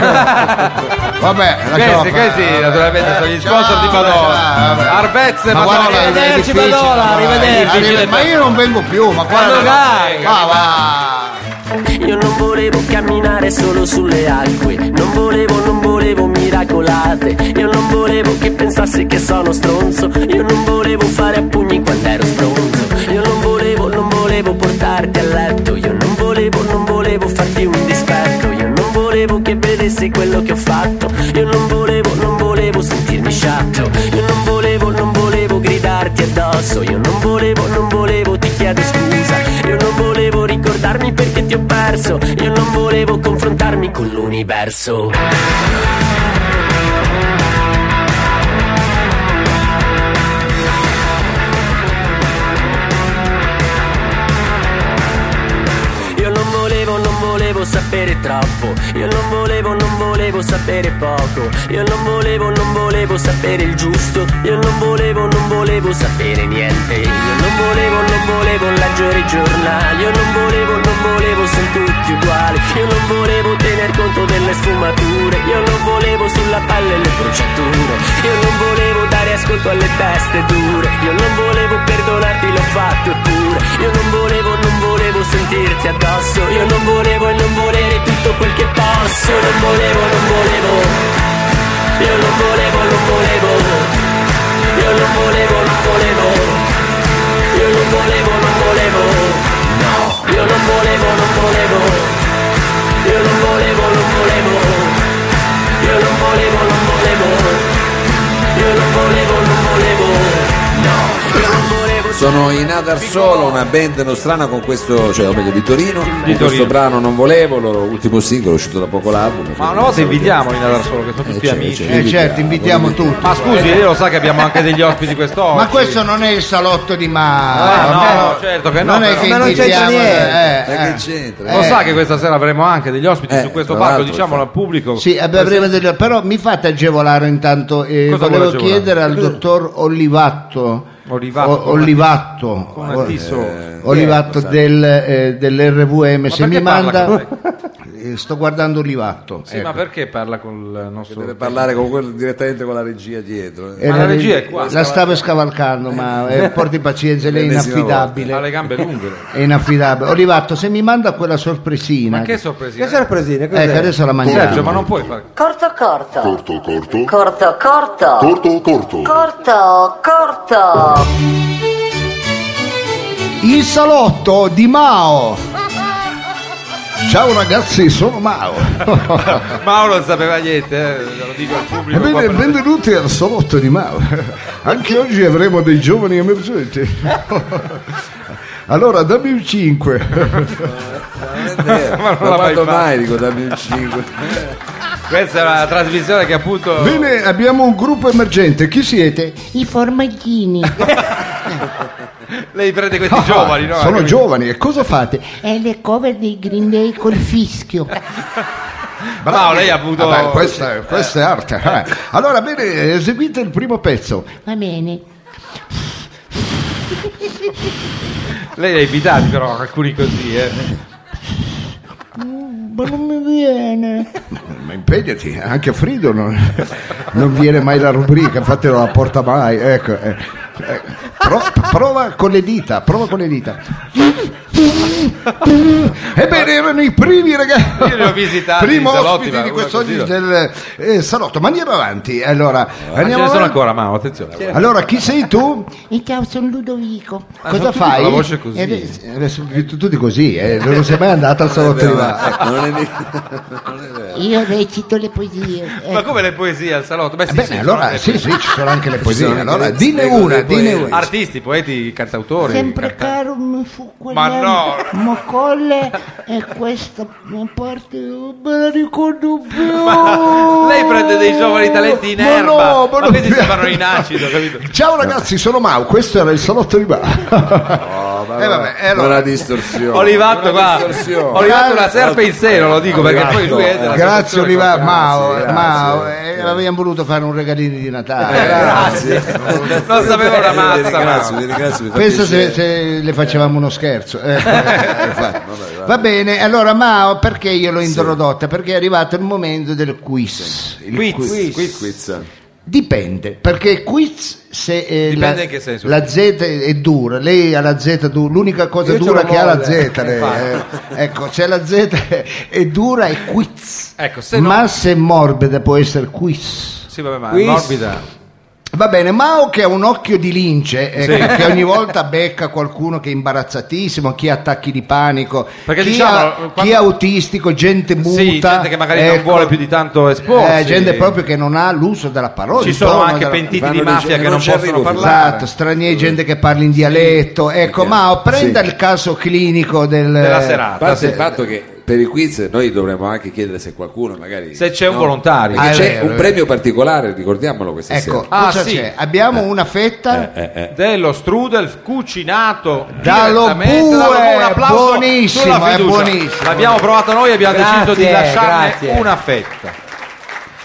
[SPEAKER 1] Patatrac. Vabbè, lasciamo
[SPEAKER 3] Questi,
[SPEAKER 1] fare,
[SPEAKER 3] questi
[SPEAKER 1] vabbè.
[SPEAKER 3] naturalmente sono gli
[SPEAKER 1] Ciao,
[SPEAKER 3] sponsor di
[SPEAKER 1] ciao, vabbè.
[SPEAKER 3] Madonna. Arvezze,
[SPEAKER 1] Ma guarda che è
[SPEAKER 3] Madonna. Eh,
[SPEAKER 2] Arrivederci,
[SPEAKER 1] difficile,
[SPEAKER 2] Padola,
[SPEAKER 1] guarda,
[SPEAKER 2] arrivederci.
[SPEAKER 1] arrive- Ma io non vengo più, ma guarda.
[SPEAKER 2] Quando dai?
[SPEAKER 1] Va, va.
[SPEAKER 6] Io non volevo camminare solo sulle acque, non volevo, non volevo miracolate, io non volevo che pensassi che sono stronzo, io non volevo fare a pugni quando ero stronzo, io non volevo, non volevo portarti a letto, io non volevo, non volevo farti un dispetto, io non volevo che vedessi quello che ho fatto, io non volevo, non volevo sentirmi sciatto, io non volevo, non volevo gridarti addosso, io non volevo, non volevo, ti chiedo scusa, io non volevo ricordarmi perché ti ho perso, io non volevo confrontarmi con l'universo. Io non volevo, non volevo sapere troppo. Io non volevo, non volevo sapere poco. Io non volevo, non volevo sapere il giusto. Io non volevo, non volevo sapere niente. Io non volevo, non volevo leggere i giornali. Io non volevo, non volevo, sono tutti uguali. Io non volevo tener conto delle sfumature. Io non volevo sulla pelle le bruciature. Io non volevo dare ascolto alle teste dure. Io non volevo perdonarti, l'ho fatto eppure. Io non volevo, non volevo sentirti addosso. Io non volevo e non volere tutto quel che posso. Io non volevo, non volevo. Io non volevo, non volevo. Io non volevo, non volevo. Io non volevo, non volevo. No, io non volevo, non volevo. Io non volevo, non volevo. Io non volevo, non volevo. Io non volevo, non volevo. No, io non volevo.
[SPEAKER 4] Sono in Adar Solo, una band nostrana con questo, cioè o meglio di Torino, con
[SPEAKER 3] Torino.
[SPEAKER 4] questo brano Non volevo, il loro ultimo singolo, è uscito da poco l'album.
[SPEAKER 3] Ma una volta invitiamo in Adar Solo, che sono tutti
[SPEAKER 4] c'è,
[SPEAKER 3] amici.
[SPEAKER 4] c'è.
[SPEAKER 1] Eh certo, invitiamo tutti.
[SPEAKER 3] Ma scusi, lei lo sa che abbiamo anche degli ospiti quest'oggi.
[SPEAKER 1] Ma questo non è il salotto di
[SPEAKER 3] Ah,
[SPEAKER 1] Mario.
[SPEAKER 3] no,
[SPEAKER 1] però-
[SPEAKER 3] certo che no,
[SPEAKER 1] Non è
[SPEAKER 3] però.
[SPEAKER 1] che
[SPEAKER 2] Ma non c'entra
[SPEAKER 1] invitiamo-
[SPEAKER 2] niente.
[SPEAKER 1] eh,
[SPEAKER 4] Ma che
[SPEAKER 1] eh.
[SPEAKER 4] c'entra?
[SPEAKER 3] Lo
[SPEAKER 1] Eh.
[SPEAKER 3] sa che questa sera avremo anche degli ospiti
[SPEAKER 4] Eh,
[SPEAKER 3] su questo
[SPEAKER 4] tra
[SPEAKER 3] palco,
[SPEAKER 4] l'altro,
[SPEAKER 3] diciamolo
[SPEAKER 4] infatti.
[SPEAKER 3] al pubblico.
[SPEAKER 1] Sì, eh, beh, avremo delle- però mi fate agevolare intanto. eh,
[SPEAKER 3] Cosa vuole
[SPEAKER 1] volevo
[SPEAKER 3] agevolare?
[SPEAKER 1] chiedere al dottor Olivatto.
[SPEAKER 3] Olivatto,
[SPEAKER 1] O-
[SPEAKER 3] con
[SPEAKER 1] Olivatto. eh,
[SPEAKER 3] Con una T solo.
[SPEAKER 4] eh,
[SPEAKER 1] Olivatto del, eh, dell'RVM.
[SPEAKER 3] Ma
[SPEAKER 1] Se
[SPEAKER 3] perché
[SPEAKER 1] mi
[SPEAKER 3] parla
[SPEAKER 1] manda. Eh, Sto guardando Olivatto.
[SPEAKER 3] Sì,
[SPEAKER 1] ecco.
[SPEAKER 3] ma perché parla col nostro...
[SPEAKER 4] Deve parlare con quello- direttamente con la regia dietro. eh.
[SPEAKER 1] Eh,
[SPEAKER 3] ma la regia è qua.
[SPEAKER 1] La stavo scavalcando, ma eh, porti pazienza, lei è
[SPEAKER 4] L'ennesima
[SPEAKER 1] inaffidabile.
[SPEAKER 3] Ha le gambe lunghe.
[SPEAKER 1] È inaffidabile. Olivatto, se mi manda quella sorpresina.
[SPEAKER 3] Ma che
[SPEAKER 2] Che
[SPEAKER 3] sorpresa.
[SPEAKER 2] sorpresina,
[SPEAKER 3] Eh,
[SPEAKER 2] cos'è?
[SPEAKER 1] Ecco, adesso la mangiamo.
[SPEAKER 3] Sergio, ma non puoi fare...
[SPEAKER 7] Corto corto.
[SPEAKER 8] Corto, corto.
[SPEAKER 7] Corto corto.
[SPEAKER 8] Corto, corto.
[SPEAKER 7] Corto corto.
[SPEAKER 1] Il salotto di Mao. Ciao ragazzi, sono Mao.
[SPEAKER 3] Mauro non sapeva niente, eh, lo dico al pubblico. qua
[SPEAKER 1] Ebbene,
[SPEAKER 3] per-
[SPEAKER 1] benvenuti al salotto di Mao. Anche oggi avremo dei giovani emergenti. Allora, dammi un 5.
[SPEAKER 4] Non è vero.
[SPEAKER 3] Ma non
[SPEAKER 4] Ma
[SPEAKER 3] l'ha mai
[SPEAKER 4] quando
[SPEAKER 3] fatto.
[SPEAKER 4] mai dico dammi un 5?
[SPEAKER 3] Questa è una trasmissione che appunto...
[SPEAKER 1] Bene, abbiamo un gruppo emergente. Chi siete?
[SPEAKER 9] I formaggini.
[SPEAKER 3] Lei prende questi
[SPEAKER 1] Ah,
[SPEAKER 3] giovani, no?
[SPEAKER 1] Sono
[SPEAKER 3] Capito?
[SPEAKER 1] giovani e cosa fate?
[SPEAKER 9] È eh, le cover dei Green Day col fischio.
[SPEAKER 3] Bravo, lei ha avuto...
[SPEAKER 1] Vabbè, questa, Ah, è- questa è arte. eh. Allora, bene, eseguite il primo pezzo.
[SPEAKER 9] Va bene.
[SPEAKER 3] Lei li ha invitati però, alcuni così, eh.
[SPEAKER 9] Ma non mi viene.
[SPEAKER 1] Ma impegnati, anche Frido non, non viene mai la rubrica, infatti non la porta mai. Ecco, eh, eh. Pro- prova con le dita, prova con le dita. Ebbene, erano i primi ragazzi.
[SPEAKER 3] Io li ho visitati,
[SPEAKER 1] Primo
[SPEAKER 3] i salotti,
[SPEAKER 1] ospiti
[SPEAKER 3] ma
[SPEAKER 1] di
[SPEAKER 3] come
[SPEAKER 1] quest'oggi
[SPEAKER 3] così.
[SPEAKER 1] del eh, salotto. Ma andiamo avanti. Allora,
[SPEAKER 3] Eh, Ma ce
[SPEAKER 1] andiamo
[SPEAKER 3] ne sono
[SPEAKER 1] avanti.
[SPEAKER 3] ancora, Mao, attenzione.
[SPEAKER 1] Allora, chi sei tu?
[SPEAKER 9] E ciao, sono Ludovico.
[SPEAKER 3] Ah, sono
[SPEAKER 1] Cosa
[SPEAKER 3] tutti con
[SPEAKER 1] fai?
[SPEAKER 3] la voce così.
[SPEAKER 1] Eh, adesso- adesso tu tutti così, eh, non sei mai andata al salotto di là.
[SPEAKER 4] Ecco, non è niente.
[SPEAKER 9] Io recito le poesie. eh.
[SPEAKER 3] Ma come le poesie al salotto? Beh, sì,
[SPEAKER 1] Bene,
[SPEAKER 3] sì, sono
[SPEAKER 1] ecco.
[SPEAKER 3] eh,
[SPEAKER 1] allora
[SPEAKER 3] le
[SPEAKER 1] sì,
[SPEAKER 3] poesie.
[SPEAKER 1] sì, ci sono anche le poesie.
[SPEAKER 4] sono anche
[SPEAKER 1] allora,
[SPEAKER 4] le-
[SPEAKER 1] dine
[SPEAKER 4] ecco,
[SPEAKER 1] una,
[SPEAKER 4] le
[SPEAKER 1] dine
[SPEAKER 4] poesie.
[SPEAKER 1] una.
[SPEAKER 3] Artisti, poeti, cantautori.
[SPEAKER 9] Sempre
[SPEAKER 3] cantanti.
[SPEAKER 9] caro mi fu
[SPEAKER 3] Ma no!
[SPEAKER 9] mocolle e questa parte non me la ricordo più.
[SPEAKER 3] Lei prende dei giovani talenti in
[SPEAKER 1] Ma
[SPEAKER 3] erba,
[SPEAKER 1] no, ma
[SPEAKER 3] ma,
[SPEAKER 1] non-
[SPEAKER 3] questi si fanno in acido, capito?
[SPEAKER 1] Ciao ragazzi, sono Mau, questo era il salotto di bar.
[SPEAKER 4] Oh, ma
[SPEAKER 1] Eh, vabbè, eh, allora-
[SPEAKER 4] una distorsione.
[SPEAKER 3] Olivato
[SPEAKER 4] Una
[SPEAKER 3] qua,
[SPEAKER 4] distorsione.
[SPEAKER 3] Olivato una serpe in seno, lo dico perché poi lui è della
[SPEAKER 1] grazie
[SPEAKER 3] situazione
[SPEAKER 1] Oliva,
[SPEAKER 3] qua.
[SPEAKER 1] Mau,
[SPEAKER 4] grazie,
[SPEAKER 1] Mau,
[SPEAKER 4] grazie.
[SPEAKER 1] eh, avevamo voluto fare un regalino di Natale.
[SPEAKER 4] Eh, Grazie.
[SPEAKER 3] Non sapevo una
[SPEAKER 4] Ti
[SPEAKER 3] mazza,
[SPEAKER 4] ringrazio,
[SPEAKER 3] Mau.
[SPEAKER 4] ti ringrazio. mi fa
[SPEAKER 1] Pensa se,
[SPEAKER 4] piacere.
[SPEAKER 1] se le facevamo uno scherzo. Eh, eh, infatti. Va bene, allora Mao, perché io l'ho introdotta? Perché è arrivato il momento del quiz. Il
[SPEAKER 3] Quiz.
[SPEAKER 4] Quiz, quiz.
[SPEAKER 1] Dipende, perché quiz se eh,
[SPEAKER 3] Dipende
[SPEAKER 1] la,
[SPEAKER 3] in che senso.
[SPEAKER 1] la Z è dura, lei ha la Z dura, l'unica cosa
[SPEAKER 2] Io ce
[SPEAKER 1] dura
[SPEAKER 2] l'ho
[SPEAKER 1] che ha la Z,
[SPEAKER 2] molle.
[SPEAKER 1] lei, eh. ecco, se la Z è dura è quiz,
[SPEAKER 3] Ecco, se
[SPEAKER 1] ma se è morbida può essere quiz.
[SPEAKER 3] Sì, vabbè, ma è
[SPEAKER 2] Quiz.
[SPEAKER 3] morbida.
[SPEAKER 1] Va bene, Mao che ha un occhio di lince, eh, che ogni volta becca qualcuno che è imbarazzatissimo, chi ha attacchi di panico,
[SPEAKER 3] Perché
[SPEAKER 1] chi,
[SPEAKER 3] diciamolo,
[SPEAKER 1] ha-
[SPEAKER 3] quando-
[SPEAKER 1] chi è autistico, gente muta,
[SPEAKER 3] Sì, gente che magari non
[SPEAKER 1] ecco.
[SPEAKER 3] vuole più di tanto esporsi.
[SPEAKER 1] Eh, gente proprio che non ha l'uso della parola.
[SPEAKER 3] Ci
[SPEAKER 1] il
[SPEAKER 3] sono
[SPEAKER 1] tono
[SPEAKER 3] anche
[SPEAKER 1] della-
[SPEAKER 3] pentiti
[SPEAKER 4] Vanno
[SPEAKER 3] di mafia che
[SPEAKER 4] dicendo, non
[SPEAKER 3] non
[SPEAKER 4] ci
[SPEAKER 3] possono
[SPEAKER 4] arrivo,
[SPEAKER 3] parlare.
[SPEAKER 1] Esatto, stranieri, gente che parla in dialetto. Ecco, ma prenda il caso clinico del-
[SPEAKER 3] Della
[SPEAKER 4] A
[SPEAKER 3] serata.
[SPEAKER 4] parte il fatto che per i quiz noi dovremmo anche chiedere se qualcuno magari...
[SPEAKER 3] Se c'è un volontario.
[SPEAKER 4] Perché
[SPEAKER 1] Ah, è
[SPEAKER 4] c'è
[SPEAKER 1] vero, è
[SPEAKER 4] un
[SPEAKER 1] vero.
[SPEAKER 4] premio particolare, ricordiamolo questa
[SPEAKER 1] Ecco,
[SPEAKER 4] sera.
[SPEAKER 3] Ah,
[SPEAKER 1] cosa
[SPEAKER 3] sì. Eh,
[SPEAKER 1] c'è? Abbiamo una fetta.
[SPEAKER 3] dello strudel cucinato
[SPEAKER 1] Dallo
[SPEAKER 3] direttamente
[SPEAKER 1] Bue,
[SPEAKER 3] Bue, un applauso
[SPEAKER 1] buonissimo,
[SPEAKER 3] sulla
[SPEAKER 1] è
[SPEAKER 3] fiducia.
[SPEAKER 1] buonissimo.
[SPEAKER 3] L'abbiamo provato noi e abbiamo
[SPEAKER 2] Grazie,
[SPEAKER 3] deciso di lasciarne
[SPEAKER 2] grazie.
[SPEAKER 3] una fetta.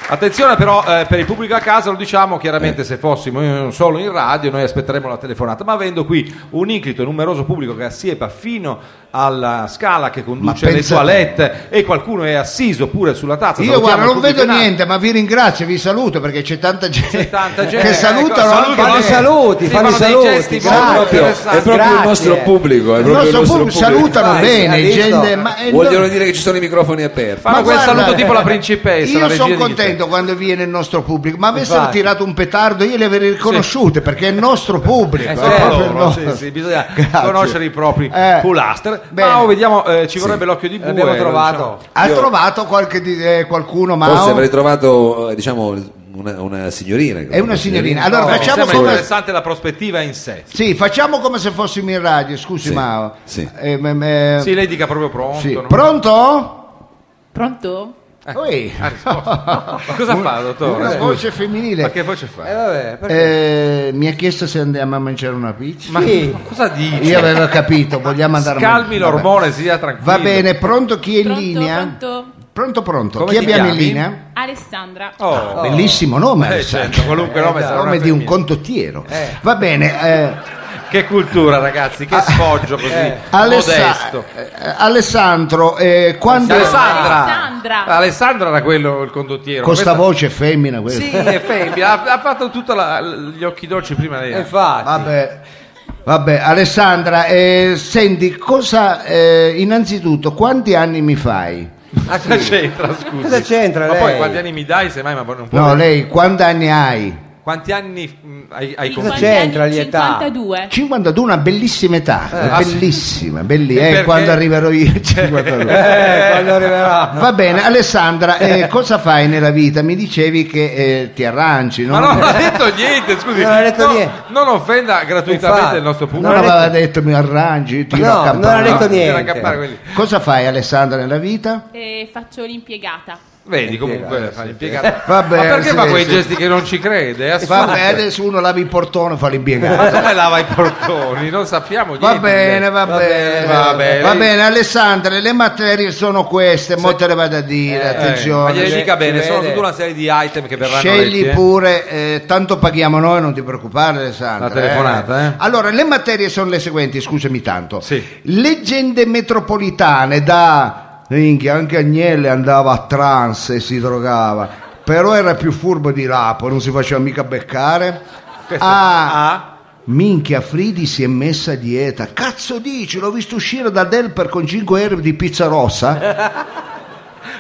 [SPEAKER 3] Attenzione però eh, per il pubblico a casa lo diciamo chiaramente se fossimo eh, solo in radio noi aspetteremo la telefonata, ma avendo qui un inclito e numeroso pubblico che assiepa fino alla scala che conduce
[SPEAKER 1] Ma
[SPEAKER 3] alle
[SPEAKER 1] pensa te.
[SPEAKER 3] toilette e qualcuno è assiso pure sulla tazza.
[SPEAKER 1] Io
[SPEAKER 3] salutiamo
[SPEAKER 1] guarda,
[SPEAKER 3] il
[SPEAKER 1] non
[SPEAKER 3] pubblico
[SPEAKER 1] vedo
[SPEAKER 3] in alto.
[SPEAKER 1] niente, ma vi ringrazio, vi saluto perché c'è tanta gente,
[SPEAKER 3] C'è tanta gente
[SPEAKER 1] che salutano
[SPEAKER 3] ecco,
[SPEAKER 1] anche
[SPEAKER 2] fanno
[SPEAKER 1] me.
[SPEAKER 2] i saluti,
[SPEAKER 3] Sì,
[SPEAKER 2] fanno i
[SPEAKER 3] dei
[SPEAKER 2] saluti,
[SPEAKER 3] gesti
[SPEAKER 2] grazie.
[SPEAKER 3] molto
[SPEAKER 4] Proprio-
[SPEAKER 1] esatto.
[SPEAKER 3] interessanti.
[SPEAKER 4] è proprio il
[SPEAKER 2] Grazie.
[SPEAKER 4] nostro pubblico. È
[SPEAKER 1] Il
[SPEAKER 4] proprio il
[SPEAKER 1] nostro
[SPEAKER 4] nostro
[SPEAKER 1] pubblico
[SPEAKER 4] pubblico.
[SPEAKER 1] salutano
[SPEAKER 2] Vai, ha
[SPEAKER 1] bene,
[SPEAKER 2] visto?
[SPEAKER 1] gente, ma eh,
[SPEAKER 4] Vuol
[SPEAKER 1] no-
[SPEAKER 4] dire dire che ci sono i microfoni aperti.
[SPEAKER 3] Fanno
[SPEAKER 1] Ma
[SPEAKER 3] quel
[SPEAKER 1] guarda,
[SPEAKER 3] saluto tipo la
[SPEAKER 1] eh,
[SPEAKER 3] principessa. la
[SPEAKER 1] Io
[SPEAKER 3] regina
[SPEAKER 1] sono
[SPEAKER 3] di
[SPEAKER 1] contento quando viene il nostro pubblico, ma avessero
[SPEAKER 2] Infatti.
[SPEAKER 1] tirato un petardo io li avrei riconosciute perché è il nostro pubblico.
[SPEAKER 3] Eh,
[SPEAKER 1] è
[SPEAKER 3] sono
[SPEAKER 1] proprio il
[SPEAKER 3] loro,
[SPEAKER 1] nostro.
[SPEAKER 3] sì, sì, bisogna
[SPEAKER 1] Grazie.
[SPEAKER 3] conoscere i propri
[SPEAKER 1] Eh,
[SPEAKER 3] pulaster.
[SPEAKER 1] bene.
[SPEAKER 3] Ma oh, vediamo, eh, ci vorrebbe l'occhio di bue.
[SPEAKER 2] L'abbiamo
[SPEAKER 3] lo diciamo.
[SPEAKER 2] trovato.
[SPEAKER 1] Ha trovato qualche di- eh, qualcuno, ma
[SPEAKER 4] Forse avrei trovato, eh, diciamo, una, una signorina.
[SPEAKER 1] è una signorina. Allora
[SPEAKER 3] diciamo. Eh,
[SPEAKER 1] facciamo
[SPEAKER 3] sembra
[SPEAKER 1] come...
[SPEAKER 3] interessante la prospettiva in sé.
[SPEAKER 1] Sì, facciamo come se fossimo in radio, scusi
[SPEAKER 4] Sì,
[SPEAKER 1] Mao.
[SPEAKER 4] sì.
[SPEAKER 1] Eh, m- m-
[SPEAKER 3] Sì, lei dica proprio pronto.
[SPEAKER 1] sì.
[SPEAKER 3] no?
[SPEAKER 1] Pronto?
[SPEAKER 8] Pronto?
[SPEAKER 1] Ui.
[SPEAKER 3] Ha risposto. Ma cosa fa, dottore?
[SPEAKER 1] Una
[SPEAKER 3] Scusi,
[SPEAKER 1] voce
[SPEAKER 3] Eh. Ma
[SPEAKER 1] femminile.
[SPEAKER 3] che voce fa?
[SPEAKER 2] Eh, vabbè, perché-
[SPEAKER 1] Eh, mi ha chiesto se andiamo a mangiare una pizza.
[SPEAKER 3] Ma
[SPEAKER 2] sì.
[SPEAKER 3] ma cosa dici?
[SPEAKER 1] Io avevo capito, vogliamo andare a
[SPEAKER 3] Calmi
[SPEAKER 1] mangiare. Vabbè.
[SPEAKER 3] l'ormone, sia tranquillo.
[SPEAKER 1] Va bene, pronto chi è in
[SPEAKER 8] Pronto,
[SPEAKER 1] linea?
[SPEAKER 8] pronto.
[SPEAKER 1] Pronto, pronto.
[SPEAKER 3] Come
[SPEAKER 1] Chi
[SPEAKER 3] ti
[SPEAKER 1] abbiamo in
[SPEAKER 3] chiami?
[SPEAKER 1] linea?
[SPEAKER 8] Alessandra.
[SPEAKER 3] Oh.
[SPEAKER 1] Bellissimo nome,
[SPEAKER 3] Eh,
[SPEAKER 1] Alessandro.
[SPEAKER 3] certo, qualunque nome sarà una
[SPEAKER 1] nome di un
[SPEAKER 3] femmina.
[SPEAKER 1] contottiero. Va bene, eh,
[SPEAKER 3] Che cultura, ragazzi,
[SPEAKER 1] Ah,
[SPEAKER 3] che sfoggio così
[SPEAKER 1] Alessa-
[SPEAKER 3] modesto.
[SPEAKER 1] eh, Alessandro, eh, quando
[SPEAKER 3] Alessandra.
[SPEAKER 8] Alessandra.
[SPEAKER 3] Alessandra era quello il condottiero.
[SPEAKER 1] con sta
[SPEAKER 3] Questa-
[SPEAKER 1] voce femmina questa.
[SPEAKER 3] Sì, è femmina, ha, ha fatto tutti gli occhi dolci
[SPEAKER 2] E
[SPEAKER 3] prima lei.
[SPEAKER 1] Eh,
[SPEAKER 2] infatti,
[SPEAKER 1] Vabbè. Vabbè, Alessandra, eh, senti, cosa eh, innanzitutto quanti anni mi fai?
[SPEAKER 3] Cosa c'entra, scusi?
[SPEAKER 2] Cosa c'entra
[SPEAKER 3] Ma
[SPEAKER 2] lei?
[SPEAKER 3] poi quanti anni mi dai, semmai, ma poi non può...
[SPEAKER 1] No, lei quanti anni hai?
[SPEAKER 3] Quanti anni mh, hai, hai
[SPEAKER 8] Di quanti
[SPEAKER 3] compiuto?
[SPEAKER 2] c'entra
[SPEAKER 8] anni?
[SPEAKER 2] l'età?
[SPEAKER 8] 52.
[SPEAKER 1] 52, una bellissima età,
[SPEAKER 3] ah, sì.
[SPEAKER 1] bellissima, belli- eh,
[SPEAKER 3] Perché?
[SPEAKER 1] quando arriverò io a 52.
[SPEAKER 2] Eh, quando arriverà.
[SPEAKER 1] Va bene, Alessandra, eh, cosa fai nella vita? Mi dicevi che eh, ti arranci, no?
[SPEAKER 3] Ma non ha detto niente, scusi.
[SPEAKER 2] Non ha detto
[SPEAKER 3] No,
[SPEAKER 2] niente.
[SPEAKER 3] non offenda gratuitamente
[SPEAKER 2] Infatti.
[SPEAKER 3] il nostro
[SPEAKER 1] Non
[SPEAKER 3] pubblico.
[SPEAKER 2] ha
[SPEAKER 1] aveva detto mi arrangi, tiro
[SPEAKER 2] eh, No,
[SPEAKER 1] a
[SPEAKER 2] non ha
[SPEAKER 1] campare.
[SPEAKER 2] detto
[SPEAKER 3] No, bisogna
[SPEAKER 2] niente.
[SPEAKER 3] campare quelli.
[SPEAKER 1] Cosa fai Alessandra nella vita?
[SPEAKER 8] E faccio l'impiegata.
[SPEAKER 3] Vedi, comunque fa l'impiegata.
[SPEAKER 1] Vabbè,
[SPEAKER 3] ma perché
[SPEAKER 1] sì,
[SPEAKER 3] fa quei
[SPEAKER 1] sì. Esatto.
[SPEAKER 3] gesti che non ci crede? eh? È assurdo.
[SPEAKER 1] Va bene, adesso uno lava il portone e fa
[SPEAKER 3] Ma
[SPEAKER 1] l'impiegato.
[SPEAKER 3] dove lava i portoni? Non sappiamo niente.
[SPEAKER 1] Va bene, va bene,
[SPEAKER 3] va bene.
[SPEAKER 1] va bene, Alessandra, le materie sono queste, mo te le vado a dire,
[SPEAKER 3] Eh, ma gliele
[SPEAKER 1] attenzione.
[SPEAKER 3] dica bene,
[SPEAKER 2] si
[SPEAKER 3] sono
[SPEAKER 2] vede.
[SPEAKER 3] tutta una serie di item che verranno letti,
[SPEAKER 1] Scegli
[SPEAKER 3] eh.
[SPEAKER 1] pure, eh, tanto paghiamo noi, non ti preoccupare Alessandra.
[SPEAKER 3] La telefonata, eh.
[SPEAKER 1] Allora, le materie sono le seguenti, scusami tanto.
[SPEAKER 3] Sì.
[SPEAKER 1] Leggende metropolitane da... Minchia, anche Agnelli andava a trance e si drogava, però era più furbo di Rapo, non si faceva mica beccare.
[SPEAKER 3] Questo-
[SPEAKER 1] Ah,
[SPEAKER 3] Ah,
[SPEAKER 1] Minchia, Fridi si è messa a dieta. Cazzo dici, l'ho visto uscire da Delper con 5 euro di pizza rossa?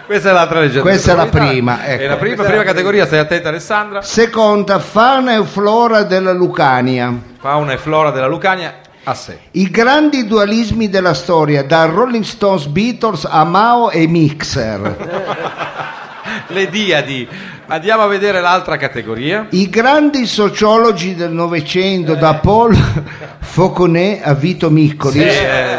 [SPEAKER 3] Questa è l'altra leggenda.
[SPEAKER 1] Questa è la prima, ecco.
[SPEAKER 3] È la prima, prima categoria, stai attenta Alessandra.
[SPEAKER 1] Seconda, fauna e flora della Lucania.
[SPEAKER 3] Fauna e flora della Lucania a sé.
[SPEAKER 1] I grandi dualismi della storia, da Rolling Stones, Beatles a Mao e Mixer.
[SPEAKER 3] Le diadi. Andiamo a vedere l'altra categoria.
[SPEAKER 1] I grandi sociologi del Novecento, da Paul Fauconnet a Vito Miccoli.
[SPEAKER 3] Eh,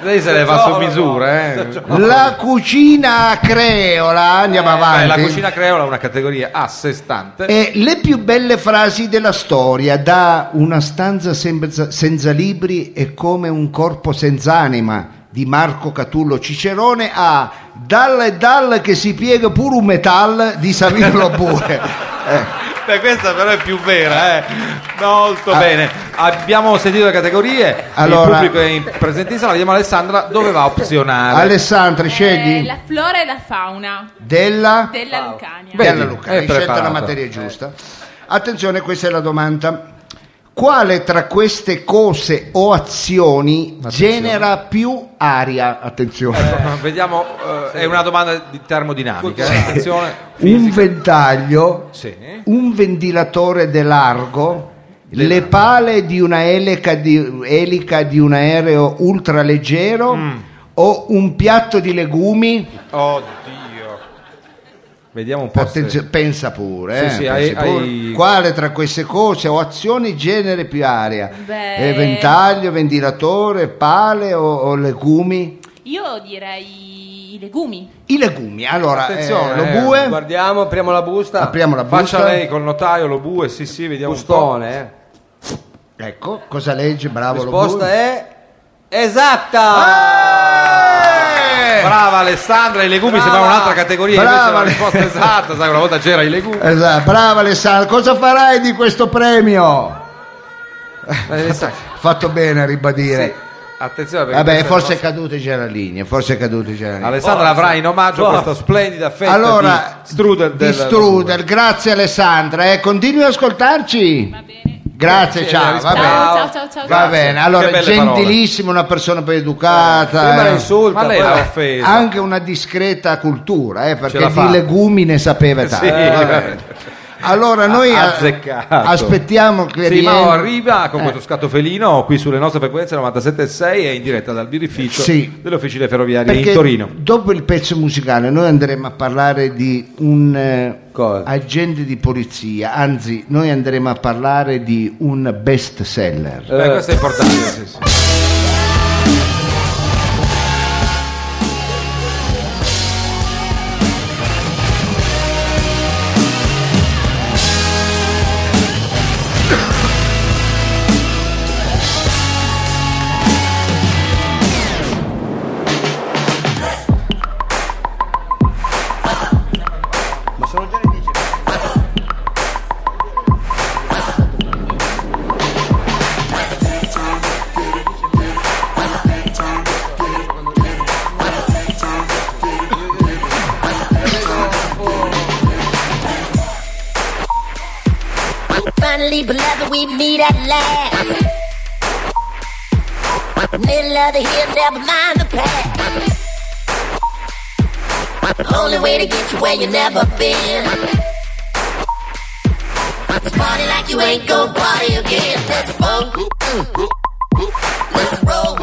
[SPEAKER 3] lei se le va su misura, eh.
[SPEAKER 1] La cucina a creola, andiamo avanti.
[SPEAKER 3] Beh, la cucina creola è una categoria a sé stante.
[SPEAKER 1] E Eh, le più belle frasi della storia, da Una stanza senza, senza libri è come un corpo senza anima di Marco Catullo Cicerone a Dal e Dal che si piega pure un metal di Savirlo pure.
[SPEAKER 3] Beh, questa però è più vera, eh. Molto bene. Abbiamo sentito le categorie.
[SPEAKER 1] Allora-
[SPEAKER 3] il pubblico è in presentissimo. Vediamo Alessandra dove va a opzionare.
[SPEAKER 1] Alessandra,
[SPEAKER 8] Eh,
[SPEAKER 1] scegli
[SPEAKER 8] la flora e la fauna
[SPEAKER 1] della
[SPEAKER 8] della Lucania.
[SPEAKER 3] Beh,
[SPEAKER 1] Bella
[SPEAKER 3] Vedi,
[SPEAKER 1] Luca, hai
[SPEAKER 3] è
[SPEAKER 1] scelto
[SPEAKER 3] preparata.
[SPEAKER 1] la materia giusta. Attenzione, questa è la domanda. Quale tra queste cose o azioni genera più aria? Attenzione.
[SPEAKER 3] Eh, Vediamo, eh, è una domanda di termodinamica. eh. Attenzione.
[SPEAKER 1] un ventaglio,
[SPEAKER 3] Sì.
[SPEAKER 1] un ventilatore de largo, le pale di una elica di, elica di un aereo ultraleggero
[SPEAKER 3] Mm.
[SPEAKER 1] o un piatto di legumi?
[SPEAKER 3] Oddio. Vediamo un po'.
[SPEAKER 1] Attenzio- pensa pure, eh,
[SPEAKER 3] Sì, sì,
[SPEAKER 1] pensi
[SPEAKER 3] hai-
[SPEAKER 1] pure.
[SPEAKER 3] hai-
[SPEAKER 1] quale tra queste cose o azioni genere più aria?
[SPEAKER 8] Beh.
[SPEAKER 2] Ehm,
[SPEAKER 1] Eh, ventaglio, ventilatore, pale o, o legumi?
[SPEAKER 8] Io direi i legumi.
[SPEAKER 1] I legumi, allora, eh,
[SPEAKER 3] Attenzione,
[SPEAKER 1] lo
[SPEAKER 3] eh,
[SPEAKER 1] bue,
[SPEAKER 2] Guardiamo, apriamo la busta.
[SPEAKER 1] apriamo la
[SPEAKER 3] se- Faccia
[SPEAKER 1] busta,
[SPEAKER 3] lei col notaio, lo bue, sì sì, vediamo un
[SPEAKER 2] Bustone. eh.
[SPEAKER 1] ecco, cosa legge, bravo lo
[SPEAKER 2] Risposta
[SPEAKER 1] bue.
[SPEAKER 2] è esatta. Ah!
[SPEAKER 3] po'. Eh! Brava Alessandra, i legumi
[SPEAKER 2] Brava.
[SPEAKER 3] sembrava un'altra categoria,
[SPEAKER 1] Brava.
[SPEAKER 3] questa è la risposta esatta, sai una volta c'era i legumi.
[SPEAKER 1] Esatto, brava Alessandro, cosa farai di questo premio? Eh, Fatto bene a ribadire.
[SPEAKER 3] Attenzione perché
[SPEAKER 1] Vabbè,
[SPEAKER 3] questa è la
[SPEAKER 1] forse è caduto Geralini, forse è caduto Geralini.
[SPEAKER 3] Alessandra avrà in omaggio questa splendida fetta
[SPEAKER 1] allora,
[SPEAKER 3] di strudel
[SPEAKER 1] di
[SPEAKER 3] del
[SPEAKER 1] strudel, grazie Alessandra, eh, continui ad ascoltarci.
[SPEAKER 8] Va bene.
[SPEAKER 1] Grazie,
[SPEAKER 3] Grazie,
[SPEAKER 1] ciao, Ah, va
[SPEAKER 3] ciao,
[SPEAKER 1] bene.
[SPEAKER 8] ciao, ciao, ciao.
[SPEAKER 1] Va
[SPEAKER 8] ciao.
[SPEAKER 1] bene,
[SPEAKER 3] Che
[SPEAKER 1] allora
[SPEAKER 3] belle
[SPEAKER 1] gentilissima, una persona poi educata,
[SPEAKER 2] Prima la
[SPEAKER 1] eh,
[SPEAKER 2] insulta,
[SPEAKER 3] Ma lei
[SPEAKER 2] poi
[SPEAKER 3] l'ha
[SPEAKER 2] la-
[SPEAKER 3] offesa.
[SPEAKER 1] anche una discreta cultura, eh, perché
[SPEAKER 3] la fa.
[SPEAKER 1] di legumi ne sapeva tanto.
[SPEAKER 3] Sì.
[SPEAKER 1] va bene. Allora noi a-
[SPEAKER 3] Azzeccato.
[SPEAKER 1] aspettiamo che
[SPEAKER 3] Sì,
[SPEAKER 1] rientri-
[SPEAKER 3] ma arriva
[SPEAKER 1] Eh.
[SPEAKER 3] con questo scatto felino qui sulle nostre frequenze 97.6 e in diretta dal birrificio
[SPEAKER 1] Sì.
[SPEAKER 3] delle officine ferroviarie
[SPEAKER 1] perché
[SPEAKER 3] in Torino.
[SPEAKER 1] dopo il pezzo musicale noi andremo a parlare di un eh,
[SPEAKER 2] Cosa?
[SPEAKER 1] agente di polizia, anzi noi andremo a parlare di un best seller.
[SPEAKER 3] Beh, Eh, questo è importante. sì, sì.
[SPEAKER 5] Finally, beloved, we meet at last. Middle of the hill, never mind the past. Only way to get to where you never been.
[SPEAKER 1] Ecco.
[SPEAKER 5] Let's party like you ain't gon' party again. Let's roll. Let's roll.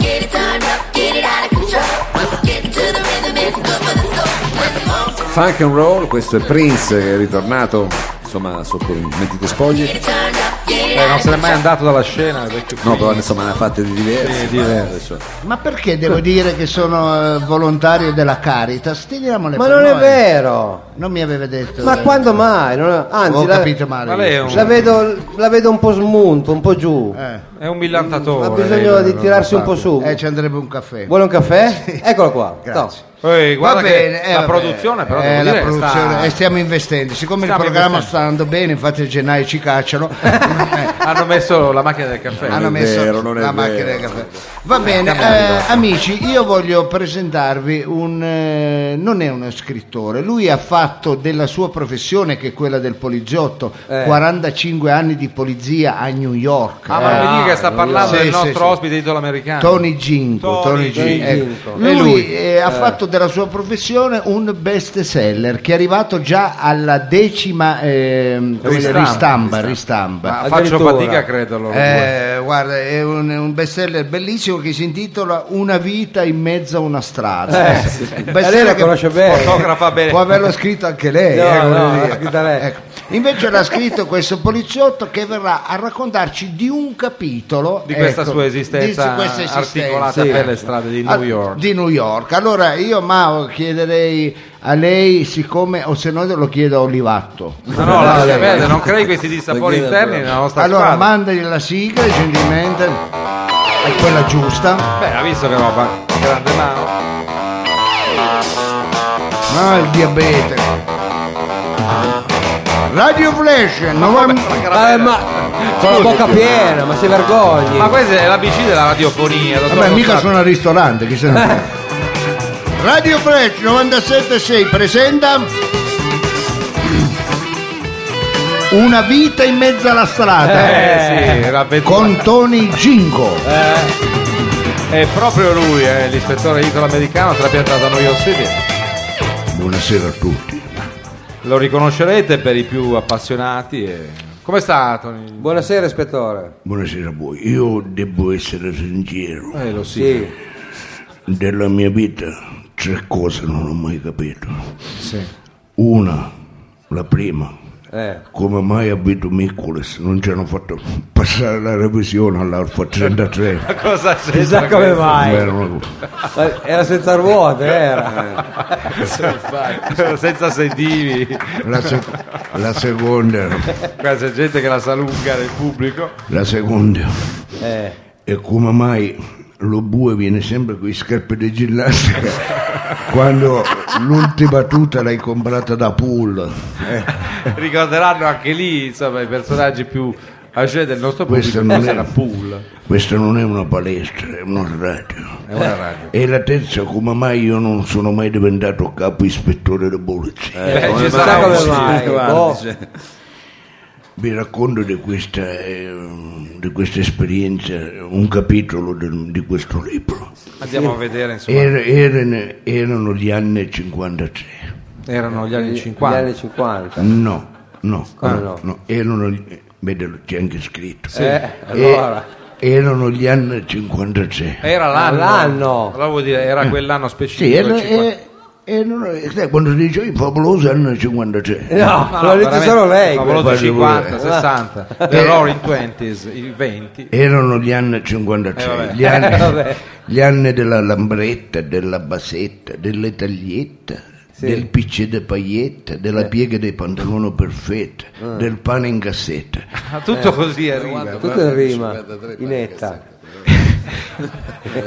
[SPEAKER 5] Get it turned up, get it out of control. Get to the rhythm, it's good for the soul. Let's roll.
[SPEAKER 4] Funk and roll, questo è Prince che è ritornato, insomma, sotto i mentite spoglie.
[SPEAKER 3] Eh, non se n'è mai andato dalla scena. perché-
[SPEAKER 4] No, però insomma ne ha fatte di diverse. Adesso-
[SPEAKER 1] Ma perché devo dire che sono eh, volontario della Caritas? Tiriamo le
[SPEAKER 2] Ma non è
[SPEAKER 1] noi.
[SPEAKER 2] vero.
[SPEAKER 1] Non mi aveva detto.
[SPEAKER 2] Ma quando mai? Non-
[SPEAKER 1] Ho
[SPEAKER 2] Anzi, la,
[SPEAKER 1] capito male.
[SPEAKER 3] Ma lei è un-
[SPEAKER 2] la vedo, la vedo un po' smunto, un po' giù.
[SPEAKER 1] Eh.
[SPEAKER 3] Eh, È un millantatore.
[SPEAKER 2] Ha bisogno
[SPEAKER 3] lei,
[SPEAKER 2] di
[SPEAKER 3] non
[SPEAKER 2] tirarsi
[SPEAKER 3] lo
[SPEAKER 2] un po'
[SPEAKER 3] sa.
[SPEAKER 2] su.
[SPEAKER 1] Eh, ci andrebbe un caffè.
[SPEAKER 2] Vuole un caffè? Eccolo qua.
[SPEAKER 1] Grazie.
[SPEAKER 2] No.
[SPEAKER 3] Ehi, guarda
[SPEAKER 1] Va
[SPEAKER 3] che
[SPEAKER 1] bene, eh,
[SPEAKER 3] la
[SPEAKER 1] vabbè,
[SPEAKER 3] produzione però
[SPEAKER 1] eh,
[SPEAKER 3] devo
[SPEAKER 1] la
[SPEAKER 3] dire,
[SPEAKER 1] produzione,
[SPEAKER 3] sta-
[SPEAKER 1] e stiamo investendo. Siccome
[SPEAKER 3] Stiamo
[SPEAKER 1] il programma
[SPEAKER 3] investendo.
[SPEAKER 1] sta andando bene, infatti a gennaio ci cacciano. eh,
[SPEAKER 3] hanno messo la macchina del caffè.
[SPEAKER 1] Hanno
[SPEAKER 4] è
[SPEAKER 1] messo
[SPEAKER 4] vero, non è
[SPEAKER 1] la macchina
[SPEAKER 4] vero.
[SPEAKER 1] del caffè. Va bene, eh, amici, io voglio presentarvi un... eh, non è uno scrittore, lui ha fatto della sua professione, che è quella del poliziotto, 45 anni di polizia a New York.
[SPEAKER 3] Ah, ma
[SPEAKER 1] Eh,
[SPEAKER 3] non mi dica che sta
[SPEAKER 1] New
[SPEAKER 3] parlando
[SPEAKER 1] York.
[SPEAKER 3] del
[SPEAKER 1] Sì, sì,
[SPEAKER 3] nostro
[SPEAKER 1] sì.
[SPEAKER 3] ospite italo-americano.
[SPEAKER 1] Tony Ginko,
[SPEAKER 3] Tony
[SPEAKER 1] Tony
[SPEAKER 3] Ginko.
[SPEAKER 1] Ginko, ecco.
[SPEAKER 2] E
[SPEAKER 1] Lui,
[SPEAKER 2] lui,
[SPEAKER 1] eh, ha fatto della sua professione un best seller che è arrivato già alla decima ehm, come dire,
[SPEAKER 3] Ristampa,
[SPEAKER 1] ristampa.
[SPEAKER 3] ristampa.
[SPEAKER 1] ristampa.
[SPEAKER 3] Ma Ah, faccio
[SPEAKER 2] Addirittura.
[SPEAKER 3] fatica a crederlo. Eh,
[SPEAKER 1] Eh, guarda, è un, è un bestseller bellissimo che si intitola Una vita in mezzo a una strada.
[SPEAKER 2] Eh, sì.
[SPEAKER 1] Un
[SPEAKER 2] Eh, lei la conosce bene.
[SPEAKER 3] Fotografa bene.
[SPEAKER 1] Può averlo scritto anche lei.
[SPEAKER 2] No,
[SPEAKER 1] Oh, eh,
[SPEAKER 2] no,
[SPEAKER 1] voglio dire.
[SPEAKER 2] l'ha scritta lei.
[SPEAKER 1] Ecco. Invece l'ha scritto questo poliziotto che verrà a raccontarci di un capitolo
[SPEAKER 3] Di questa
[SPEAKER 1] ecco,
[SPEAKER 3] sua
[SPEAKER 1] di
[SPEAKER 3] esistenza,
[SPEAKER 1] su questa esistenza.
[SPEAKER 3] articolata per le strade di
[SPEAKER 1] Ah,
[SPEAKER 3] New York.
[SPEAKER 1] di New York. Allora io Mao chiederei a lei, siccome o se no lo chiedo a Olivatto.
[SPEAKER 3] No, no, lascia
[SPEAKER 1] Allora,
[SPEAKER 3] perdere, non crei questi dissapori
[SPEAKER 4] Perché-
[SPEAKER 3] interni nella nostra
[SPEAKER 1] allora
[SPEAKER 3] squadra.
[SPEAKER 1] mandagli la sigla gentilmente, è quella giusta.
[SPEAKER 3] Beh, ha visto che roba. Grande mano.
[SPEAKER 1] Ah, il diabete. Radio Flash, novan-
[SPEAKER 2] Ma, ma con la bocca piena, ma si vergogni.
[SPEAKER 3] Ma questa è l'ABC della radiofonia. dottor
[SPEAKER 1] Vabbè, mica
[SPEAKER 3] Rosato.
[SPEAKER 1] sono al ristorante, chi se ne Radio Flash 976 presenta Una vita in mezzo alla strada
[SPEAKER 3] Eh sì, ravventura.
[SPEAKER 1] con Tony Ginko.
[SPEAKER 3] È proprio lui, eh, l'ispettore italo-americano trapiantato a New York City.
[SPEAKER 1] Buonasera a tutti.
[SPEAKER 3] Lo riconoscerete per i più appassionati. e- Come sta Tony?
[SPEAKER 2] Buonasera, ispettore.
[SPEAKER 10] Buonasera a voi, io devo essere sincero,
[SPEAKER 3] Eh, lo
[SPEAKER 2] Sì.
[SPEAKER 10] della mia vita tre cose non ho mai capito. Una, la prima,
[SPEAKER 2] Eh.
[SPEAKER 10] come mai a Vito Micolis non ci hanno fatto passare la revisione all'Alfa 33?
[SPEAKER 3] Ma cosa c'è?
[SPEAKER 2] Chissà come mai.
[SPEAKER 10] Era una cosa-
[SPEAKER 2] Ma Era senza
[SPEAKER 3] Eh.
[SPEAKER 2] ruote, era.
[SPEAKER 3] Senza sedivi.
[SPEAKER 10] La, se- la seconda,
[SPEAKER 3] Qua c'è gente che la sa lunga nel pubblico.
[SPEAKER 10] la seconda
[SPEAKER 2] Eh.
[SPEAKER 10] è come mai lo bue viene sempre con le scarpe di ginnastica quando l'ultima tuta l'hai comprata da pool.
[SPEAKER 3] Ricorderanno anche lì, insomma, i personaggi più âgé del nostro
[SPEAKER 10] Questo
[SPEAKER 3] pubblico.
[SPEAKER 10] non
[SPEAKER 3] Questa
[SPEAKER 10] è-
[SPEAKER 3] è una pool.
[SPEAKER 10] Questa non è una palestra, è una radio.
[SPEAKER 3] È una radio.
[SPEAKER 10] E la terza, come mai io non sono mai diventato capo ispettore di polizia?
[SPEAKER 3] Eh, ci
[SPEAKER 2] Chissà
[SPEAKER 3] sarà un
[SPEAKER 2] come
[SPEAKER 3] sì.
[SPEAKER 2] mai. boh.
[SPEAKER 10] Vi racconto di questa, eh, di questa esperienza, un capitolo del- di questo libro.
[SPEAKER 3] Andiamo a vedere, insomma.
[SPEAKER 10] Era- erano- erano gli anni 53.
[SPEAKER 3] Erano gli anni
[SPEAKER 2] Gli-
[SPEAKER 3] 50.
[SPEAKER 2] Gli anni 50.
[SPEAKER 10] No, no,
[SPEAKER 2] Come Ah,
[SPEAKER 10] no,
[SPEAKER 2] no?
[SPEAKER 10] no, erano gli- eh, vedi, c'è anche scritto.
[SPEAKER 2] Eh,
[SPEAKER 10] E-
[SPEAKER 2] allora.
[SPEAKER 10] erano gli anni 53.
[SPEAKER 3] Era l'anno.
[SPEAKER 2] L'anno.
[SPEAKER 3] Allora vuol dire, era quell'anno specifico.
[SPEAKER 10] Sì, era,
[SPEAKER 3] il 50.
[SPEAKER 10] eh, erano- eh, sai, quando si dice i favolosi anni 53.
[SPEAKER 2] Eh, No,
[SPEAKER 3] Ma
[SPEAKER 2] l'ho detto
[SPEAKER 3] veramente,
[SPEAKER 2] solo lei.
[SPEAKER 3] il Favoloso
[SPEAKER 10] Quasi
[SPEAKER 3] 50,
[SPEAKER 10] pure.
[SPEAKER 3] 60, The Roaring Twenties, i 20.
[SPEAKER 10] Erano gli anni 56, gli,
[SPEAKER 2] Eh, vabbè.
[SPEAKER 10] anni, gli anni della lambretta, della basetta, delle tagliette, del picce de paglietta, della
[SPEAKER 2] Eh.
[SPEAKER 10] piega dei pantaloni perfetta,
[SPEAKER 2] Ah.
[SPEAKER 10] del pane in cassetta.
[SPEAKER 3] Ma Ah, tutto così arriva.
[SPEAKER 2] Tutto in rima, in netta.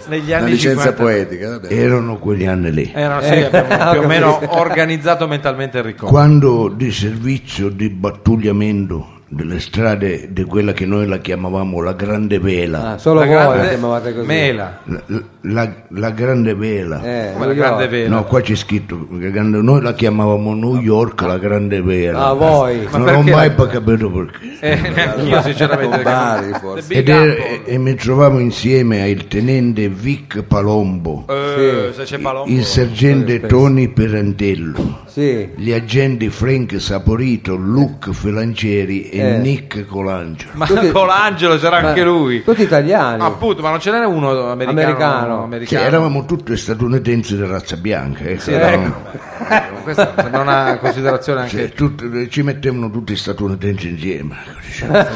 [SPEAKER 3] Negli
[SPEAKER 4] Una
[SPEAKER 3] anni
[SPEAKER 4] licenza
[SPEAKER 3] 50
[SPEAKER 4] poetica, vabbè.
[SPEAKER 10] Erano quegli anni lì.
[SPEAKER 2] Eh, ecco.
[SPEAKER 3] erano sì, abbiamo più o meno organizzato mentalmente il ricordo.
[SPEAKER 10] Quando di servizio di battugliamento delle strade di quella che noi la chiamavamo la grande vela,
[SPEAKER 2] Ah, solo
[SPEAKER 3] La
[SPEAKER 2] voi
[SPEAKER 3] grande
[SPEAKER 2] la chiamavate così.
[SPEAKER 3] Mela,
[SPEAKER 10] la, la- la grande vela,
[SPEAKER 2] Eh,
[SPEAKER 3] come
[SPEAKER 2] New
[SPEAKER 3] la
[SPEAKER 2] York.
[SPEAKER 3] grande vela.
[SPEAKER 10] No, qua c'è scritto, che grande- noi la chiamavamo New York la grande vera.
[SPEAKER 2] Ah, voi.
[SPEAKER 3] Ma
[SPEAKER 10] Non ho
[SPEAKER 3] perché?
[SPEAKER 10] mai pa- capito perché.
[SPEAKER 3] Eh, neanch'io sinceramente.
[SPEAKER 4] Con Bari, forse.
[SPEAKER 3] The Big
[SPEAKER 10] Ed era-
[SPEAKER 3] Apple.
[SPEAKER 10] e mi trovavo insieme al tenente Vic Palombo,
[SPEAKER 3] Eh, se c'è Palombo.
[SPEAKER 10] il sergente Tony Perandello,
[SPEAKER 2] Sì.
[SPEAKER 10] gli agenti Frank Saporito, Luke Filancieri e
[SPEAKER 2] Eh.
[SPEAKER 10] Nick Colangelo.
[SPEAKER 3] Ma
[SPEAKER 2] Tutti-
[SPEAKER 3] con l'angelo c'era anche lui. Ah.
[SPEAKER 2] Tutti italiani.
[SPEAKER 3] Appunto, ma non ce n'era uno americano.
[SPEAKER 2] Americano.
[SPEAKER 10] Sì,
[SPEAKER 3] americano.
[SPEAKER 10] Cioè, eravamo tutti statunitensi di razza bianca, eh.
[SPEAKER 3] Sì,
[SPEAKER 10] Eravamo-
[SPEAKER 3] ecco. Questa sembra una considerazione
[SPEAKER 10] sì,
[SPEAKER 3] anche
[SPEAKER 10] tutti- ci mettevano tutti statunitensi insieme. ecco, diciamo.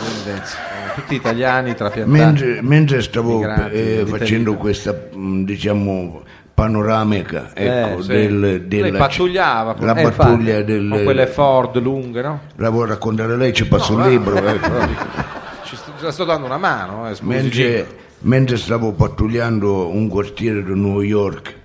[SPEAKER 3] tutti italiani trapiantati.
[SPEAKER 10] mentre, mentre stavo
[SPEAKER 3] Migranti,
[SPEAKER 10] eh,
[SPEAKER 3] di
[SPEAKER 10] facendo
[SPEAKER 3] Tenerife.
[SPEAKER 10] questa mh, diciamo panoramica ecco,
[SPEAKER 3] Eh, Sì.
[SPEAKER 10] del, della
[SPEAKER 3] Lei pattugliava
[SPEAKER 10] la
[SPEAKER 2] eh,
[SPEAKER 10] pattuglia
[SPEAKER 3] con
[SPEAKER 10] del
[SPEAKER 3] quelle Ford lunghe, no?
[SPEAKER 10] la vuoi raccontare lei ci passo
[SPEAKER 3] No, eh.
[SPEAKER 10] un eh,
[SPEAKER 3] no.
[SPEAKER 10] libro ecco.
[SPEAKER 3] ci sto, la sto dando una mano. eh, scusi, Gino.
[SPEAKER 10] Mentre, mentre stavo pattugliando un quartiere di New York,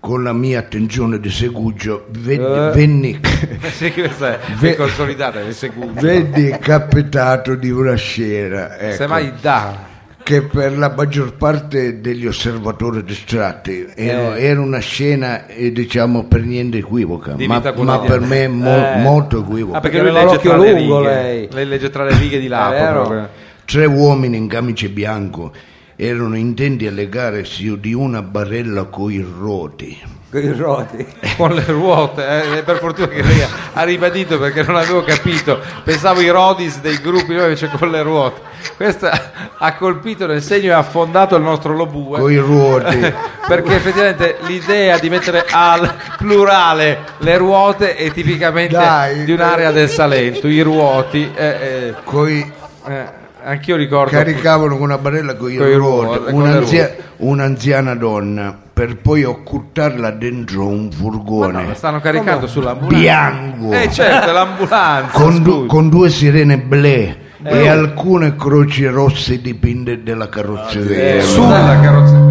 [SPEAKER 10] con la mia attenzione di segugio, vedi-
[SPEAKER 3] Eh.
[SPEAKER 10] venni,
[SPEAKER 3] sì, questa è, è
[SPEAKER 10] Ve-
[SPEAKER 3] consolidata, è seguita.
[SPEAKER 10] venni capitato di una scena. ecco,
[SPEAKER 3] Semmai da.
[SPEAKER 10] Che per la maggior parte degli osservatori distratti era,
[SPEAKER 3] Eh.
[SPEAKER 10] era una scena, eh, diciamo, per niente equivoca,
[SPEAKER 3] Di
[SPEAKER 10] ma,
[SPEAKER 3] vita
[SPEAKER 10] ma
[SPEAKER 3] quotidiana.
[SPEAKER 10] per me mo-
[SPEAKER 2] Eh.
[SPEAKER 10] molto equivoca.
[SPEAKER 3] Ah, perché,
[SPEAKER 2] Perché
[SPEAKER 3] lui
[SPEAKER 2] aveva
[SPEAKER 3] legge tra
[SPEAKER 2] l'occhio
[SPEAKER 3] le
[SPEAKER 2] lungo,
[SPEAKER 3] righe.
[SPEAKER 2] lei.
[SPEAKER 3] Lei legge tra le righe di
[SPEAKER 10] Ah,
[SPEAKER 3] là. eh,
[SPEAKER 2] È vero.
[SPEAKER 3] proprio.
[SPEAKER 10] Tre uomini in camice bianco erano intenti a legarsi di una barella coi roti.
[SPEAKER 2] con i roti.
[SPEAKER 3] Con le ruote, eh, per fortuna che lei ha- ha ribadito perché non avevo capito. Pensavo i rodis dei gruppi, noi invece con le ruote. Questa ha colpito nel segno e ha affondato il nostro lobue.
[SPEAKER 10] Coi ruoti.
[SPEAKER 3] perché effettivamente l'idea di mettere al plurale le ruote è tipicamente
[SPEAKER 10] Dai.
[SPEAKER 3] di un'area del Salento, i ruoti. eh,
[SPEAKER 10] Coi
[SPEAKER 3] eh, eh, anch'io ricordo.
[SPEAKER 10] caricavano con una barella coi
[SPEAKER 3] Coi
[SPEAKER 10] ruoti,
[SPEAKER 3] ruoti, con le
[SPEAKER 10] un'anzia- un'anziana donna per poi occultarla dentro un
[SPEAKER 3] Ma no, la
[SPEAKER 10] furgone
[SPEAKER 3] stanno caricando sull'ambulanza.
[SPEAKER 10] bianco
[SPEAKER 3] Eh certo, è l'ambulanza.
[SPEAKER 10] con, du-
[SPEAKER 3] scusi. Eh.
[SPEAKER 10] con due sirene ble e alcune croci rosse dipinte della carrozzeria.
[SPEAKER 3] Eh, sulla carrozzeria.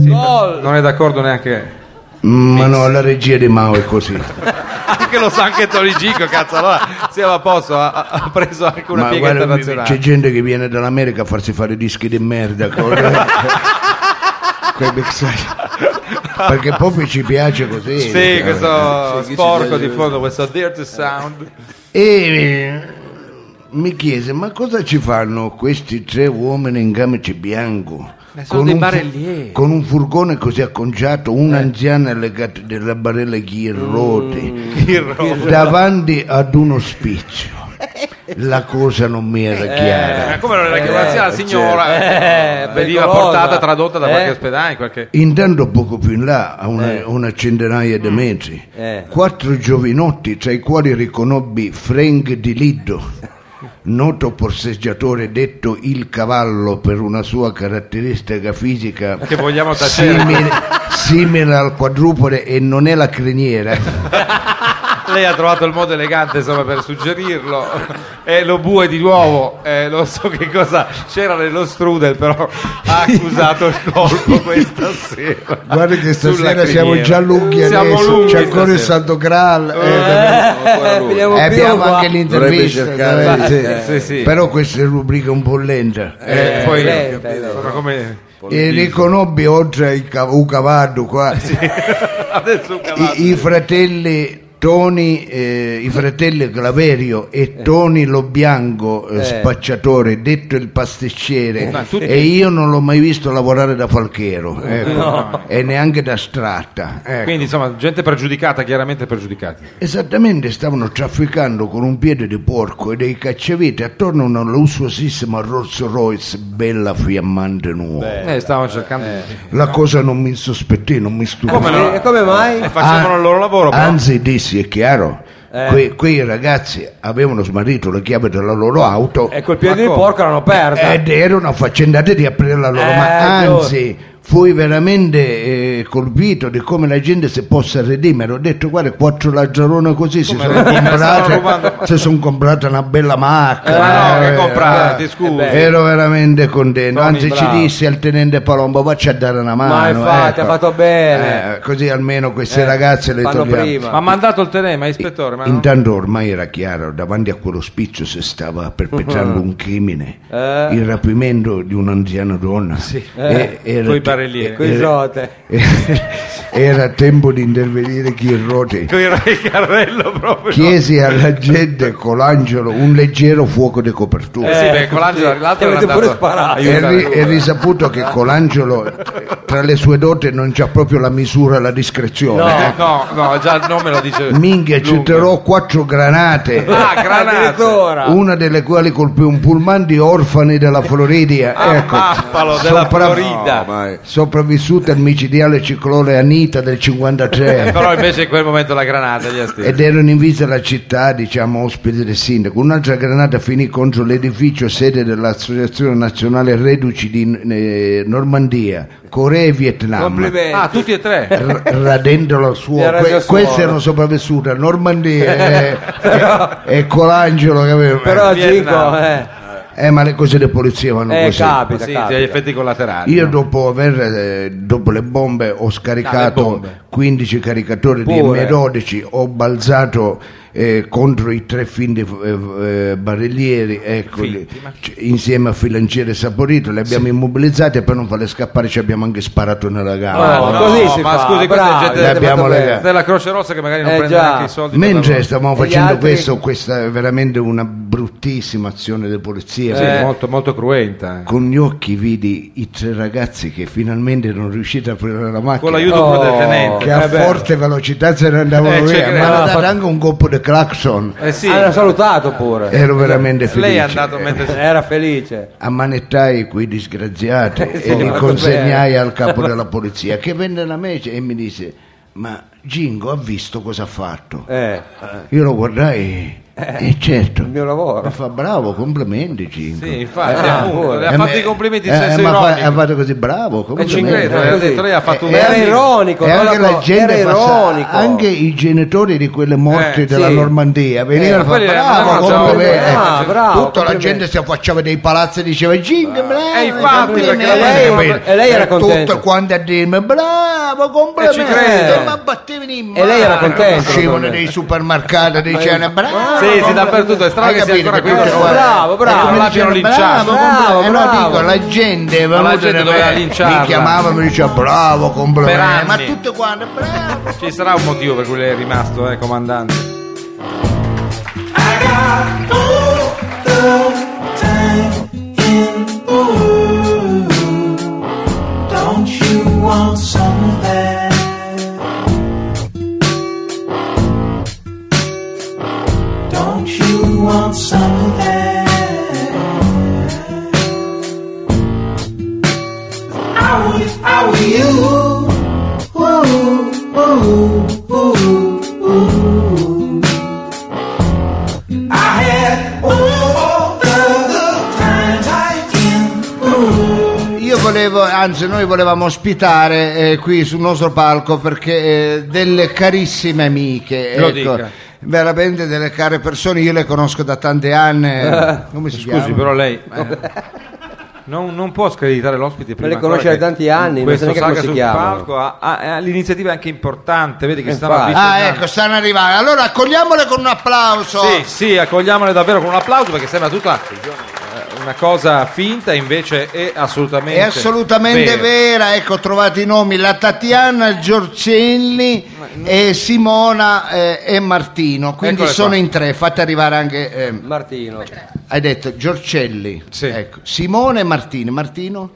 [SPEAKER 3] Sì, ma non è d'accordo neanche
[SPEAKER 10] Mm, Ma no, la regia di Mao è così.
[SPEAKER 3] anche lo sa anche Torigico cazzo allora siamo a posto ha, ha preso anche una
[SPEAKER 10] Ma
[SPEAKER 3] piega
[SPEAKER 10] guarda,
[SPEAKER 3] internazionale
[SPEAKER 10] c'è gente che viene dall'America a farsi fare dischi di merda con coi mixaggi. perché proprio ci piace così eh,
[SPEAKER 3] sì questo
[SPEAKER 4] Sì, chi ci
[SPEAKER 3] sporco
[SPEAKER 4] piace
[SPEAKER 3] di
[SPEAKER 4] questo?
[SPEAKER 3] fondo questo dirty sound
[SPEAKER 10] e eh, mi chiese ma cosa ci fanno questi tre uomini in camice bianco
[SPEAKER 3] Ma sono dei
[SPEAKER 10] un, fu-
[SPEAKER 3] barellieri. Eh.
[SPEAKER 10] con un furgone così acconciato un'anziana legata della barella ghirrote
[SPEAKER 3] Mm.
[SPEAKER 10] davanti ad un ospizio la cosa non mi era
[SPEAKER 3] Eh.
[SPEAKER 10] chiara
[SPEAKER 3] ma come non era che l'anziana
[SPEAKER 10] eh,
[SPEAKER 3] signora
[SPEAKER 2] eh,
[SPEAKER 3] veniva
[SPEAKER 2] pericolosa.
[SPEAKER 3] portata tradotta da qualche
[SPEAKER 2] Eh.
[SPEAKER 3] ospedale in qualche
[SPEAKER 10] Intanto poco più in là, a una, una centinaia di metri,
[SPEAKER 2] Eh.
[SPEAKER 10] quattro giovinotti tra i quali riconobbi Frank Di Lido, noto porseggiatore detto il cavallo per una sua caratteristica fisica
[SPEAKER 3] che vogliamo tacere
[SPEAKER 10] simile, simile al quadrupode e non è la criniera.
[SPEAKER 3] lei ha trovato il modo elegante insomma per suggerirlo e lo bue di nuovo eh, non so che cosa c'era nello strudel però ha accusato il colpo questa sera
[SPEAKER 10] Guarda che
[SPEAKER 3] Sulla
[SPEAKER 10] stasera siamo
[SPEAKER 3] criniera.
[SPEAKER 10] già lunghi
[SPEAKER 3] Siamo
[SPEAKER 10] adesso,
[SPEAKER 3] lunghi
[SPEAKER 10] c'è ancora il
[SPEAKER 3] stasera.
[SPEAKER 10] Santo Graal. eh,
[SPEAKER 2] Eh, finiamo
[SPEAKER 10] eh,
[SPEAKER 2] più
[SPEAKER 10] abbiamo
[SPEAKER 2] qua.
[SPEAKER 10] anche l'intervista,
[SPEAKER 4] Dovrebbe cercare-
[SPEAKER 10] dai, sì.
[SPEAKER 3] Eh, sì, sì.
[SPEAKER 10] però questa è rubrica un po' lenta.
[SPEAKER 3] Eh,
[SPEAKER 2] Eh,
[SPEAKER 3] poi
[SPEAKER 2] lei,
[SPEAKER 3] eh,
[SPEAKER 2] beh,
[SPEAKER 3] sono
[SPEAKER 2] allora.
[SPEAKER 3] come
[SPEAKER 10] e riconobbi oltre ai cav- un cavallo qua
[SPEAKER 3] adesso un cavallo.
[SPEAKER 10] i, i fratelli Toni, eh, i fratelli Claverio e
[SPEAKER 3] Eh.
[SPEAKER 10] Toni Lo Bianco, eh,
[SPEAKER 2] Eh.
[SPEAKER 10] spacciatore, detto il pasticciere,
[SPEAKER 3] Ma tutti-
[SPEAKER 10] e io non l'ho mai visto lavorare da falchero ecco, e neanche da stratta. ecco.
[SPEAKER 3] Eh, Quindi insomma, gente pregiudicata, chiaramente pregiudicata.
[SPEAKER 10] Esattamente stavano trafficando con un piede di porco e dei cacciavite attorno a una lussuosissima Rolls Royce bella fiammante nuova.
[SPEAKER 3] Eh, stavano cercando.
[SPEAKER 10] La cosa non mi insospettì, non mi stupì.
[SPEAKER 3] Come no?
[SPEAKER 2] E come mai?
[SPEAKER 3] Eh, facevano
[SPEAKER 10] Ah,
[SPEAKER 3] il loro lavoro, però. Eh.
[SPEAKER 10] Anzi, dissi, è chiaro, que- quei ragazzi avevano smarrito le chiavi della loro auto
[SPEAKER 3] Eh, Ecco,
[SPEAKER 2] E col piede di
[SPEAKER 3] come?
[SPEAKER 2] porco l'hanno persa.
[SPEAKER 10] ed erano affaccendati di aprire la loro,
[SPEAKER 2] Eh,
[SPEAKER 10] ma
[SPEAKER 2] giusto.
[SPEAKER 10] anzi, fui veramente eh, colpito di come la gente si possa redimere. Ho detto, guarda, quattro lazzarone così si sono
[SPEAKER 3] redimere? Stavano rubando.
[SPEAKER 10] comprate, si sono comprate una bella macchina.
[SPEAKER 3] Ma no, che
[SPEAKER 10] eh,
[SPEAKER 3] comprate,
[SPEAKER 10] eh,
[SPEAKER 3] scusi.
[SPEAKER 10] Ero veramente contento,
[SPEAKER 3] Tony,
[SPEAKER 10] anzi
[SPEAKER 3] bravo.
[SPEAKER 10] ci dissi al tenente Palombo vacci a dare una mano.
[SPEAKER 2] Ma infatti,
[SPEAKER 10] ecco.
[SPEAKER 2] ha fatto bene.
[SPEAKER 10] Eh, così almeno queste
[SPEAKER 2] Eh,
[SPEAKER 10] ragazze le
[SPEAKER 2] fanno
[SPEAKER 10] togliamo.
[SPEAKER 2] prima.
[SPEAKER 3] Ma ha mandato il tenente, ma ispettore, ma no?
[SPEAKER 10] Intanto ormai era chiaro, davanti a quello spizio si stava perpetrando un crimine,
[SPEAKER 2] Eh.
[SPEAKER 10] il rapimento di un'anziana donna.
[SPEAKER 2] Eh.
[SPEAKER 10] era,
[SPEAKER 3] Coi barellieri.
[SPEAKER 10] eh,
[SPEAKER 2] Coi rote.
[SPEAKER 10] era tempo di intervenire chi rote.
[SPEAKER 3] Con il carrello proprio.
[SPEAKER 10] Chiesi alla gente con l'angelo un leggero fuoco di copertura.
[SPEAKER 3] Eh, sì, perché con l'angelo, l'altro era
[SPEAKER 2] Avete
[SPEAKER 3] andato
[SPEAKER 2] pure sparato.
[SPEAKER 3] a
[SPEAKER 10] È,
[SPEAKER 3] aiutare
[SPEAKER 10] ri-
[SPEAKER 3] lui.
[SPEAKER 10] è risaputo che Colangelo tra le sue dote non c'ha proprio la misura e la discrezione.
[SPEAKER 3] Eh, No, no, già il nome lo dice.
[SPEAKER 10] Minchia,
[SPEAKER 3] lungo.
[SPEAKER 10] getterò quattro granate.
[SPEAKER 3] Ah, granate.
[SPEAKER 2] Addirittura.
[SPEAKER 10] una delle quali colpì un pullman di orfani della Florida, ecco,
[SPEAKER 3] Ammappalo Ah, della
[SPEAKER 10] Sopra-
[SPEAKER 3] Florida.
[SPEAKER 4] No, ma-
[SPEAKER 10] sopravvissuta al micidiale ciclone Anita del 53
[SPEAKER 3] Eh, Però invece in quel momento la granata gli ha steso.
[SPEAKER 10] ed erano in vista la città, diciamo, ospite del sindaco. Un'altra granata finì contro l'edificio sede dell'Associazione Nazionale Reduci di eh, Normandia, Corea e Vietnam.
[SPEAKER 2] Complimenti.
[SPEAKER 3] Ah, tutti e tre.
[SPEAKER 10] R- radendolo al suolo.
[SPEAKER 2] Gli era già
[SPEAKER 10] Que- questi
[SPEAKER 2] suolo.
[SPEAKER 10] erano sopravvissuti a Normandia e, e- e Colangelo che aveva.
[SPEAKER 2] Però
[SPEAKER 3] Vietnam.
[SPEAKER 2] Gico, eh.
[SPEAKER 10] Eh, ma le cose di polizia vanno
[SPEAKER 2] Eh,
[SPEAKER 10] così.
[SPEAKER 2] capita,
[SPEAKER 3] Sì,
[SPEAKER 2] capita.
[SPEAKER 3] degli effetti collaterali.
[SPEAKER 10] Io
[SPEAKER 3] no?
[SPEAKER 10] dopo, aver, eh, dopo le bombe ho
[SPEAKER 3] Ah, le
[SPEAKER 10] scaricato
[SPEAKER 3] bombe.
[SPEAKER 10] 15 caricatori
[SPEAKER 2] Pure.
[SPEAKER 10] di M12, ho balzato eh, contro i tre fin di eh, eh, barellieri, eccoli, c- insieme a Filanciere e Saporito, li abbiamo immobilizzati e per non farli scappare ci abbiamo anche sparato nella gara.
[SPEAKER 2] Ah, così si
[SPEAKER 3] ma
[SPEAKER 2] fa,
[SPEAKER 3] scusi, questa è
[SPEAKER 2] bravi,
[SPEAKER 3] gente
[SPEAKER 10] le
[SPEAKER 3] della-
[SPEAKER 10] abbiamo
[SPEAKER 3] della-
[SPEAKER 10] legate.
[SPEAKER 3] della Croce Rossa che magari non
[SPEAKER 2] Eh,
[SPEAKER 3] prende
[SPEAKER 2] già.
[SPEAKER 3] neanche i soldi. per la-
[SPEAKER 10] Mentre stavamo
[SPEAKER 2] E gli
[SPEAKER 10] facendo
[SPEAKER 2] altri?
[SPEAKER 10] questo, questa è veramente una bruttissima azione di polizia.
[SPEAKER 3] Sì,
[SPEAKER 2] Eh.
[SPEAKER 10] perché
[SPEAKER 3] molto, molto cruenta. eh.
[SPEAKER 10] Con gli occhi vidi i tre ragazzi che finalmente erano riusciti a aprire la macchina.
[SPEAKER 3] Con l'aiuto pure del
[SPEAKER 2] Oh,
[SPEAKER 3] tenente.
[SPEAKER 10] che a
[SPEAKER 2] Eh beh.
[SPEAKER 10] forte velocità se ne andavano
[SPEAKER 3] Eh, ci
[SPEAKER 10] via,
[SPEAKER 3] credo.
[SPEAKER 10] ma hanno
[SPEAKER 2] Ah,
[SPEAKER 10] dato
[SPEAKER 2] fa-
[SPEAKER 10] anche un colpo di claxon.
[SPEAKER 3] Eh sì,
[SPEAKER 2] Hanno salutato pure.
[SPEAKER 10] Ero veramente felice. Eh,
[SPEAKER 3] lei è andato mentre
[SPEAKER 2] Era felice.
[SPEAKER 10] Ammanettai quei disgraziati
[SPEAKER 3] Eh,
[SPEAKER 10] e
[SPEAKER 2] sì,
[SPEAKER 10] li
[SPEAKER 2] ma
[SPEAKER 10] consegnai al capo della polizia che venne da me e mi disse: Ma Gingo ha visto cosa ha fatto?
[SPEAKER 2] Eh,
[SPEAKER 10] Io lo guardai
[SPEAKER 3] Eh.
[SPEAKER 10] e certo.
[SPEAKER 2] il mio lavoro.
[SPEAKER 10] Ma fa bravo, complimenti Gingo.
[SPEAKER 3] Sì, infatti,
[SPEAKER 2] Ah,
[SPEAKER 3] appunto,
[SPEAKER 2] pure.
[SPEAKER 3] le ha
[SPEAKER 10] Eh,
[SPEAKER 3] fatto
[SPEAKER 10] me-
[SPEAKER 3] i complimenti in
[SPEAKER 10] eh,
[SPEAKER 3] senso
[SPEAKER 10] ma fa-
[SPEAKER 3] ironico.
[SPEAKER 10] ha fatto così bravo,
[SPEAKER 3] e ci
[SPEAKER 10] complimenti.
[SPEAKER 3] credo,
[SPEAKER 2] Eh,
[SPEAKER 3] ha
[SPEAKER 2] così.
[SPEAKER 3] detto, lei ha fatto un
[SPEAKER 2] Eh, era
[SPEAKER 10] anche-
[SPEAKER 2] ironico,
[SPEAKER 10] e
[SPEAKER 2] non
[SPEAKER 10] anche
[SPEAKER 2] lo-
[SPEAKER 10] la gente
[SPEAKER 2] era
[SPEAKER 10] passa-
[SPEAKER 2] ironico.
[SPEAKER 10] anche i genitori di quelle morti
[SPEAKER 3] Eh,
[SPEAKER 10] della
[SPEAKER 2] sì.
[SPEAKER 10] Normandia venivano
[SPEAKER 3] Eh,
[SPEAKER 10] a fare
[SPEAKER 3] quelli
[SPEAKER 10] bravo,
[SPEAKER 3] erano- no,
[SPEAKER 10] complimenti".
[SPEAKER 3] Ah,
[SPEAKER 2] bravo,
[SPEAKER 10] Eh,
[SPEAKER 2] bravo,
[SPEAKER 10] tutta la
[SPEAKER 2] complimenti.
[SPEAKER 10] gente si affacciava dei palazzi e diceva Ging bravo
[SPEAKER 3] Eh, infatti, perché
[SPEAKER 10] complimenti".
[SPEAKER 3] la gente-
[SPEAKER 10] E
[SPEAKER 2] e lei era contenta.
[SPEAKER 10] tutto quanto a dirmi bravo complimenti
[SPEAKER 3] E Eh, ci credo.
[SPEAKER 10] ma battevini in
[SPEAKER 2] E lei era
[SPEAKER 10] mano.
[SPEAKER 2] contenta,
[SPEAKER 10] uscivano
[SPEAKER 2] naturalmente.
[SPEAKER 10] dei supermercati dicevano bravo
[SPEAKER 3] Sì, sì,
[SPEAKER 10] complimenti".
[SPEAKER 3] dappertutto, è strano
[SPEAKER 10] Hai
[SPEAKER 3] che sia
[SPEAKER 10] capito?
[SPEAKER 3] ancora
[SPEAKER 10] Tutte
[SPEAKER 3] quello.
[SPEAKER 10] quante-
[SPEAKER 2] Bravo, bravo.
[SPEAKER 10] E come
[SPEAKER 3] L'abbiano
[SPEAKER 10] dicevano,
[SPEAKER 3] linciato.
[SPEAKER 10] "Bravo, complimenti".
[SPEAKER 2] Bravo,
[SPEAKER 10] Eh, no, dico,
[SPEAKER 2] bravo.
[SPEAKER 10] la gente è
[SPEAKER 3] la
[SPEAKER 10] venuta
[SPEAKER 3] gente
[SPEAKER 10] da
[SPEAKER 3] doveva
[SPEAKER 10] me,
[SPEAKER 3] linciarla.
[SPEAKER 10] mi chiamava e mi diceva bravo complimenti
[SPEAKER 3] Per
[SPEAKER 10] ma
[SPEAKER 3] anni.
[SPEAKER 10] tutto quanto bravo
[SPEAKER 3] Ci sarà un motivo per cui lei è rimasto, eh, comandante.
[SPEAKER 6] Don't you want some of that? Don't you want some of that? I would, if I were you. Ooh, ooh, ooh, ooh. I had all the good times I can. Ooh.
[SPEAKER 10] Io volevo, anzi noi volevamo ospitare eh, qui sul nostro palco perché eh, delle carissime amiche,
[SPEAKER 3] Lo
[SPEAKER 10] ecco,
[SPEAKER 3] dica.
[SPEAKER 10] veramente delle care persone, io le conosco da tanti anni. Come si chiama?
[SPEAKER 3] Eh, Scusi, però lei... eh, non, non può screditare l'ospite prima
[SPEAKER 2] le
[SPEAKER 3] ancora
[SPEAKER 2] conosce da
[SPEAKER 3] che
[SPEAKER 2] tanti anni, non
[SPEAKER 3] questo
[SPEAKER 2] sa neanche
[SPEAKER 3] saga
[SPEAKER 2] come
[SPEAKER 3] sul
[SPEAKER 2] si chiamano.
[SPEAKER 3] palco ha, ha- ha l'iniziativa anche importante vedi che
[SPEAKER 2] Eh,
[SPEAKER 3] stanno
[SPEAKER 2] infatti.
[SPEAKER 3] avvicinando
[SPEAKER 10] Ah, ecco, stanno arrivando. Allora accogliamole con un applauso.
[SPEAKER 3] Sì, sì, accogliamole davvero con un applauso perché sembra tutta eh, una cosa finta, invece è assolutamente
[SPEAKER 10] È assolutamente
[SPEAKER 3] vera.
[SPEAKER 10] vera, ecco, trovate i nomi, la Tatiana Giorcelli e Simona eh, e Martino, quindi
[SPEAKER 3] Eccole
[SPEAKER 10] sono
[SPEAKER 3] qua.
[SPEAKER 10] in tre, fate arrivare anche... eh,
[SPEAKER 2] Martino.
[SPEAKER 10] Hai detto Giorcelli,
[SPEAKER 3] Sì.
[SPEAKER 10] ecco, Simone e Martini. Martino?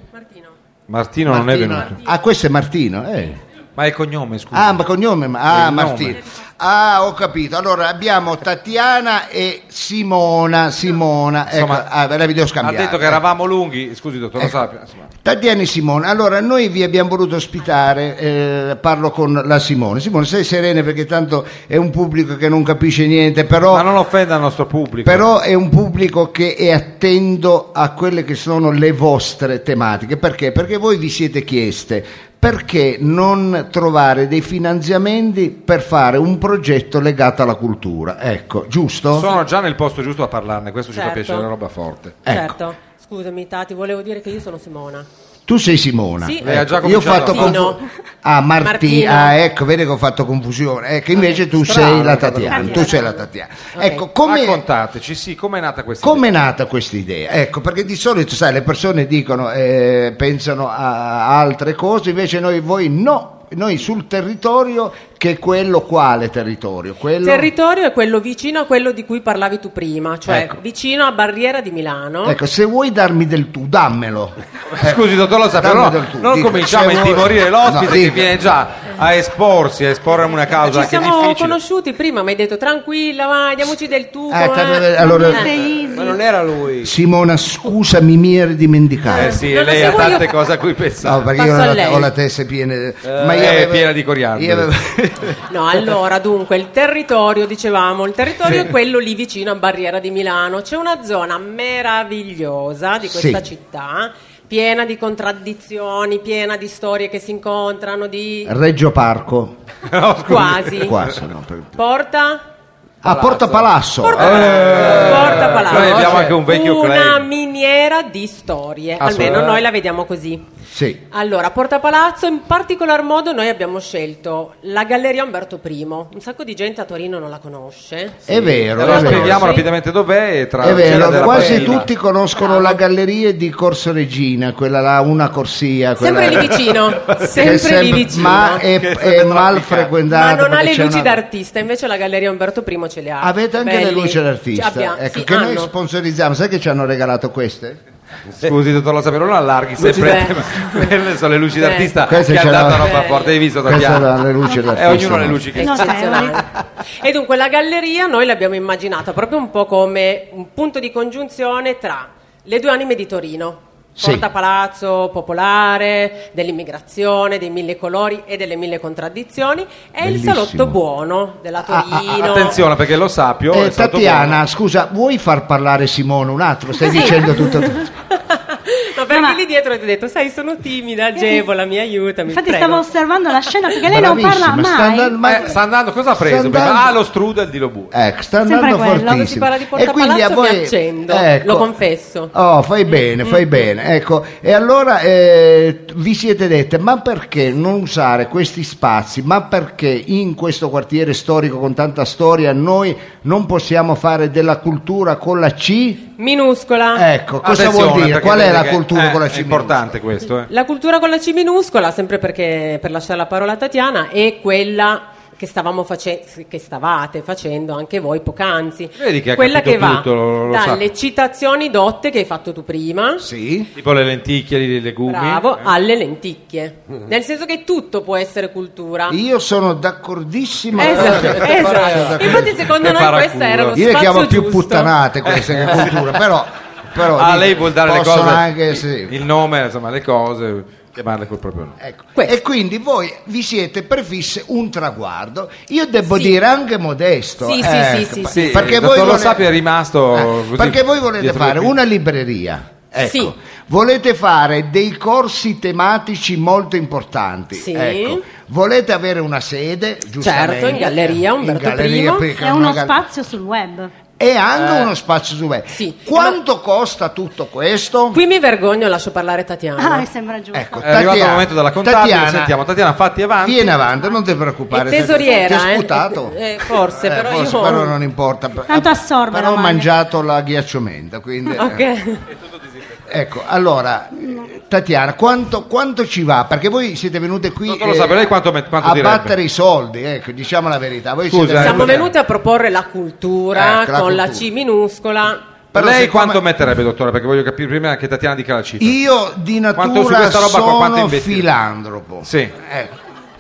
[SPEAKER 3] Martino, non è
[SPEAKER 10] Martino.
[SPEAKER 3] venuto.
[SPEAKER 10] Ah, questo è Martino. eh.
[SPEAKER 3] Ma è il cognome, scusa.
[SPEAKER 10] Ah, ma cognome? ma-
[SPEAKER 3] È
[SPEAKER 10] Ah,
[SPEAKER 3] il
[SPEAKER 10] Martino.
[SPEAKER 3] nome.
[SPEAKER 10] Ah, ho capito. Allora abbiamo Tatiana e Simona. Simona, ecco,
[SPEAKER 3] Insomma,
[SPEAKER 10] ah, ve la video
[SPEAKER 3] ha
[SPEAKER 10] scambiata.
[SPEAKER 3] detto che eravamo lunghi, scusi dottor
[SPEAKER 10] Ecco.
[SPEAKER 3] Lo Sapio. insomma.
[SPEAKER 10] Tatiana e Simone, allora noi vi abbiamo voluto ospitare, eh, parlo con la Simone. Simone, stai serena perché tanto è un pubblico che non capisce niente, però
[SPEAKER 3] Ma non offenda il nostro pubblico.
[SPEAKER 10] Però è un pubblico che è attento a quelle che sono le vostre tematiche. Perché? Perché voi vi siete chieste perché non trovare dei finanziamenti per fare un progetto legato alla cultura. Ecco, giusto?
[SPEAKER 3] Sono già nel posto giusto a parlarne, questo ci fa
[SPEAKER 5] Certo.
[SPEAKER 3] piacere, è una roba forte.
[SPEAKER 10] Ecco.
[SPEAKER 5] Certo, scusami Tati, volevo dire che io sono Simona.
[SPEAKER 10] Tu sei Simona.
[SPEAKER 5] Sì.
[SPEAKER 10] Ecco,
[SPEAKER 3] Lei Eh, ha già
[SPEAKER 10] Io ho
[SPEAKER 3] cominciato.
[SPEAKER 10] fatto confu-
[SPEAKER 5] Martino.
[SPEAKER 10] Ah, Marti,
[SPEAKER 5] Martino.
[SPEAKER 10] ah, ecco, vedi che ho fatto confusione. Ecco, invece tu
[SPEAKER 2] Strano,
[SPEAKER 10] sei la
[SPEAKER 2] ho fatto
[SPEAKER 10] Tatiana. Tu
[SPEAKER 5] confusione.
[SPEAKER 10] sei la Tatiana.
[SPEAKER 5] Ok.
[SPEAKER 10] Ecco, come,
[SPEAKER 3] Raccontateci, sì, com'è nata questa
[SPEAKER 10] Com'è nata questa idea? Ecco, perché di solito, sai, le persone dicono, eh, pensano a altre cose, invece noi, voi no, noi sul territorio, che è quello quale territorio? Quello...
[SPEAKER 5] Il territorio è quello vicino a quello di cui parlavi tu prima, cioè
[SPEAKER 10] Ecco.
[SPEAKER 5] vicino a Barriera di Milano.
[SPEAKER 10] Ecco, se vuoi darmi del tu, dammelo. Ecco,
[SPEAKER 3] idea? Eh, Scusi dottor Lo Sapio,
[SPEAKER 10] Dammi
[SPEAKER 3] no,
[SPEAKER 10] del tu,
[SPEAKER 3] non
[SPEAKER 10] dica.
[SPEAKER 3] cominciamo a
[SPEAKER 10] Se vuoi-
[SPEAKER 3] intimorire l'ospite
[SPEAKER 10] No,
[SPEAKER 3] che
[SPEAKER 10] dica.
[SPEAKER 3] viene già a esporsi, a esporre una causa
[SPEAKER 5] Ci
[SPEAKER 3] anche
[SPEAKER 5] siamo
[SPEAKER 3] Esatto, difficile.
[SPEAKER 5] conosciuti prima, mi hai detto tranquilla, vai, diamoci del tuo.
[SPEAKER 10] Eh, te-
[SPEAKER 5] eh."
[SPEAKER 10] allora-
[SPEAKER 2] Ma non era lui.
[SPEAKER 10] Simona, scusa, mi mi eri dimenticato.
[SPEAKER 3] Eh sì,
[SPEAKER 5] Non lo
[SPEAKER 3] lei ha
[SPEAKER 5] seguo io.
[SPEAKER 3] tante cose a cui
[SPEAKER 10] No,
[SPEAKER 3] pensare.
[SPEAKER 10] perché io
[SPEAKER 5] Passo
[SPEAKER 10] ho
[SPEAKER 5] a
[SPEAKER 10] la,
[SPEAKER 5] lei.
[SPEAKER 10] ho la testa piena,
[SPEAKER 3] eh, piena di coriandoli.
[SPEAKER 10] io avevo-
[SPEAKER 5] No, allora dunque il territorio, dicevamo, il territorio è quello lì vicino a Barriera di Milano. C'è una zona meravigliosa di questa
[SPEAKER 10] Sì.
[SPEAKER 5] città, piena di contraddizioni, piena di storie che si
[SPEAKER 3] Eh.
[SPEAKER 5] incontrano, di
[SPEAKER 10] Reggio Parco.
[SPEAKER 3] No, scusi.
[SPEAKER 5] quasi.
[SPEAKER 10] Quasi, no, per-
[SPEAKER 5] Porta
[SPEAKER 10] a Porta Palazzo. Eh,
[SPEAKER 11] Porta Palazzo.
[SPEAKER 3] Eh, Noi abbiamo anche un vecchio
[SPEAKER 11] Una
[SPEAKER 3] claim.
[SPEAKER 11] miniera di storie, almeno
[SPEAKER 3] Assolutamente.
[SPEAKER 11] noi la vediamo così.
[SPEAKER 10] Sì.
[SPEAKER 11] Allora, Porta Palazzo, in particolar modo noi abbiamo scelto la Galleria Umberto I. Un sacco di gente a Torino non la conosce.
[SPEAKER 10] È vero,
[SPEAKER 3] Allora
[SPEAKER 10] è vero.
[SPEAKER 3] spieghiamo rapidamente dov'è e tra
[SPEAKER 10] È
[SPEAKER 3] Cera
[SPEAKER 10] vero,
[SPEAKER 3] della
[SPEAKER 10] quasi
[SPEAKER 3] Patina.
[SPEAKER 10] tutti conoscono la galleria di Corso Regina, quella là, una corsia. quella-
[SPEAKER 11] Sempre lì vicino,
[SPEAKER 10] che è
[SPEAKER 11] sempre, lì
[SPEAKER 10] sempre-
[SPEAKER 11] vicino.
[SPEAKER 10] Ma è, è mal frequentata.
[SPEAKER 11] Ma non ha
[SPEAKER 10] perché
[SPEAKER 11] le
[SPEAKER 10] c'è
[SPEAKER 11] luci
[SPEAKER 10] una-
[SPEAKER 11] d'artista, invece la Galleria Umberto I ce le ha.
[SPEAKER 10] Avete anche le
[SPEAKER 11] Belli.
[SPEAKER 10] luci d'artista,
[SPEAKER 11] Ce abbiamo-
[SPEAKER 10] ecco,
[SPEAKER 11] sì,
[SPEAKER 10] che noi
[SPEAKER 11] hanno.
[SPEAKER 10] sponsorizziamo. Sai che ci hanno regalato queste?
[SPEAKER 3] Scusi, dottor Lo Sapero, non allarghi
[SPEAKER 10] Luci
[SPEAKER 3] sempre.
[SPEAKER 10] d'artista.
[SPEAKER 3] Quelle sono le luci d'artista
[SPEAKER 10] Queste
[SPEAKER 3] Ah, che ha
[SPEAKER 10] ce l'ha-
[SPEAKER 3] dato roba forte. Hai visto,
[SPEAKER 10] Queste
[SPEAKER 3] Tatiana?
[SPEAKER 10] erano le luci
[SPEAKER 3] E
[SPEAKER 10] d'artista.
[SPEAKER 3] ognuno ha le luci che
[SPEAKER 11] Eccezionale. E dunque la galleria noi l'abbiamo immaginata proprio un po' come un punto di congiunzione tra le due anime di Torino.
[SPEAKER 10] Sì.
[SPEAKER 11] Porta Palazzo popolare, dell'immigrazione, dei mille colori e delle mille contraddizioni, e
[SPEAKER 3] Bellissimo.
[SPEAKER 11] il salotto buono della
[SPEAKER 10] Ah,
[SPEAKER 11] Torino.
[SPEAKER 3] Attenzione perché lo sappio.
[SPEAKER 10] Eh,
[SPEAKER 3] è stato
[SPEAKER 10] Tatiana, scusa, vuoi far parlare Simone un attimo? Stai
[SPEAKER 11] Sì.
[SPEAKER 10] dicendo tutto.
[SPEAKER 11] No, perché lì dietro ti ho detto, sai, sono timida, agevola, mi aiuta.
[SPEAKER 5] Eh, Infatti stavo osservando la scena perché lei non parla mai.
[SPEAKER 3] Bravissima, Eh, sta andando, cosa ha preso?
[SPEAKER 10] Sta
[SPEAKER 3] prima?
[SPEAKER 10] andando-
[SPEAKER 3] Ah, lo strudel di Lobu.
[SPEAKER 10] Ecco, sta
[SPEAKER 11] Sempre
[SPEAKER 10] andando
[SPEAKER 11] quello, quando
[SPEAKER 10] fortissimo.
[SPEAKER 11] si parla di
[SPEAKER 10] e quindi a
[SPEAKER 11] Portapalazzo
[SPEAKER 10] voi...
[SPEAKER 11] mi accendo,
[SPEAKER 10] Ecco.
[SPEAKER 11] lo confesso. Mm.
[SPEAKER 10] Oh, fai bene, fai bene. Ecco, e allora eh, vi siete dette, ma perché non usare questi spazi? Ma perché in questo quartiere storico con tanta storia noi non possiamo fare della cultura con la C?
[SPEAKER 11] Minuscola.
[SPEAKER 10] Ecco, cosa vuol dire?
[SPEAKER 3] perché
[SPEAKER 10] Qual è
[SPEAKER 3] vedi
[SPEAKER 10] la
[SPEAKER 3] che-
[SPEAKER 10] cultura
[SPEAKER 3] eh,
[SPEAKER 10] con la
[SPEAKER 3] È
[SPEAKER 10] C?
[SPEAKER 3] importante questo, eh.
[SPEAKER 11] La cultura con la C minuscola, sempre perché per lasciare la parola a Tatiana, è quella che, stavamo face- che stavate facendo anche voi poc'anzi.
[SPEAKER 3] Vedi che ha
[SPEAKER 11] quella
[SPEAKER 3] capito
[SPEAKER 11] che va
[SPEAKER 3] tutto, lo- lo
[SPEAKER 11] dalle citazioni dotte che hai fatto tu prima,
[SPEAKER 3] Tipo le lenticchie, i legumi.
[SPEAKER 11] bravo, alle lenticchie. Nel senso che tutto può essere cultura.
[SPEAKER 10] Io sono d'accordissimo.
[SPEAKER 11] Esatto,
[SPEAKER 10] Eh,
[SPEAKER 11] esatto. Infatti secondo
[SPEAKER 10] Che
[SPEAKER 11] noi
[SPEAKER 10] paraculo.
[SPEAKER 11] questa era lo
[SPEAKER 10] Io le
[SPEAKER 11] spazio
[SPEAKER 10] chiamo più
[SPEAKER 11] giusto.
[SPEAKER 10] puttanate
[SPEAKER 3] Eh.
[SPEAKER 10] queste che cultura, però... però
[SPEAKER 3] ah,
[SPEAKER 10] dico,
[SPEAKER 3] lei vuol dare le
[SPEAKER 10] possono
[SPEAKER 3] cose.
[SPEAKER 10] anche,
[SPEAKER 3] il-
[SPEAKER 10] sì. Eh,
[SPEAKER 3] Il nome, insomma, le cose, chiamarle col proprio nome.
[SPEAKER 10] E quindi voi vi siete prefisse un traguardo, io devo
[SPEAKER 3] Sì.
[SPEAKER 10] dire anche modesto.
[SPEAKER 3] Sì, sì,
[SPEAKER 10] ecco,
[SPEAKER 3] sì, sì,
[SPEAKER 10] pa-
[SPEAKER 3] sì. Sì,
[SPEAKER 10] Perché,
[SPEAKER 3] il
[SPEAKER 10] voi
[SPEAKER 3] dottor Lo
[SPEAKER 10] volete-
[SPEAKER 3] Sapio è rimasto così
[SPEAKER 10] Eh, perché voi volete
[SPEAKER 3] dietro
[SPEAKER 10] fare
[SPEAKER 3] le quinte.
[SPEAKER 10] una libreria. Ecco.
[SPEAKER 3] Sì.
[SPEAKER 10] Volete fare dei corsi tematici molto importanti.
[SPEAKER 11] Sì.
[SPEAKER 10] Ecco. Volete avere una sede, giustamente.
[SPEAKER 11] Certo, in galleria, Umberto
[SPEAKER 10] in galleria,
[SPEAKER 11] I.
[SPEAKER 10] perché
[SPEAKER 5] È uno
[SPEAKER 10] magari-
[SPEAKER 5] spazio sul web.
[SPEAKER 10] E anche
[SPEAKER 5] Eh.
[SPEAKER 10] uno spazio su web. Quanto costa tutto questo?
[SPEAKER 11] Qui mi vergogno, lascio parlare Tatiana.
[SPEAKER 5] Ah, mi sembra giusto.
[SPEAKER 10] Ecco,
[SPEAKER 3] È arrivato il
[SPEAKER 10] Tatiana,
[SPEAKER 3] momento della contabile,
[SPEAKER 10] Tatiana,
[SPEAKER 3] sentiamo. Tatiana, fatti avanti.
[SPEAKER 10] Vieni avanti, non ti preoccupare.
[SPEAKER 11] E tesoriera,
[SPEAKER 10] Ti ho
[SPEAKER 11] eh?
[SPEAKER 10] sputato.
[SPEAKER 11] Eh, forse,
[SPEAKER 10] Eh,
[SPEAKER 11] però
[SPEAKER 10] forse,
[SPEAKER 11] io-
[SPEAKER 10] però non importa.
[SPEAKER 5] Tanto assorbe la
[SPEAKER 10] Però ho
[SPEAKER 5] maglia.
[SPEAKER 10] mangiato la ghiacciomenta, quindi... eh.
[SPEAKER 11] Ok.
[SPEAKER 10] Ecco, allora, Tatiana, quanto, quanto ci va? Perché voi siete venute qui eh,
[SPEAKER 3] Dottor Lo Sapio, lei quanto met- quanto
[SPEAKER 10] a
[SPEAKER 3] direbbe?
[SPEAKER 10] battere i soldi, ecco, diciamo la verità. Voi
[SPEAKER 3] Scusa, eh,
[SPEAKER 10] siete
[SPEAKER 11] Siamo venuti a proporre la cultura
[SPEAKER 10] Ecco, la
[SPEAKER 11] con la
[SPEAKER 10] cultura.
[SPEAKER 11] C minuscola.
[SPEAKER 3] Per lei quanto metterebbe, dottore? Perché voglio capire prima che Tatiana dica la cifra.
[SPEAKER 10] Io di
[SPEAKER 3] Quanto su
[SPEAKER 10] natura
[SPEAKER 3] questa roba qua, quanto
[SPEAKER 10] sono
[SPEAKER 3] investire?
[SPEAKER 10] filandropo. Ecco.
[SPEAKER 3] Sì.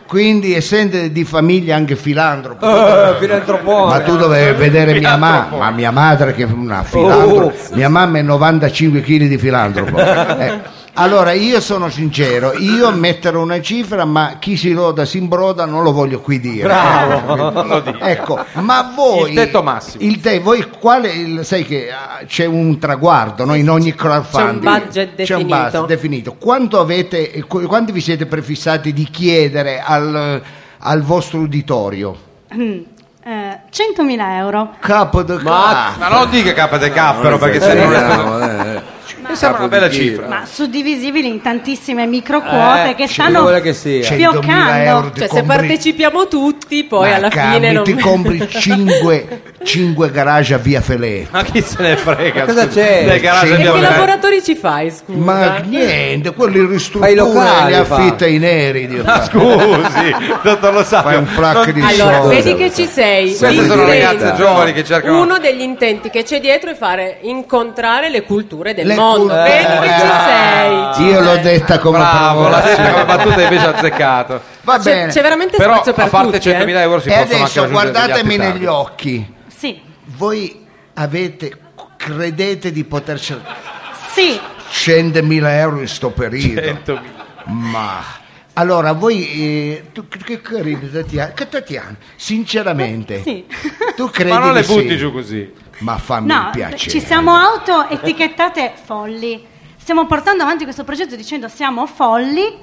[SPEAKER 10] Quindi, essendo di famiglia anche filantropo,
[SPEAKER 2] Eh, filantropone.
[SPEAKER 10] ma tu dovevi vedere mia mamma,
[SPEAKER 2] Filantropo.
[SPEAKER 10] ma mia madre che è una filantropo,
[SPEAKER 2] Oh.
[SPEAKER 10] mia mamma è 95 kg di filantropo. Eh, Allora, io sono sincero, io metterò una cifra, ma chi si roda si imbroda non lo voglio qui dire. Eh,
[SPEAKER 3] Bravo. Lo dica.
[SPEAKER 10] Ecco, ma voi...
[SPEAKER 3] Il tetto massimo.
[SPEAKER 10] il te- voi quale, il- sai che ah, c'è un traguardo no? in ogni crowdfunding.
[SPEAKER 11] C'è un budget
[SPEAKER 10] C'è un
[SPEAKER 11] definito.
[SPEAKER 10] budget definito. Quanto avete, eh, qu- quanti vi siete prefissati di chiedere al, al vostro uditorio?
[SPEAKER 5] Mm, eh, 100.000 euro.
[SPEAKER 10] Capo del
[SPEAKER 3] Ma, ma non dica KDK, Ah, però, perché se non Eh, è. Mi sembra una bella cifra.
[SPEAKER 5] Ma suddivisibili in tantissime micro quote
[SPEAKER 3] Eh,
[SPEAKER 5] che
[SPEAKER 3] ci
[SPEAKER 5] stanno
[SPEAKER 3] vuole che sia.
[SPEAKER 10] 100.000 euro
[SPEAKER 5] fioccando.
[SPEAKER 10] di
[SPEAKER 11] Cioè, se partecipiamo tutti, poi alla fine non...
[SPEAKER 10] ti compri 5, garage a via Felè.
[SPEAKER 3] Ma chi se ne frega?
[SPEAKER 10] Ma cosa
[SPEAKER 3] scusa?
[SPEAKER 10] c'è?
[SPEAKER 3] Dai, garage
[SPEAKER 10] C'è-
[SPEAKER 11] E
[SPEAKER 3] abbiamo
[SPEAKER 11] che
[SPEAKER 3] detto.
[SPEAKER 11] lavoratori ci fai, scusa?
[SPEAKER 10] Ma niente, quelli
[SPEAKER 11] Fai i
[SPEAKER 10] ristruttura
[SPEAKER 11] locali,
[SPEAKER 10] li
[SPEAKER 11] fa.
[SPEAKER 10] affitta i neri. Dio.
[SPEAKER 3] Ma scusi, "Uh, dottor Lo Sapio.
[SPEAKER 10] Fai un placco di
[SPEAKER 11] Allora,
[SPEAKER 10] soldi.
[SPEAKER 11] vedi che ci sei.
[SPEAKER 3] Queste sono
[SPEAKER 11] L'intento-
[SPEAKER 3] ragazze giovani che cercano-
[SPEAKER 11] Uno degli intenti che c'è dietro è fare incontrare le culture del
[SPEAKER 10] Le
[SPEAKER 11] mondo.
[SPEAKER 10] culture.
[SPEAKER 11] Vedi che ci sei.
[SPEAKER 10] Io l'ho detta come
[SPEAKER 3] Bravo, l'ha
[SPEAKER 10] provocazione.
[SPEAKER 3] detta come battuta invece azzeccato.
[SPEAKER 10] Va
[SPEAKER 11] C'è-
[SPEAKER 10] bene.
[SPEAKER 11] c'è veramente
[SPEAKER 3] Però,
[SPEAKER 11] spazio per
[SPEAKER 3] a parte
[SPEAKER 11] tutti, eh.
[SPEAKER 3] 100.000 euro si
[SPEAKER 10] e
[SPEAKER 3] possono anche
[SPEAKER 10] adesso
[SPEAKER 3] raggiungere degli
[SPEAKER 10] guardatemi
[SPEAKER 3] altri target.
[SPEAKER 10] negli occhi.
[SPEAKER 5] Sì,
[SPEAKER 10] Voi avete, credete di poter cercare
[SPEAKER 5] sì.
[SPEAKER 10] 100.000 euro in sto periodo? Ma allora voi, eh, tu, che- che, che ridi, Tatiana, che Tatiana, sinceramente,
[SPEAKER 5] Sì.
[SPEAKER 10] tu credi
[SPEAKER 3] Ma non le
[SPEAKER 10] di sì? Ecco,
[SPEAKER 3] butti giù così.
[SPEAKER 10] Ma fammi
[SPEAKER 5] No,
[SPEAKER 10] il piacere.
[SPEAKER 3] eh.
[SPEAKER 5] ci siamo auto etichettate folli. Stiamo portando avanti questo progetto dicendo siamo folli,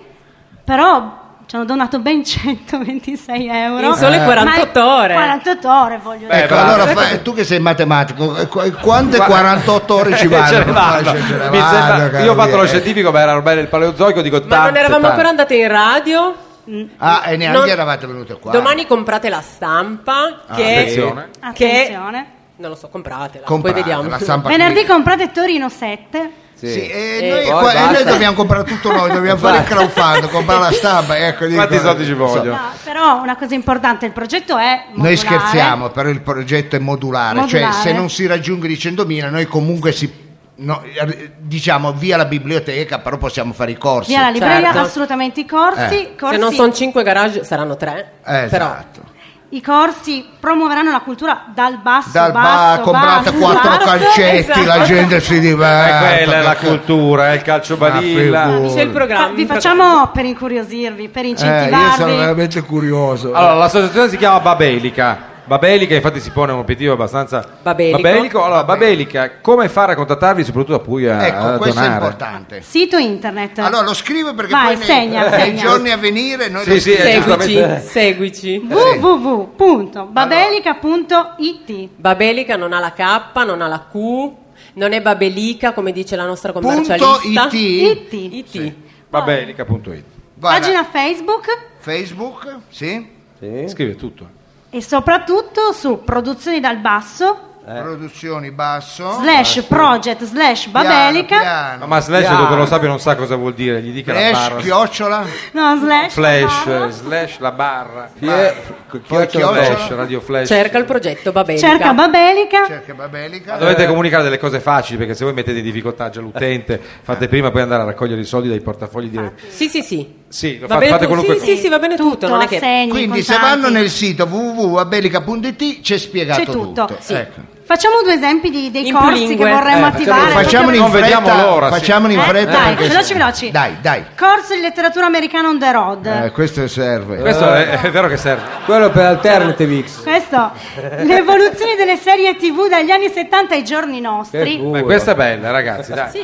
[SPEAKER 5] però
[SPEAKER 11] ci hanno donato ben 126 euro.
[SPEAKER 5] In sole
[SPEAKER 11] Ma-
[SPEAKER 5] 48 ore.
[SPEAKER 11] 48 ore, voglio
[SPEAKER 10] Ecco,
[SPEAKER 3] Eh,
[SPEAKER 11] dire.
[SPEAKER 10] allora fa- tu che sei matematico, eh, qu- quante 48 ore ci vanno?
[SPEAKER 3] Ce ne
[SPEAKER 10] per
[SPEAKER 3] vanno.
[SPEAKER 10] fare- ce ne
[SPEAKER 3] Mi
[SPEAKER 10] vanno,
[SPEAKER 3] sembra-
[SPEAKER 10] caro
[SPEAKER 3] io ho fatto
[SPEAKER 10] mio.
[SPEAKER 3] lo scientifico, ma era ormai nel paleozoico, dico
[SPEAKER 5] Ma non eravamo ancora andate in radio?
[SPEAKER 11] Mm.
[SPEAKER 10] Ah, e neanche
[SPEAKER 5] Non-
[SPEAKER 10] eravate venute qua.
[SPEAKER 5] Domani comprate la stampa
[SPEAKER 10] Ah,
[SPEAKER 11] eh?
[SPEAKER 5] che,
[SPEAKER 10] attenzione.
[SPEAKER 5] che-
[SPEAKER 11] Attenzione.
[SPEAKER 5] non lo so, compratela,
[SPEAKER 10] Comprate,
[SPEAKER 5] poi vediamo.
[SPEAKER 10] la stampa
[SPEAKER 11] Venerdì comprate Torino 7.
[SPEAKER 10] Sì,
[SPEAKER 11] Sì.
[SPEAKER 10] e,
[SPEAKER 5] Eh,
[SPEAKER 11] E
[SPEAKER 10] noi,
[SPEAKER 11] poi
[SPEAKER 10] qua- e noi
[SPEAKER 11] basta.
[SPEAKER 10] dobbiamo comprare tutto noi, dobbiamo fare il crowdfunding, comprare la stampa. Ecco,
[SPEAKER 3] Quanti
[SPEAKER 10] dico-
[SPEAKER 3] soldi ci voglio?
[SPEAKER 10] Insomma,
[SPEAKER 11] ah, Però una cosa importante, il progetto è modulare.
[SPEAKER 10] Noi scherziamo, però il progetto è modulare, cioè
[SPEAKER 11] Modulare.
[SPEAKER 10] se non si raggiunge di 100.000 noi comunque si... no, eh, diciamo via la biblioteca, però possiamo fare i corsi.
[SPEAKER 11] Via la libreria,
[SPEAKER 10] Certo.
[SPEAKER 11] assolutamente i corsi.
[SPEAKER 10] Eh.
[SPEAKER 11] corsi
[SPEAKER 5] Se non sono 5 garage saranno 3.
[SPEAKER 10] Eh,
[SPEAKER 5] però
[SPEAKER 10] esatto.
[SPEAKER 11] I corsi promuoveranno la cultura dal basso,
[SPEAKER 10] Dal bar
[SPEAKER 11] basso,
[SPEAKER 10] comprate
[SPEAKER 11] basso, Esatto.
[SPEAKER 10] quattro
[SPEAKER 11] basso.
[SPEAKER 10] calcetti, la
[SPEAKER 11] Esatto.
[SPEAKER 10] gente si Ah,
[SPEAKER 3] Eh,
[SPEAKER 10] diverte.
[SPEAKER 3] quella è la cultura, è il calcio balilla.
[SPEAKER 10] figurati. C'è il
[SPEAKER 11] Fa- vi facciamo per incuriosirvi, per
[SPEAKER 10] Eh, io sono
[SPEAKER 11] incentivarvi.
[SPEAKER 10] veramente curioso.
[SPEAKER 3] Allora, l'associazione si chiama Babelica. Babelica, infatti, si pone un obiettivo abbastanza
[SPEAKER 11] Babelico.
[SPEAKER 3] Allora, Babelica, come fare a contattarvi, soprattutto a cui a, a
[SPEAKER 10] ecco, questo è
[SPEAKER 3] donare?
[SPEAKER 10] importante.
[SPEAKER 11] Sito internet.
[SPEAKER 10] Allora lo scrive perché
[SPEAKER 11] Vai,
[SPEAKER 10] poi nei,
[SPEAKER 11] segna,
[SPEAKER 10] nei
[SPEAKER 11] segna.
[SPEAKER 10] giorni a venire noi
[SPEAKER 3] Sì,
[SPEAKER 10] lo
[SPEAKER 3] sì, eh,
[SPEAKER 10] scriviamo.
[SPEAKER 3] giustamente.
[SPEAKER 10] eh,
[SPEAKER 5] Seguici.
[SPEAKER 11] www.babelica.it
[SPEAKER 5] Babelica non ha la K, non ha la Q, non è Babelica come dice la nostra
[SPEAKER 10] Punto
[SPEAKER 5] commercialista.
[SPEAKER 10] IT.
[SPEAKER 5] IT.
[SPEAKER 3] Babelica.it.
[SPEAKER 10] Guarda,
[SPEAKER 11] Pagina Facebook
[SPEAKER 10] Facebook, sì.
[SPEAKER 3] Scrive tutto.
[SPEAKER 11] e soprattutto su produzioni dal basso
[SPEAKER 3] Eh.
[SPEAKER 10] Produzioni basso.
[SPEAKER 11] slash project slash
[SPEAKER 10] Piano,
[SPEAKER 11] babelica
[SPEAKER 10] piano.
[SPEAKER 3] Ma Slash,
[SPEAKER 10] Piano.
[SPEAKER 3] dopo lo sappia, non sa cosa vuol dire. Gli dica la
[SPEAKER 10] Slash,
[SPEAKER 3] barra.
[SPEAKER 10] chiocciola.
[SPEAKER 11] no slash
[SPEAKER 3] Flash, eh, slash la barra. Poi
[SPEAKER 10] chiocciola.
[SPEAKER 3] Flash, radio flash.
[SPEAKER 5] Cerca il progetto Babelica.
[SPEAKER 11] cerca babelica
[SPEAKER 10] Babelica.
[SPEAKER 3] Ma Dovete comunicare delle cose facili perché se voi mettete in difficoltà già l'utente, fate prima poi andare a raccogliere i soldi dai portafogli diretti.
[SPEAKER 5] Sì, sì, sì.
[SPEAKER 3] Sì, lo
[SPEAKER 5] Va
[SPEAKER 3] fate,
[SPEAKER 5] bene
[SPEAKER 3] fate
[SPEAKER 5] tu-
[SPEAKER 3] qualunque
[SPEAKER 5] sì, sì, sì, va bene tutto, non è che
[SPEAKER 10] Quindi se vanno nel sito www.abelica.it c'è spiegato
[SPEAKER 11] C'è tutto, sì.
[SPEAKER 3] Eh,
[SPEAKER 10] Ecco.
[SPEAKER 11] facciamo due esempi di- dei
[SPEAKER 5] In
[SPEAKER 11] corsi
[SPEAKER 5] bilingue.
[SPEAKER 11] che vorremmo
[SPEAKER 5] Eh,
[SPEAKER 11] attivare
[SPEAKER 10] Facciamoli in
[SPEAKER 3] Non
[SPEAKER 10] fretta,
[SPEAKER 3] vediamo l'ora, sì.
[SPEAKER 10] facciamoli in
[SPEAKER 11] Eh,
[SPEAKER 10] fretta
[SPEAKER 11] dai,
[SPEAKER 10] perché-
[SPEAKER 11] veloci, veloci.
[SPEAKER 10] Dai, dai.
[SPEAKER 11] corso di letteratura americana on the road
[SPEAKER 10] Eh, questo serve.
[SPEAKER 3] Questo è, è vero che serve.
[SPEAKER 2] Quello per Alternative X.
[SPEAKER 11] questo l'evoluzione delle serie tv dagli anni 70 ai giorni nostri
[SPEAKER 3] Beh, questa è bella, ragazzi. Dai.
[SPEAKER 11] sì,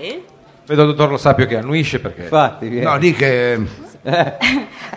[SPEAKER 11] eh?
[SPEAKER 3] Vedo il dottor Lo Sapio che annuisce perché.
[SPEAKER 10] No,
[SPEAKER 2] eh,
[SPEAKER 10] lì che
[SPEAKER 5] Eh?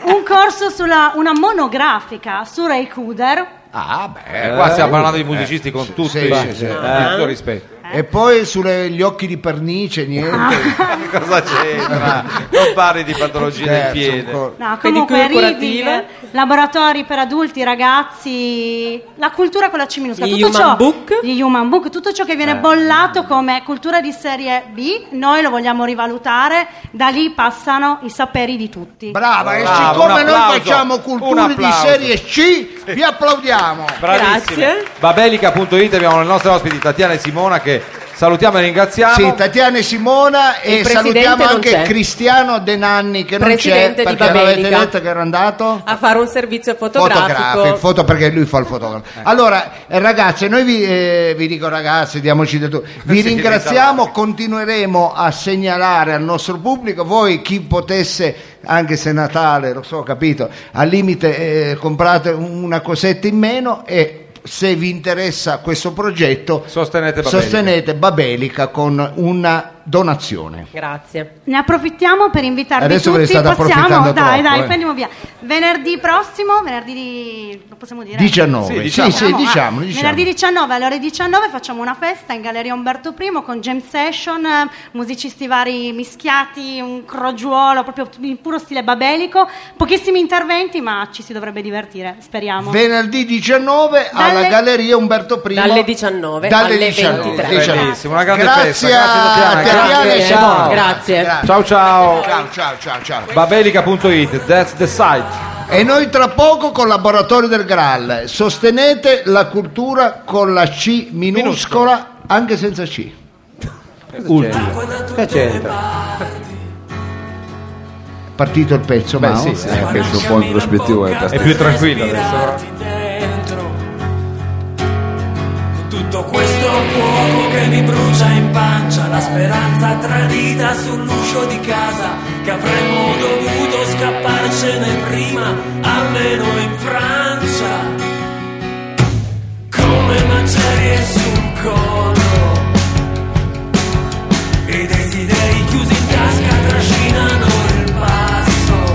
[SPEAKER 11] un corso sulla una monografica su Ray Cooder
[SPEAKER 10] Ah, beh.
[SPEAKER 3] Eh, qua stiamo
[SPEAKER 10] eh,
[SPEAKER 3] parlando di
[SPEAKER 10] eh,
[SPEAKER 3] musicisti con
[SPEAKER 10] sì,
[SPEAKER 3] tutti-
[SPEAKER 10] sì, sì, Eh? sì.
[SPEAKER 3] con tutto il rispetto.
[SPEAKER 10] E poi sugli occhi di pernice,
[SPEAKER 5] Ah.
[SPEAKER 10] niente.
[SPEAKER 3] Cosa c'entra? Non parli di patologia del
[SPEAKER 10] Scherzo,
[SPEAKER 3] piede.
[SPEAKER 10] ancora.
[SPEAKER 11] No,
[SPEAKER 5] Pedicure
[SPEAKER 11] comunque
[SPEAKER 5] curative.
[SPEAKER 11] reading, laboratori per adulti, ragazzi, la cultura con la C minuscola,
[SPEAKER 5] Gli
[SPEAKER 11] tutto
[SPEAKER 5] human
[SPEAKER 11] ciò,
[SPEAKER 5] book. Eh.
[SPEAKER 11] gli human book, tutto ciò che viene bollato come cultura di serie B, noi lo vogliamo rivalutare, da lì passano i saperi di tutti.
[SPEAKER 10] Brava, e
[SPEAKER 3] Bravo, un
[SPEAKER 10] siccome
[SPEAKER 3] applauso,
[SPEAKER 10] noi facciamo
[SPEAKER 3] un
[SPEAKER 10] culture di
[SPEAKER 3] applauso.
[SPEAKER 10] serie C, vi applaudiamo.
[SPEAKER 3] Bravissime.
[SPEAKER 5] Grazie.
[SPEAKER 3] Babelica.it abbiamo le nostre ospiti Tatiana e Simona che salutiamo e ringraziamo.
[SPEAKER 10] Sì, Tatiana e Simona e
[SPEAKER 5] Il presidente
[SPEAKER 10] salutiamo
[SPEAKER 5] non
[SPEAKER 10] anche
[SPEAKER 5] c'è.
[SPEAKER 10] Cristiano De Nanni che
[SPEAKER 5] Presidente di
[SPEAKER 10] non c'è perché avete
[SPEAKER 5] Babelica.
[SPEAKER 10] detto che era andato
[SPEAKER 5] a fare un servizio
[SPEAKER 10] Fotografico,
[SPEAKER 5] fotografico.
[SPEAKER 10] il foto perché lui fa il fotografo.
[SPEAKER 3] Ecco.
[SPEAKER 10] Allora, eh, ragazze, noi vi, eh, vi dico ragazzi, diamoci del tu. Vi
[SPEAKER 3] Sì, diciamo.
[SPEAKER 10] ringraziamo, continueremo a segnalare al nostro pubblico, voi chi potesse, anche se è Natale, lo so, ho capito, al limite eh, comprate un- una cosetta in meno e se vi interessa questo progetto
[SPEAKER 3] Sostenete Babelica.
[SPEAKER 10] sostenete Babelica con una donazione.
[SPEAKER 5] Grazie.
[SPEAKER 11] Ne approfittiamo per invitarvi
[SPEAKER 10] Adesso ve ne
[SPEAKER 11] tutti,
[SPEAKER 10] state approfittando
[SPEAKER 11] possiamo, dai,
[SPEAKER 10] troppo,
[SPEAKER 11] dai,
[SPEAKER 10] eh.
[SPEAKER 11] prendiamo via. Venerdì prossimo, venerdì di- lo possiamo dire?
[SPEAKER 10] 19,
[SPEAKER 3] Sì,
[SPEAKER 10] sì,
[SPEAKER 3] diciamo.
[SPEAKER 10] sì, diciamo,
[SPEAKER 11] ah,
[SPEAKER 10] diciamo.
[SPEAKER 11] Venerdì 19 alle ore 19 facciamo una festa in Galleria Umberto I con jam session, eh, musicisti vari mischiati, un crogiuolo proprio in puro stile babelico, pochissimi interventi ma ci si dovrebbe divertire, speriamo.
[SPEAKER 10] Venerdì 19 alla
[SPEAKER 11] Dalle-
[SPEAKER 10] Galleria Umberto I
[SPEAKER 5] Dalle 19
[SPEAKER 10] dalle
[SPEAKER 5] alle
[SPEAKER 10] 19,
[SPEAKER 5] 23.
[SPEAKER 3] Bellissimo, una grande
[SPEAKER 10] grazie
[SPEAKER 3] festa.
[SPEAKER 10] a
[SPEAKER 3] Grazie
[SPEAKER 10] Tatiana
[SPEAKER 5] Grazie.
[SPEAKER 10] e Simona.
[SPEAKER 5] Grazie.
[SPEAKER 3] Ciao ciao.
[SPEAKER 10] Ciao, ciao, ciao, ciao.
[SPEAKER 3] Babelica.it, that's the site.
[SPEAKER 10] E noi tra poco con Laboratorio del Graal. Sostenete la cultura con la C minuscola, anche senza C.
[SPEAKER 2] Ultimo. Che c'entra?
[SPEAKER 10] Partito il pezzo, Eh, ma
[SPEAKER 4] sì, sì, è anche un po' introspettivo. eh,
[SPEAKER 3] È
[SPEAKER 4] per-
[SPEAKER 3] più tranquillo adesso.
[SPEAKER 6] dentro con tutto questo fuoco che mi brucia in pancia la speranza tradita sull'uscio di casa che avremmo dovuto scapparcene prima almeno in Francia come macerie sul collo i desideri chiusi in tasca trascinano il passo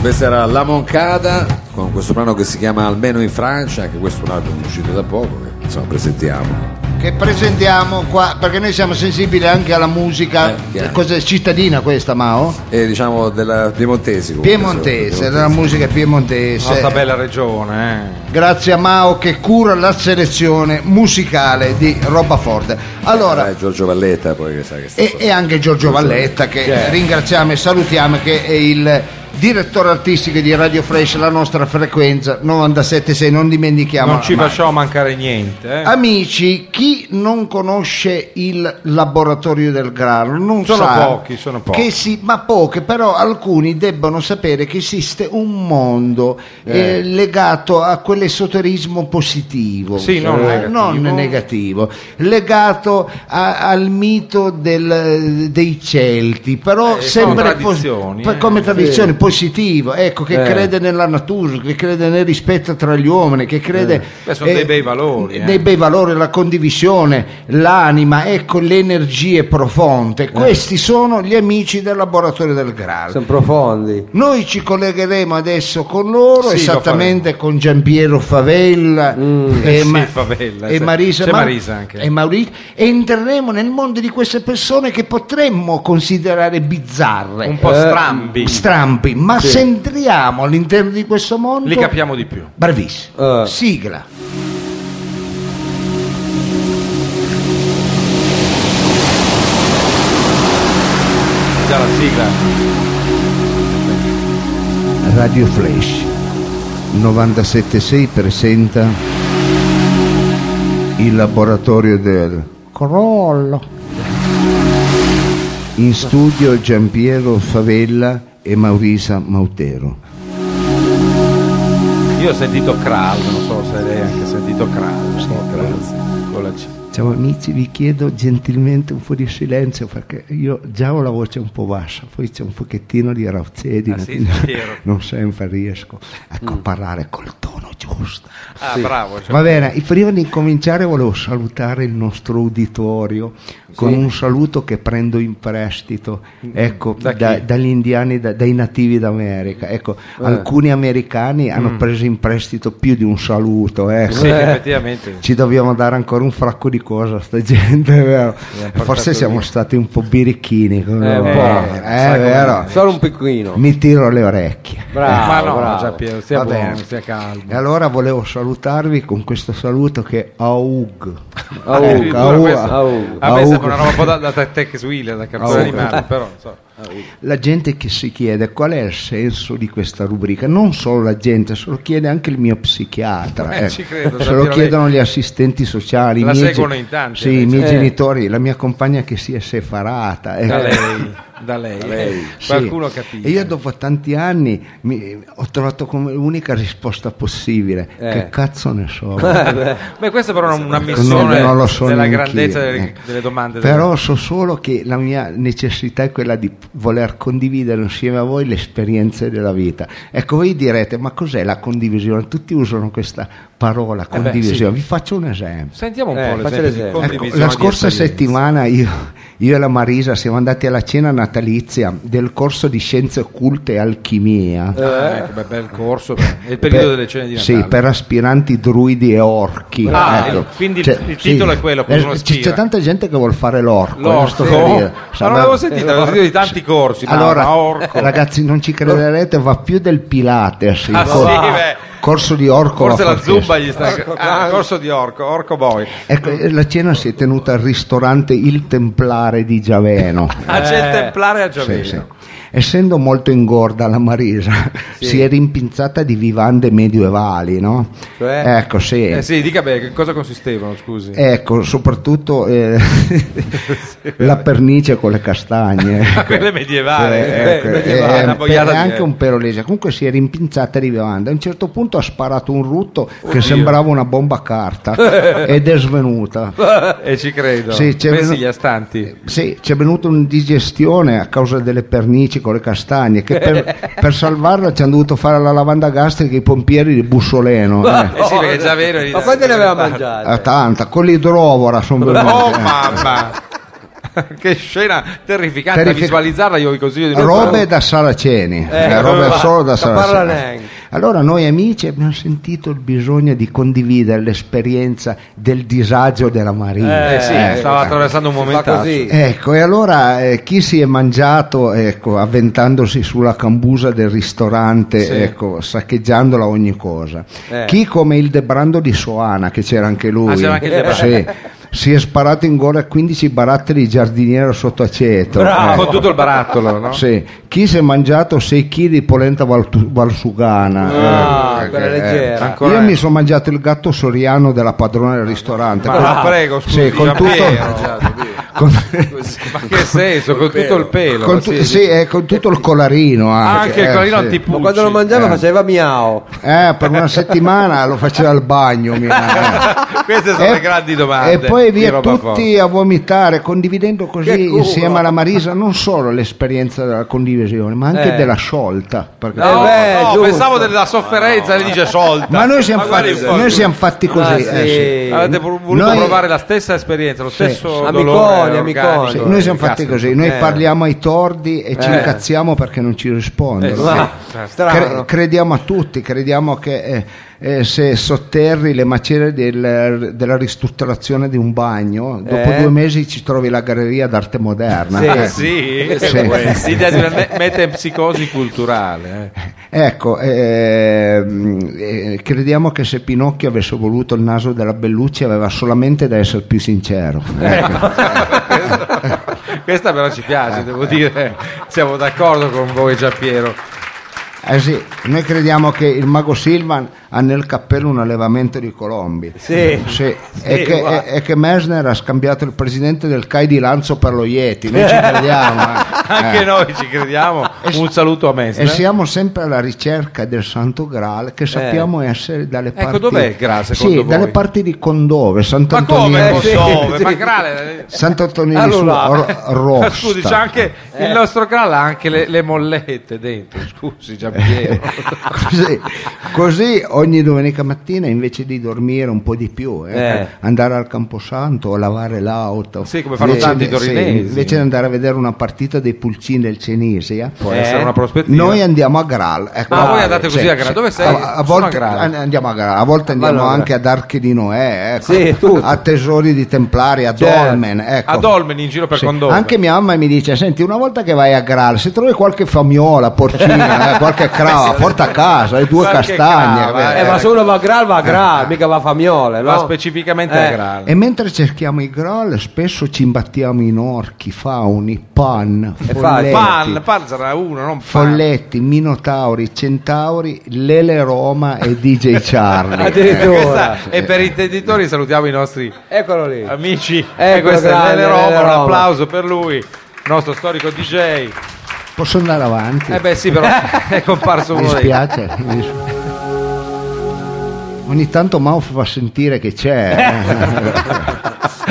[SPEAKER 4] Questa era La Moncada con questo brano che si chiama Almeno in Francia, che questo è un album uscito da poco, che insomma presentiamo.
[SPEAKER 10] Che presentiamo qua, perché noi siamo sensibili anche alla musica,
[SPEAKER 4] Eh, chiaro.
[SPEAKER 10] cos'è, cittadina questa Mao?
[SPEAKER 4] E diciamo della piemontesi comunque.
[SPEAKER 10] Piemontese, della musica piemontese.
[SPEAKER 3] Nostra bella regione, eh.
[SPEAKER 10] Grazie a Mao che cura la selezione musicale di Roba Forte. Allora,
[SPEAKER 4] Eh, Giorgio Valletta poi che sa che sta
[SPEAKER 10] e,
[SPEAKER 3] Eh,
[SPEAKER 10] e anche Giorgio Valletta che
[SPEAKER 4] Certo.
[SPEAKER 10] ringraziamo e salutiamo che è il direttore artistico di Radio Fresh, la nostra frequenza 976, non
[SPEAKER 3] eh.
[SPEAKER 10] dimentichiamo.
[SPEAKER 3] Non ci
[SPEAKER 10] mai.
[SPEAKER 3] facciamo mancare niente. eh.
[SPEAKER 10] Ah, Amici, chi non conosce il laboratorio del grano non
[SPEAKER 3] Sono
[SPEAKER 10] sa
[SPEAKER 3] pochi, sono pochi.
[SPEAKER 10] che si, ma poche, però alcuni debbono sapere che esiste un mondo
[SPEAKER 3] Eh.
[SPEAKER 10] eh, legato a quell'esoterismo positivo, Eh,
[SPEAKER 3] Sì, non negativo.
[SPEAKER 10] non negativo, legato a- al mito del- dei Celti, però
[SPEAKER 3] Eh,
[SPEAKER 10] sempre
[SPEAKER 3] come tradizioni,
[SPEAKER 10] po-
[SPEAKER 3] eh.
[SPEAKER 10] come tradizione
[SPEAKER 3] Sì.
[SPEAKER 10] positiva, ecco, che
[SPEAKER 3] Eh.
[SPEAKER 10] crede nella natura, che crede nel rispetto tra gli uomini, che crede...
[SPEAKER 3] Beh, sono
[SPEAKER 10] eh,
[SPEAKER 3] dei bei valori. eh.
[SPEAKER 10] dei bei valori, la condivisione, l'anima, ecco le energie profonde.
[SPEAKER 3] Eh.
[SPEAKER 10] Questi sono gli amici del laboratorio del Graal.
[SPEAKER 2] Sono profondi.
[SPEAKER 10] Noi ci collegheremo adesso con loro,
[SPEAKER 2] Sì, lo
[SPEAKER 10] esattamente con Giampiero Favella
[SPEAKER 3] Eh
[SPEAKER 10] e,
[SPEAKER 3] sì,
[SPEAKER 10] Ma-
[SPEAKER 3] Favella,
[SPEAKER 10] e
[SPEAKER 3] sì.
[SPEAKER 10] Marisa,
[SPEAKER 3] C'è
[SPEAKER 10] Ma-
[SPEAKER 3] Marisa anche.
[SPEAKER 10] e Maurizio, e entreremo nel mondo di queste persone che potremmo considerare bizzarre,
[SPEAKER 3] Un po' strambi.
[SPEAKER 10] strambi, ma
[SPEAKER 3] Sì.
[SPEAKER 10] se entriamo all'interno di questo mondo,
[SPEAKER 3] Li capiamo Eh. di più.
[SPEAKER 10] bravissimo. Sigla.
[SPEAKER 3] Già la sigla.
[SPEAKER 10] Radio Flash 976 presenta il laboratorio del crollo. In studio Giampiero Favella e Maurisa Mautero.
[SPEAKER 3] Io ho sentito Kral, non so se lei ha anche sentito Kral. Grazie. Con la C.
[SPEAKER 10] Ciao amici, vi chiedo gentilmente un po' di silenzio perché io già ho la voce un po' bassa, poi c'è un pochettino di razzedina,
[SPEAKER 3] Ah, sì,
[SPEAKER 10] quindi
[SPEAKER 3] Giampiero.
[SPEAKER 10] non sempre riesco a parlare col tono giusto.
[SPEAKER 3] Ah, bravo. cioè-
[SPEAKER 10] Va bene, e prima di cominciare volevo salutare il nostro uditorio con
[SPEAKER 3] Sì. Mm,
[SPEAKER 10] un saluto che prendo in prestito ecco,
[SPEAKER 3] Da chi? Eh.
[SPEAKER 10] da- dagli indiani, da- dai nativi d'America. Ecco, Alcuni americani hanno
[SPEAKER 3] Mm.
[SPEAKER 10] preso in prestito più di un saluto. Ecco.
[SPEAKER 3] Sì, effettivamente.
[SPEAKER 10] Ci dobbiamo dare ancora un fracco di cose a sta gente, è vero?
[SPEAKER 3] portato
[SPEAKER 10] Forse siamo
[SPEAKER 3] via.
[SPEAKER 10] stati un po' birichini. come
[SPEAKER 2] Eh,
[SPEAKER 10] lo-
[SPEAKER 2] un po'.
[SPEAKER 10] eh,
[SPEAKER 2] Sai come-
[SPEAKER 10] vero?
[SPEAKER 2] Solo un piccolino.
[SPEAKER 10] Mi tiro le orecchie.
[SPEAKER 2] Bravo,
[SPEAKER 3] Ma no,
[SPEAKER 2] bravo.
[SPEAKER 3] Giampiero, stia
[SPEAKER 10] Va
[SPEAKER 3] buono,
[SPEAKER 10] bene.
[SPEAKER 3] stia calmo.
[SPEAKER 10] E allora volevo salutarvi con questo saluto che è Aug. Eh,
[SPEAKER 3] Addirittura
[SPEAKER 10] Aug,
[SPEAKER 3] questo-
[SPEAKER 10] Aug,
[SPEAKER 3] A me
[SPEAKER 10] Aug.
[SPEAKER 3] Ah, sembra una roba un po' da, da Tech Wheel, da cartone
[SPEAKER 10] Aug.
[SPEAKER 3] animale, però non so.
[SPEAKER 10] La gente che si chiede qual è il senso di questa rubrica, non solo la gente, se lo chiede anche il mio psichiatra. ecco.
[SPEAKER 3] Eh, ci credo,
[SPEAKER 10] se
[SPEAKER 3] Giampiero,
[SPEAKER 10] lo
[SPEAKER 3] lei-
[SPEAKER 10] chiedono gli assistenti sociali,
[SPEAKER 3] La
[SPEAKER 10] i miei,
[SPEAKER 3] seguono in tanti,
[SPEAKER 10] sì, i
[SPEAKER 3] lei,
[SPEAKER 10] miei
[SPEAKER 3] eh.
[SPEAKER 10] genitori, la mia compagna che si è separata.
[SPEAKER 3] Da
[SPEAKER 10] eh.
[SPEAKER 3] lei, da lei. Eh,
[SPEAKER 10] Sì.
[SPEAKER 3] Qualcuno capisce.
[SPEAKER 10] E io dopo tanti anni mi- ho trovato come l'unica risposta possibile.
[SPEAKER 3] Eh.
[SPEAKER 10] Che cazzo ne so?
[SPEAKER 3] Beh, questa è però una
[SPEAKER 10] Non-
[SPEAKER 3] missione
[SPEAKER 10] non lo so
[SPEAKER 3] della
[SPEAKER 10] neanch'io,
[SPEAKER 3] grandezza delle,
[SPEAKER 10] eh.
[SPEAKER 3] delle domande.
[SPEAKER 10] Però so solo che la mia necessità è quella di voler condividere insieme a voi le esperienze della vita. Ecco, voi direte, ma cos'è la condivisione? Tutti usano questa parola,
[SPEAKER 3] Eh beh,
[SPEAKER 10] condivisione.
[SPEAKER 3] sì.
[SPEAKER 10] Vi faccio un esempio.
[SPEAKER 3] Sentiamo un
[SPEAKER 2] Eh,
[SPEAKER 3] po'
[SPEAKER 2] faccia
[SPEAKER 3] l'esempio di
[SPEAKER 2] l'esempio.
[SPEAKER 10] Ecco,
[SPEAKER 3] condivisione
[SPEAKER 10] la
[SPEAKER 3] di
[SPEAKER 10] scorsa
[SPEAKER 3] esperienze.
[SPEAKER 10] settimana io, io e la Marisa siamo andati alla cena natalizia del corso di scienze occulte e alchimia.
[SPEAKER 3] Ah, ecco, beh, bel corso. beh. È il periodo
[SPEAKER 10] Per-
[SPEAKER 3] delle cene di Natale.
[SPEAKER 10] eh, Sì, per aspiranti druidi e orchi.
[SPEAKER 3] Ah,
[SPEAKER 10] ecco.
[SPEAKER 3] eh, quindi il- il titolo è quello, qualcuno
[SPEAKER 10] Eh, c-
[SPEAKER 3] aspira.
[SPEAKER 10] C'è tanta gente che vuol fare l'orco.
[SPEAKER 3] L'orco?
[SPEAKER 10] non sto per
[SPEAKER 3] Oh,
[SPEAKER 10] dire.
[SPEAKER 3] ma non l'avevo sentito, l'avevo sentito di tanti corsi, ma
[SPEAKER 10] Cioè, Allora,
[SPEAKER 3] ma orco.
[SPEAKER 10] ragazzi, non ci crederete, va più del Pilates. il
[SPEAKER 3] Ah,
[SPEAKER 10] cor-
[SPEAKER 3] sì, beh.
[SPEAKER 10] corso di orco.
[SPEAKER 3] Forse
[SPEAKER 10] va
[SPEAKER 3] la
[SPEAKER 10] fortissimo.
[SPEAKER 3] zumba gli sta. Ah, corso di orco, orco boy.
[SPEAKER 10] Ecco, eh, la cena si è tenuta al ristorante Il Templare di Giaveno.
[SPEAKER 3] Ah, c'è il templare a Giovino.
[SPEAKER 10] Eh, Sì, sì. Essendo molto ingorda la Marisa, si è rimpinzata di vivande medioevali, no?
[SPEAKER 3] Cioè?
[SPEAKER 10] Ecco, sì.
[SPEAKER 3] Eh sì, dica beh, che cosa consistevano, scusi.
[SPEAKER 10] Ecco, soprattutto eh, la pernice con le castagne. ecco.
[SPEAKER 3] Ah, Quelle medievali,
[SPEAKER 10] Sì,
[SPEAKER 3] eh,
[SPEAKER 10] ecco,
[SPEAKER 3] medievali,
[SPEAKER 10] eh,
[SPEAKER 3] una
[SPEAKER 10] eh,
[SPEAKER 3] boiata
[SPEAKER 10] è
[SPEAKER 3] di-
[SPEAKER 10] anche un pelo lesa. Comunque si è rimpinzata di bevanda. A un certo punto ha sparato un rutto
[SPEAKER 3] Oddio.
[SPEAKER 10] che sembrava una bomba a carta ed è svenuta.
[SPEAKER 3] e ci credo.
[SPEAKER 10] Sì,
[SPEAKER 3] Pensi
[SPEAKER 10] c'è venuto- Eh,
[SPEAKER 3] gli astanti.
[SPEAKER 10] Sì, ci è venuta un'indigestione a causa delle pernici con le castagne che per, per salvarla ci hanno dovuto fare la lavanda gastrica i pompieri di Bussoleno. eh.
[SPEAKER 3] Eh sì, perché già vero.
[SPEAKER 10] Ah,
[SPEAKER 2] Ma quante ne aveva mangiate?
[SPEAKER 10] A tanta, con l'idrovora sono venuti.
[SPEAKER 3] Oh
[SPEAKER 10] eh.
[SPEAKER 3] mamma! che scena terrificante
[SPEAKER 10] Terrific-
[SPEAKER 3] visualizzarla io vi consiglio di non
[SPEAKER 10] Robe da Saraceni,
[SPEAKER 3] Eh,
[SPEAKER 10] eh, robe
[SPEAKER 3] va,
[SPEAKER 10] solo da
[SPEAKER 3] caparra
[SPEAKER 10] Saraceni.
[SPEAKER 3] neanche.
[SPEAKER 10] Allora noi amici abbiamo sentito il bisogno di condividere l'esperienza del disagio della Marina.
[SPEAKER 3] Eh, sì,
[SPEAKER 10] Ecco.
[SPEAKER 3] stava attraversando un
[SPEAKER 10] Si fa
[SPEAKER 3] momento
[SPEAKER 10] così. Ecco, e allora eh, chi si è mangiato ecco, avventandosi sulla cambusa del ristorante,
[SPEAKER 3] Sì.
[SPEAKER 10] ecco, saccheggiandola ogni cosa?
[SPEAKER 3] Eh.
[SPEAKER 10] Chi come il Debrando di Soana, che c'era anche lui,
[SPEAKER 3] Ah, c'era anche il De Brando.
[SPEAKER 10] Sì, si è sparato in gola 15 barattoli di giardiniera sotto aceto.
[SPEAKER 3] Bravo.
[SPEAKER 10] Ecco.
[SPEAKER 3] Con tutto il barattolo, no?
[SPEAKER 10] Sì. Chi si è mangiato 6 kg di polenta valtu- valsugana? Eh,
[SPEAKER 3] Ah, quella
[SPEAKER 10] perché,
[SPEAKER 3] leggera. Ancora
[SPEAKER 10] Io
[SPEAKER 3] è.
[SPEAKER 10] mi sono mangiato il gatto soriano della padrona del ristorante.
[SPEAKER 3] Ma
[SPEAKER 10] Con-
[SPEAKER 3] la prego, scusi,
[SPEAKER 10] sì, con
[SPEAKER 3] Giampiero.
[SPEAKER 10] tutto, con-
[SPEAKER 3] Ma che senso, con tutto il pelo.
[SPEAKER 10] con tu-
[SPEAKER 3] sì. Ah,
[SPEAKER 10] sì, eh, con tutto il colarino anche,
[SPEAKER 3] Anche il
[SPEAKER 10] eh,
[SPEAKER 3] collarino
[SPEAKER 10] sì.
[SPEAKER 3] antipucci. Ma
[SPEAKER 2] quando lo mangiava
[SPEAKER 10] Eh.
[SPEAKER 2] faceva miao.
[SPEAKER 10] Eh, per una settimana lo faceva al bagno mia.
[SPEAKER 3] Queste sono
[SPEAKER 10] E-
[SPEAKER 3] le grandi domande.
[SPEAKER 10] e poi
[SPEAKER 3] di
[SPEAKER 10] via
[SPEAKER 3] roba
[SPEAKER 10] tutti a vomitare condividendo
[SPEAKER 2] Che
[SPEAKER 10] così
[SPEAKER 2] culo.
[SPEAKER 10] insieme alla Marisa non solo l'esperienza della condivisione ma anche
[SPEAKER 3] Eh.
[SPEAKER 10] della sciolta perché-
[SPEAKER 3] No, no, pensavo della sofferenza, lei dice sciolta.
[SPEAKER 10] Eh, ma noi siamo,
[SPEAKER 3] guardi
[SPEAKER 10] fatti,
[SPEAKER 3] un po'
[SPEAKER 10] noi
[SPEAKER 3] tu.
[SPEAKER 10] siamo fatti così
[SPEAKER 3] Ah, sì.
[SPEAKER 10] eh, sì.
[SPEAKER 3] Avete pro- voluto
[SPEAKER 10] Noi-
[SPEAKER 3] provare la stessa esperienza, lo stesso
[SPEAKER 2] Amiconi,
[SPEAKER 3] dolore
[SPEAKER 2] amiconi.
[SPEAKER 3] organico.
[SPEAKER 10] Sì, noi siamo fatti
[SPEAKER 3] Cazzo.
[SPEAKER 10] così, noi
[SPEAKER 3] Eh.
[SPEAKER 10] parliamo ai tordi e ci
[SPEAKER 3] Eh.
[SPEAKER 10] incazziamo perché non ci rispondono.
[SPEAKER 3] Eh, sì,
[SPEAKER 2] Ah,
[SPEAKER 10] Ma
[SPEAKER 3] certo. Strano.
[SPEAKER 10] crediamo a tutti, crediamo che eh, eh, se sotterri le macerie del- della ristrutturazione di un bagno, dopo
[SPEAKER 3] Eh.
[SPEAKER 10] due mesi ci trovi la galleria d'arte moderna.
[SPEAKER 3] Ah,
[SPEAKER 10] Eh.
[SPEAKER 3] sì,
[SPEAKER 10] Sì.
[SPEAKER 3] l'idea di una me- metempsicosi culturale. eh.
[SPEAKER 10] Ecco, ehm, eh, crediamo che se Pinocchio avesse voluto il naso della Bellucci aveva solamente da essere più sincero.
[SPEAKER 3] Eh, Questa però ci piace, devo dire, siamo d'accordo con voi Giampiero.
[SPEAKER 10] Eh sì, noi crediamo che il mago Silvan ha nel cappello un allevamento di Colombi.
[SPEAKER 2] Sì.
[SPEAKER 10] e,
[SPEAKER 2] Sì,
[SPEAKER 10] che,
[SPEAKER 2] guarda.
[SPEAKER 10] e- e che Messner ha scambiato il presidente del CAI di Lanzo per lo Yeti. Noi ci crediamo. eh.
[SPEAKER 3] Anche noi ci crediamo. Un saluto a me.
[SPEAKER 10] E siamo sempre alla ricerca del Santo Graal che sappiamo essere dalle parti.
[SPEAKER 3] Eh. Ecco, dov'è il Graal, secondo
[SPEAKER 10] Sì,
[SPEAKER 3] voi?
[SPEAKER 10] dalle parti di Condove,
[SPEAKER 3] Ma come?
[SPEAKER 10] Sant'Antonino.
[SPEAKER 3] Kosovo? Ma Grale-
[SPEAKER 10] Sant'Antonino di
[SPEAKER 3] Allora. Eh.
[SPEAKER 10] Ro-
[SPEAKER 3] Ma
[SPEAKER 10] Rosta.
[SPEAKER 3] Scusi, c'ha anche il nostro Grala ha anche le, le mollette dentro. Scusi, Giampiero.
[SPEAKER 10] Eh, così, così ogni domenica mattina invece di dormire un po' di più, eh,
[SPEAKER 3] Eh.
[SPEAKER 10] andare al Camposanto o lavare l'auto,
[SPEAKER 3] Sì, come fanno
[SPEAKER 10] Invece-
[SPEAKER 3] tanti
[SPEAKER 10] sì,
[SPEAKER 3] torinesi.
[SPEAKER 10] invece di andare a vedere una partita dei Pulcini del Cenesia,
[SPEAKER 3] Può essere una eh, prospettiva.
[SPEAKER 10] Noi andiamo a Graal. ecco.
[SPEAKER 3] Ah, voi andate così
[SPEAKER 10] Sì,
[SPEAKER 3] a Graal.
[SPEAKER 10] sì.
[SPEAKER 3] Dove sei?
[SPEAKER 10] A, a
[SPEAKER 3] Sono
[SPEAKER 10] volte
[SPEAKER 3] a Graal.
[SPEAKER 10] an- andiamo a Graal, a volte andiamo
[SPEAKER 3] Allora.
[SPEAKER 10] anche ad Arche di Noè, ecco,
[SPEAKER 3] Sì, tutto.
[SPEAKER 10] a Tesori di Templari, a
[SPEAKER 3] Certo.
[SPEAKER 10] Dolmen. Ecco.
[SPEAKER 3] A Dolmen in giro per
[SPEAKER 10] Sì,
[SPEAKER 3] Condove.
[SPEAKER 10] Anche mia mamma mi dice: Senti, una volta che vai a Graal, se trovi qualche famiola, porcina, eh, qualche crava, porta a casa e due
[SPEAKER 2] Qualche
[SPEAKER 10] castagne.
[SPEAKER 2] crava,
[SPEAKER 10] eh,
[SPEAKER 2] eh, ma se uno va a Graal va a Graal, mica va a Famiole, no?
[SPEAKER 3] ecco. Va specificamente a
[SPEAKER 2] Eh.
[SPEAKER 3] Grale.
[SPEAKER 10] E mentre cerchiamo i Graal, spesso ci imbattiamo in orchi, fauni, pan, folletti,
[SPEAKER 3] Pan, pan sarà uno, non pan.
[SPEAKER 10] folletti, minotauri, centauri, Lele Roma e DJ Charlie.
[SPEAKER 3] Eh,
[SPEAKER 10] Eh,
[SPEAKER 3] questa-
[SPEAKER 10] sì.
[SPEAKER 3] e per i intenditori salutiamo i nostri
[SPEAKER 2] Eccolo
[SPEAKER 3] Eh,
[SPEAKER 2] lì.
[SPEAKER 3] amici. e
[SPEAKER 2] Eccolo,
[SPEAKER 3] questo è
[SPEAKER 2] grande,
[SPEAKER 3] Lele Roma,
[SPEAKER 2] Lele
[SPEAKER 3] un
[SPEAKER 2] Roma.
[SPEAKER 3] applauso per lui, nostro storico DJ.
[SPEAKER 10] Posso andare avanti?
[SPEAKER 3] Eh beh sì, però è comparso
[SPEAKER 10] Mi
[SPEAKER 3] uno dei...
[SPEAKER 10] dispiace. mi dis- Ogni tanto Mauf fa sentire che c'è. eh.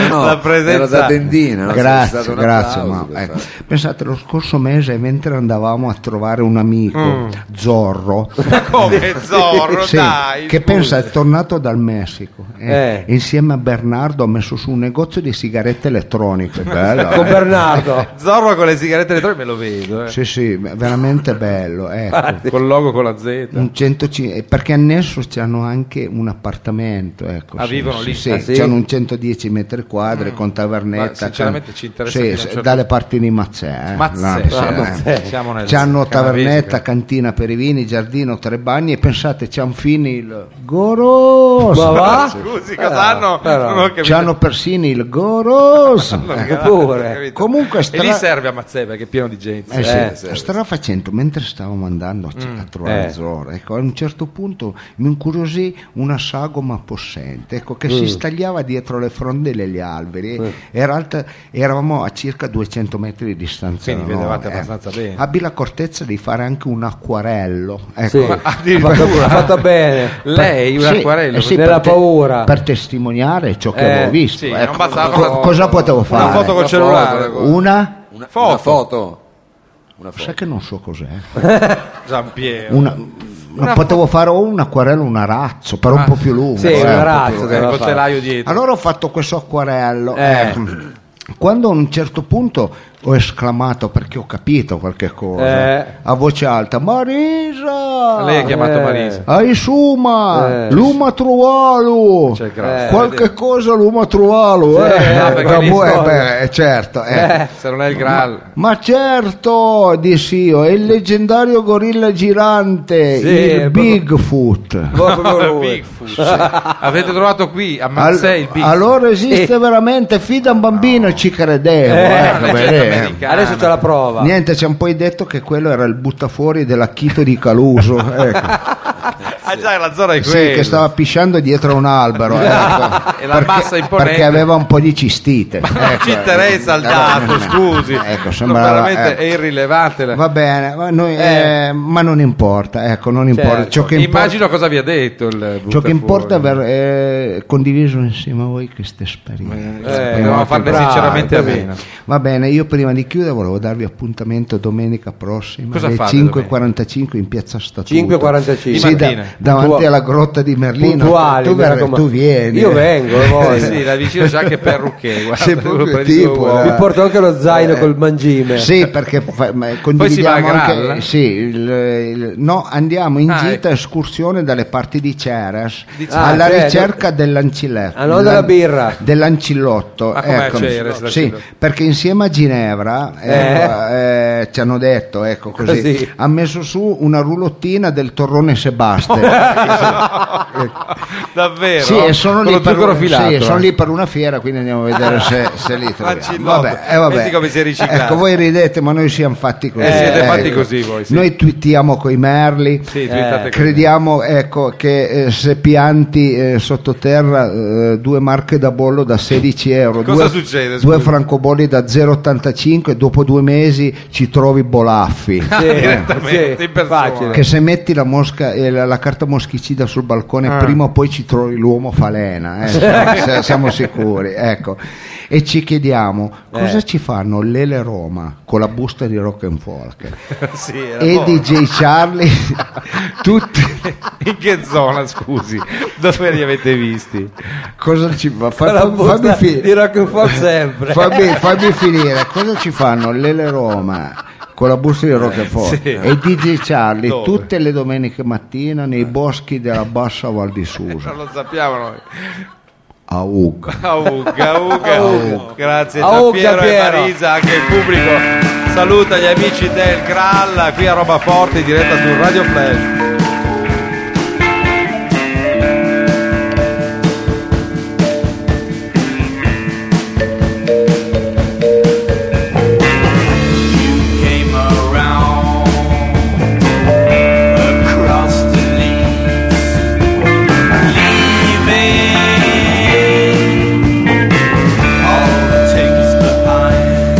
[SPEAKER 4] No,
[SPEAKER 3] La presenza-
[SPEAKER 4] era da tendina. Eh, no? Sarebbe stato
[SPEAKER 10] grazie,
[SPEAKER 4] un
[SPEAKER 10] grazie.
[SPEAKER 4] applauso,
[SPEAKER 10] Ma,
[SPEAKER 4] per
[SPEAKER 10] ecco.
[SPEAKER 4] fare.
[SPEAKER 10] Pensate, lo scorso mese, mentre andavamo a trovare un amico,
[SPEAKER 3] Mm.
[SPEAKER 10] Zorro,
[SPEAKER 3] Ma come Zorro,
[SPEAKER 10] sì,
[SPEAKER 3] dai.
[SPEAKER 10] che
[SPEAKER 3] scusi.
[SPEAKER 10] pensa è tornato dal Messico eh,
[SPEAKER 2] Eh.
[SPEAKER 10] insieme a Bernardo ha messo su un negozio di sigarette elettroniche bello,
[SPEAKER 2] Con
[SPEAKER 10] eh.
[SPEAKER 2] Bernardo.
[SPEAKER 3] Zorro con le sigarette elettroniche me lo vedo, eh. Ah,
[SPEAKER 10] sì sì veramente bello ecco.
[SPEAKER 3] Col logo con la Z.
[SPEAKER 10] Un 105 eh, perché annesso c'hanno anche un appartamento ecco,
[SPEAKER 3] Ah, vivono lì?
[SPEAKER 10] sì,
[SPEAKER 3] Ah,
[SPEAKER 10] sì,
[SPEAKER 3] sì? Mm.
[SPEAKER 10] c'hanno un 110 metri quadri con tavernetta
[SPEAKER 3] Ma sinceramente
[SPEAKER 10] can-
[SPEAKER 3] ci interessa
[SPEAKER 10] sì,
[SPEAKER 3] fino a un
[SPEAKER 10] sì,
[SPEAKER 3] certo-
[SPEAKER 10] dalle parti di Mazzè eh.
[SPEAKER 3] Mazzè,
[SPEAKER 10] No, sì,
[SPEAKER 3] ah,
[SPEAKER 10] eh.
[SPEAKER 3] Mazzè. Siamo nel
[SPEAKER 10] c'hanno tavernetta
[SPEAKER 3] Canavese,
[SPEAKER 10] cantina per i vini giardino tre bagni e pensate c'è un fini il goroso
[SPEAKER 2] Ma va? Eh,
[SPEAKER 3] Scusi, cosa hanno? Non ho capito.
[SPEAKER 10] Ah, c'hanno persino il goroso
[SPEAKER 3] Non ho
[SPEAKER 10] Eh,
[SPEAKER 3] capito,
[SPEAKER 2] pure.
[SPEAKER 3] non ho capito.
[SPEAKER 10] Comunque stra-
[SPEAKER 3] E lì serve a Mazzè perché è pieno di gente.
[SPEAKER 10] Eh sì,
[SPEAKER 2] Eh,
[SPEAKER 10] stava facendo mentre stavamo andando a,
[SPEAKER 3] Mm,
[SPEAKER 10] a trovare
[SPEAKER 2] eh.
[SPEAKER 10] Zorro, ecco, a un certo punto mi incuriosì una sagoma possente ecco, che si stagliava dietro le fronde e gli alberi. Era alta- eravamo a circa 200 metri di distanza.
[SPEAKER 3] Quindi
[SPEAKER 10] da noi,
[SPEAKER 3] vedevate
[SPEAKER 10] eh.
[SPEAKER 3] abbastanza bene.
[SPEAKER 10] Abbi l'accortezza di fare anche un acquarello. Ecco.
[SPEAKER 2] Sì. Ha fatto, ha fatto bene.
[SPEAKER 3] Lei, un
[SPEAKER 10] Sì,
[SPEAKER 3] acquarello.
[SPEAKER 10] eh sì,
[SPEAKER 2] Nella
[SPEAKER 10] per te-
[SPEAKER 2] paura.
[SPEAKER 10] per testimoniare ciò che
[SPEAKER 2] Eh,
[SPEAKER 10] avevo visto.
[SPEAKER 3] sì, non
[SPEAKER 10] ecco.
[SPEAKER 3] bastava
[SPEAKER 10] Co-
[SPEAKER 3] una-
[SPEAKER 10] cosa potevo
[SPEAKER 3] una
[SPEAKER 10] fare?
[SPEAKER 3] foto col
[SPEAKER 4] Una
[SPEAKER 3] cellulare.
[SPEAKER 4] foto.
[SPEAKER 10] Una?
[SPEAKER 4] Una
[SPEAKER 3] Foto.
[SPEAKER 4] una foto. Una foto.
[SPEAKER 10] Sai che non so cos'è.
[SPEAKER 3] Giampiero.
[SPEAKER 10] una,
[SPEAKER 3] Una
[SPEAKER 10] potevo fare o un acquarello o un arazzo, però un po' più lungo.
[SPEAKER 2] Sì,
[SPEAKER 10] eh, Ah,
[SPEAKER 2] un
[SPEAKER 10] un po'
[SPEAKER 2] arazzo.
[SPEAKER 10] più-
[SPEAKER 3] Eh,
[SPEAKER 2] doveva
[SPEAKER 3] col
[SPEAKER 2] fare.
[SPEAKER 3] telaio dietro.
[SPEAKER 10] Allora ho fatto questo acquarello.
[SPEAKER 2] Eh.
[SPEAKER 10] ecco. quando a un certo punto ho esclamato perché ho capito qualche cosa
[SPEAKER 2] Eh.
[SPEAKER 10] a voce alta Marisa
[SPEAKER 3] Lei ha chiamato
[SPEAKER 10] eh.
[SPEAKER 3] Marisa.
[SPEAKER 10] Ai Suma
[SPEAKER 3] Eh.
[SPEAKER 10] Luma Trualu
[SPEAKER 3] C'è il grasso.
[SPEAKER 10] qualche cosa Luma Trualu eh.
[SPEAKER 3] Eh, no, perché
[SPEAKER 10] Ma
[SPEAKER 3] lì
[SPEAKER 10] mu- eh,
[SPEAKER 3] storia.
[SPEAKER 10] beh, eh, certo eh.
[SPEAKER 3] Se non è il Graal.
[SPEAKER 10] Ma certo, dissi io, è il leggendario gorilla girante,
[SPEAKER 3] Sì, eh,
[SPEAKER 10] il
[SPEAKER 3] è proprio-
[SPEAKER 10] Bigfoot.
[SPEAKER 3] Bigfoot. Avete trovato qui a
[SPEAKER 10] Al-
[SPEAKER 3] Marseille il Bigfoot. Eh.
[SPEAKER 10] allora esiste veramente, fida un bambino ci credevo. ecco,
[SPEAKER 3] certo,
[SPEAKER 10] perché-
[SPEAKER 2] adesso c'è la prova.
[SPEAKER 10] Niente, ci hanno poi detto che quello era il buttafuori dell'acchito di Caluso, ecco.
[SPEAKER 3] Ah già, la zona è
[SPEAKER 10] Sì,
[SPEAKER 3] quella. Ecco.
[SPEAKER 10] che stava pisciando dietro a un albero, ecco.
[SPEAKER 3] e la massa imponente.
[SPEAKER 10] perché aveva un po' di cistite.
[SPEAKER 3] Non
[SPEAKER 10] ecco.
[SPEAKER 3] ci interessa il
[SPEAKER 10] Eh, no, no,
[SPEAKER 3] dato,
[SPEAKER 10] no.
[SPEAKER 3] scusi.
[SPEAKER 10] Ecco,
[SPEAKER 3] No,
[SPEAKER 10] sembrava,
[SPEAKER 3] veramente
[SPEAKER 10] ecco.
[SPEAKER 3] è irrilevante. la-
[SPEAKER 10] Va bene, ma, noi- eh, ma non importa, ecco, non importa.
[SPEAKER 3] Certo.
[SPEAKER 10] Ciò che importa
[SPEAKER 3] Immagino cosa vi ha detto il
[SPEAKER 10] Ciò che
[SPEAKER 3] buttafuori.
[SPEAKER 10] importa è aver eh, condiviso insieme a voi queste esperienze.
[SPEAKER 3] Eh,
[SPEAKER 10] Speriamo
[SPEAKER 3] dobbiamo
[SPEAKER 10] che-
[SPEAKER 3] farne
[SPEAKER 10] Bravo,
[SPEAKER 3] sinceramente a
[SPEAKER 10] così.
[SPEAKER 3] meno.
[SPEAKER 10] Va bene, io prima di chiudere volevo darvi appuntamento domenica prossima
[SPEAKER 2] Cosa
[SPEAKER 10] alle
[SPEAKER 2] fate
[SPEAKER 10] 5.45 in piazza Statuto.
[SPEAKER 2] 5.45.
[SPEAKER 10] Sì,
[SPEAKER 2] Di
[SPEAKER 10] da-
[SPEAKER 2] mattina.
[SPEAKER 10] davanti
[SPEAKER 2] Puntua-
[SPEAKER 10] alla grotta di Merlino.
[SPEAKER 2] Puntuali,
[SPEAKER 10] tu,
[SPEAKER 2] mi
[SPEAKER 10] verrai-
[SPEAKER 2] raccomando.
[SPEAKER 10] tu vieni.
[SPEAKER 2] Io vengo,
[SPEAKER 10] Eh,
[SPEAKER 2] voglio.
[SPEAKER 3] Eh sì, la vicina c'è anche Perrucchè, guarda,
[SPEAKER 10] Sì, proprio
[SPEAKER 3] lo prendi
[SPEAKER 10] tipo,
[SPEAKER 3] tu, guarda.
[SPEAKER 10] eh.
[SPEAKER 2] Mi porto anche lo zaino
[SPEAKER 10] Eh,
[SPEAKER 2] col mangime.
[SPEAKER 10] Sì, perché fa- ma
[SPEAKER 3] Poi si va a
[SPEAKER 10] condividiamo anche.
[SPEAKER 3] Graal?
[SPEAKER 10] Sì, il- il- no, andiamo in
[SPEAKER 2] eh? Ah,
[SPEAKER 10] gita escursione dalle parti di Ceres
[SPEAKER 2] Di Ceres.
[SPEAKER 10] alla
[SPEAKER 2] Ah, cioè,
[SPEAKER 10] ricerca dell'ancilletto.
[SPEAKER 2] Ah, no, della birra.
[SPEAKER 10] Dell'ancillotto.
[SPEAKER 2] Ah, com'è
[SPEAKER 10] ecco.
[SPEAKER 2] a Ceres,
[SPEAKER 10] Sì,
[SPEAKER 2] l'ancillotto?
[SPEAKER 10] perché insieme a Ginevra
[SPEAKER 2] Eh.
[SPEAKER 10] ecco, eh, ci hanno detto, ecco così,
[SPEAKER 2] Così.
[SPEAKER 10] ha messo su una rulottina del torrone Sebaste.
[SPEAKER 3] Davvero?
[SPEAKER 10] Sì, e sono,
[SPEAKER 3] Con
[SPEAKER 10] lì
[SPEAKER 3] lo zucchero
[SPEAKER 10] per,
[SPEAKER 3] filato. eh. Ah.
[SPEAKER 10] sì, sono lì per una fiera, quindi andiamo a vedere se, se lì troviamo.
[SPEAKER 3] Ancillotto.
[SPEAKER 10] Vabbè, eh, vabbè.
[SPEAKER 3] Vedi come si è riciclato.
[SPEAKER 10] Ecco, voi ridete, ma noi siamo fatti così.
[SPEAKER 3] Eh, siete
[SPEAKER 10] ecco.
[SPEAKER 3] fatti così voi, sì.
[SPEAKER 10] Noi twittiamo coi merli,
[SPEAKER 3] Sì, twittate coi
[SPEAKER 10] crediamo ecco, che eh, se pianti eh, sottoterra eh, due marche da bollo da 16 euro,
[SPEAKER 3] Cosa
[SPEAKER 10] due,
[SPEAKER 3] succede, scusi?
[SPEAKER 10] due francobolli da 0,85, dopo due mesi ci trovi bolaffi.
[SPEAKER 3] Ah, direttamente in persona.
[SPEAKER 10] Che se metti la, mosca, eh, la, la carta moschicida sul balcone,
[SPEAKER 3] Ah.
[SPEAKER 10] prima o poi ci trovi l'uomo falena, eh, siamo, se- siamo sicuri. Ecco. E ci chiediamo cosa
[SPEAKER 3] Eh.
[SPEAKER 10] ci fanno l'Ele Roma con la busta di Rock and Folk
[SPEAKER 3] Sì, era
[SPEAKER 10] e
[SPEAKER 3] buono.
[SPEAKER 10] DJ Charlie, tutti,
[SPEAKER 3] In che zona, scusi? Dove li avete visti?
[SPEAKER 10] cosa ci fa? fa-
[SPEAKER 2] Quella
[SPEAKER 10] fa- fammi,
[SPEAKER 2] busta
[SPEAKER 10] fi-
[SPEAKER 2] di rock and folk sempre.
[SPEAKER 10] fammi- fammi finire, cosa ci fanno l'Ele Roma? Con la busta di Rock and Folk
[SPEAKER 2] Sì.
[SPEAKER 10] e DJ Charlie
[SPEAKER 3] Dove?
[SPEAKER 10] tutte le domeniche mattina nei boschi della bassa Val di Susa
[SPEAKER 3] Non lo sappiamo noi.
[SPEAKER 10] a Ug.
[SPEAKER 3] Auga, auga.
[SPEAKER 10] Auga.
[SPEAKER 3] Grazie
[SPEAKER 10] Auga,
[SPEAKER 3] da Piero e
[SPEAKER 10] Piero.
[SPEAKER 3] Marisa, anche il pubblico. Saluta gli amici del Graal, qui a Roba Forte, in diretta su Radio Flash.
[SPEAKER 6] came around across the leaves, leaving all things behind.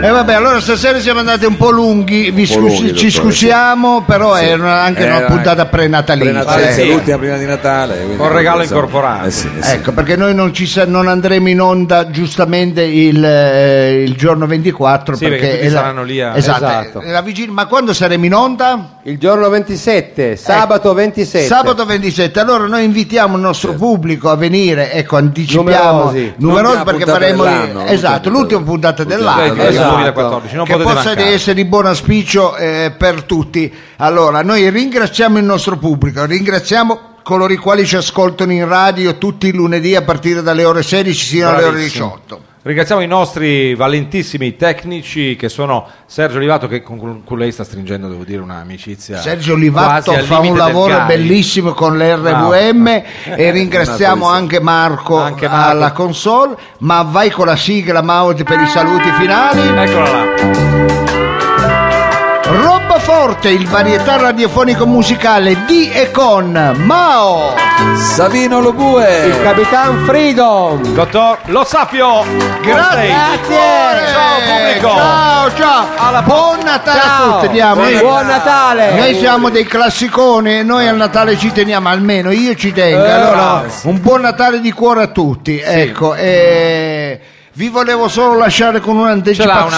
[SPEAKER 10] E Eh, vabbè, allora stasera siamo andati un po' lunghi, vi
[SPEAKER 4] Un po'
[SPEAKER 10] scusi-
[SPEAKER 4] lunghi,
[SPEAKER 10] ci
[SPEAKER 4] dottore,
[SPEAKER 10] scusiamo, però
[SPEAKER 4] Sì.
[SPEAKER 10] era anche
[SPEAKER 4] Era
[SPEAKER 10] una puntata prenatalizia.
[SPEAKER 4] Prenatalizia,
[SPEAKER 10] eh.
[SPEAKER 4] l'ultima prima di Natale. quindi-
[SPEAKER 3] Con regalo
[SPEAKER 4] insomma,
[SPEAKER 3] incorporato.
[SPEAKER 4] eh sì, eh sì.
[SPEAKER 10] Ecco, perché noi non, ci sa- non andremo in onda giustamente il, eh, il giorno 24
[SPEAKER 3] Sì,
[SPEAKER 10] perché,
[SPEAKER 3] perché tutti
[SPEAKER 10] è la-
[SPEAKER 3] saranno lì a-
[SPEAKER 10] Esatto,
[SPEAKER 2] Esatto.
[SPEAKER 10] è la vigilia- ma quando saremo in onda?
[SPEAKER 2] Il giorno 27, sabato 27.
[SPEAKER 10] Ecco. Sabato 27. Allora noi invitiamo il nostro pubblico a venire, ecco, anticipiamo
[SPEAKER 2] Numerosi.
[SPEAKER 10] numerosi
[SPEAKER 2] L'ultima
[SPEAKER 10] perché
[SPEAKER 2] puntata
[SPEAKER 10] faremo
[SPEAKER 2] dell'anno,
[SPEAKER 10] esatto, l'ultima puntata dell'anno.
[SPEAKER 3] puntata
[SPEAKER 10] esatto.
[SPEAKER 3] del 2014, non
[SPEAKER 10] che
[SPEAKER 3] potete
[SPEAKER 10] possa
[SPEAKER 3] mancare.
[SPEAKER 10] essere di buon auspicio eh, per tutti. Allora, noi ringraziamo il nostro pubblico, ringraziamo coloro i quali ci ascoltano in radio tutti i lunedì a partire dalle ore 16 sino alle ore
[SPEAKER 3] Bravissimo.
[SPEAKER 10] 18.
[SPEAKER 3] Ringraziamo i nostri valentissimi tecnici che sono Sergio Livato che con, con lei sta stringendo, devo dire, un'amicizia.
[SPEAKER 10] Sergio Livatto
[SPEAKER 3] quasi al
[SPEAKER 10] fa un
[SPEAKER 3] limite del
[SPEAKER 10] lavoro
[SPEAKER 3] Gai.
[SPEAKER 10] bellissimo con l'RVM e ringraziamo
[SPEAKER 3] Una
[SPEAKER 10] anche Marco,
[SPEAKER 3] Anche Marco.
[SPEAKER 10] alla console, ma vai con la sigla Maud per i saluti finali.
[SPEAKER 3] Eccola là.
[SPEAKER 10] Roba forte, il varietà radiofonico musicale di e con Mao.
[SPEAKER 4] Savino Lobue.
[SPEAKER 2] Il Capitan Freedom.
[SPEAKER 3] Dottor Lo Sapio.
[SPEAKER 10] Grazie.
[SPEAKER 3] Ciao pubblico.
[SPEAKER 10] Ciao, ciao. Buon Natale
[SPEAKER 2] Ciao.
[SPEAKER 10] a tutti. diamo.
[SPEAKER 2] Buon
[SPEAKER 10] Noi-
[SPEAKER 2] Buon Natale.
[SPEAKER 10] Noi siamo dei classiconi e noi al Natale ci teniamo, almeno io ci tengo. allora,
[SPEAKER 2] bravo.
[SPEAKER 10] un buon Natale di cuore a tutti. Ecco, e vi volevo solo lasciare con
[SPEAKER 3] Ce l'ha una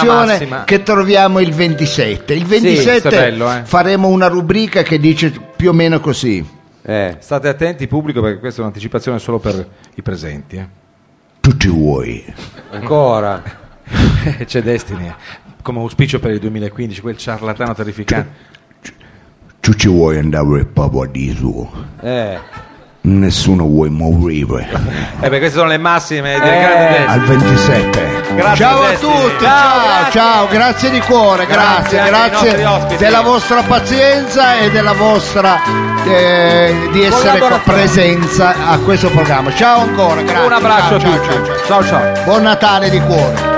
[SPEAKER 10] un'anticipazione
[SPEAKER 3] massima.
[SPEAKER 10] che troviamo il 27. Il 27
[SPEAKER 3] questo è bello, eh.
[SPEAKER 10] faremo una rubrica che dice più o meno così.
[SPEAKER 3] State attenti pubblico perché questa è un'anticipazione solo per i presenti. eh.
[SPEAKER 12] tu ti vuoi.
[SPEAKER 13] Ancora.
[SPEAKER 3] C'è Destiny. eh. Come auspicio per il 2015, quel ciarlatano terrificante.
[SPEAKER 12] Tu ci vuoi andare a paradiso.
[SPEAKER 3] Eh.
[SPEAKER 12] Nessuno vuoi morire.
[SPEAKER 3] Eh beh, queste sono le massime del grande Destiny.
[SPEAKER 12] Al 27.
[SPEAKER 3] Grazie,
[SPEAKER 10] ciao a
[SPEAKER 3] Destiny.
[SPEAKER 10] tutti, ciao,
[SPEAKER 3] grazie.
[SPEAKER 10] ciao, grazie di cuore,
[SPEAKER 3] Grazie anche
[SPEAKER 10] grazie,
[SPEAKER 3] ai
[SPEAKER 10] grazie,
[SPEAKER 3] nostri ospiti.
[SPEAKER 10] della vostra pazienza e della vostra eh, di essere qua,
[SPEAKER 3] Collaborazione.
[SPEAKER 10] presenza a questo programma. Ciao ancora, grazie.
[SPEAKER 3] Un abbraccio
[SPEAKER 10] ciao,
[SPEAKER 3] a tutti. ciao. ciao.
[SPEAKER 10] Buon Natale di cuore.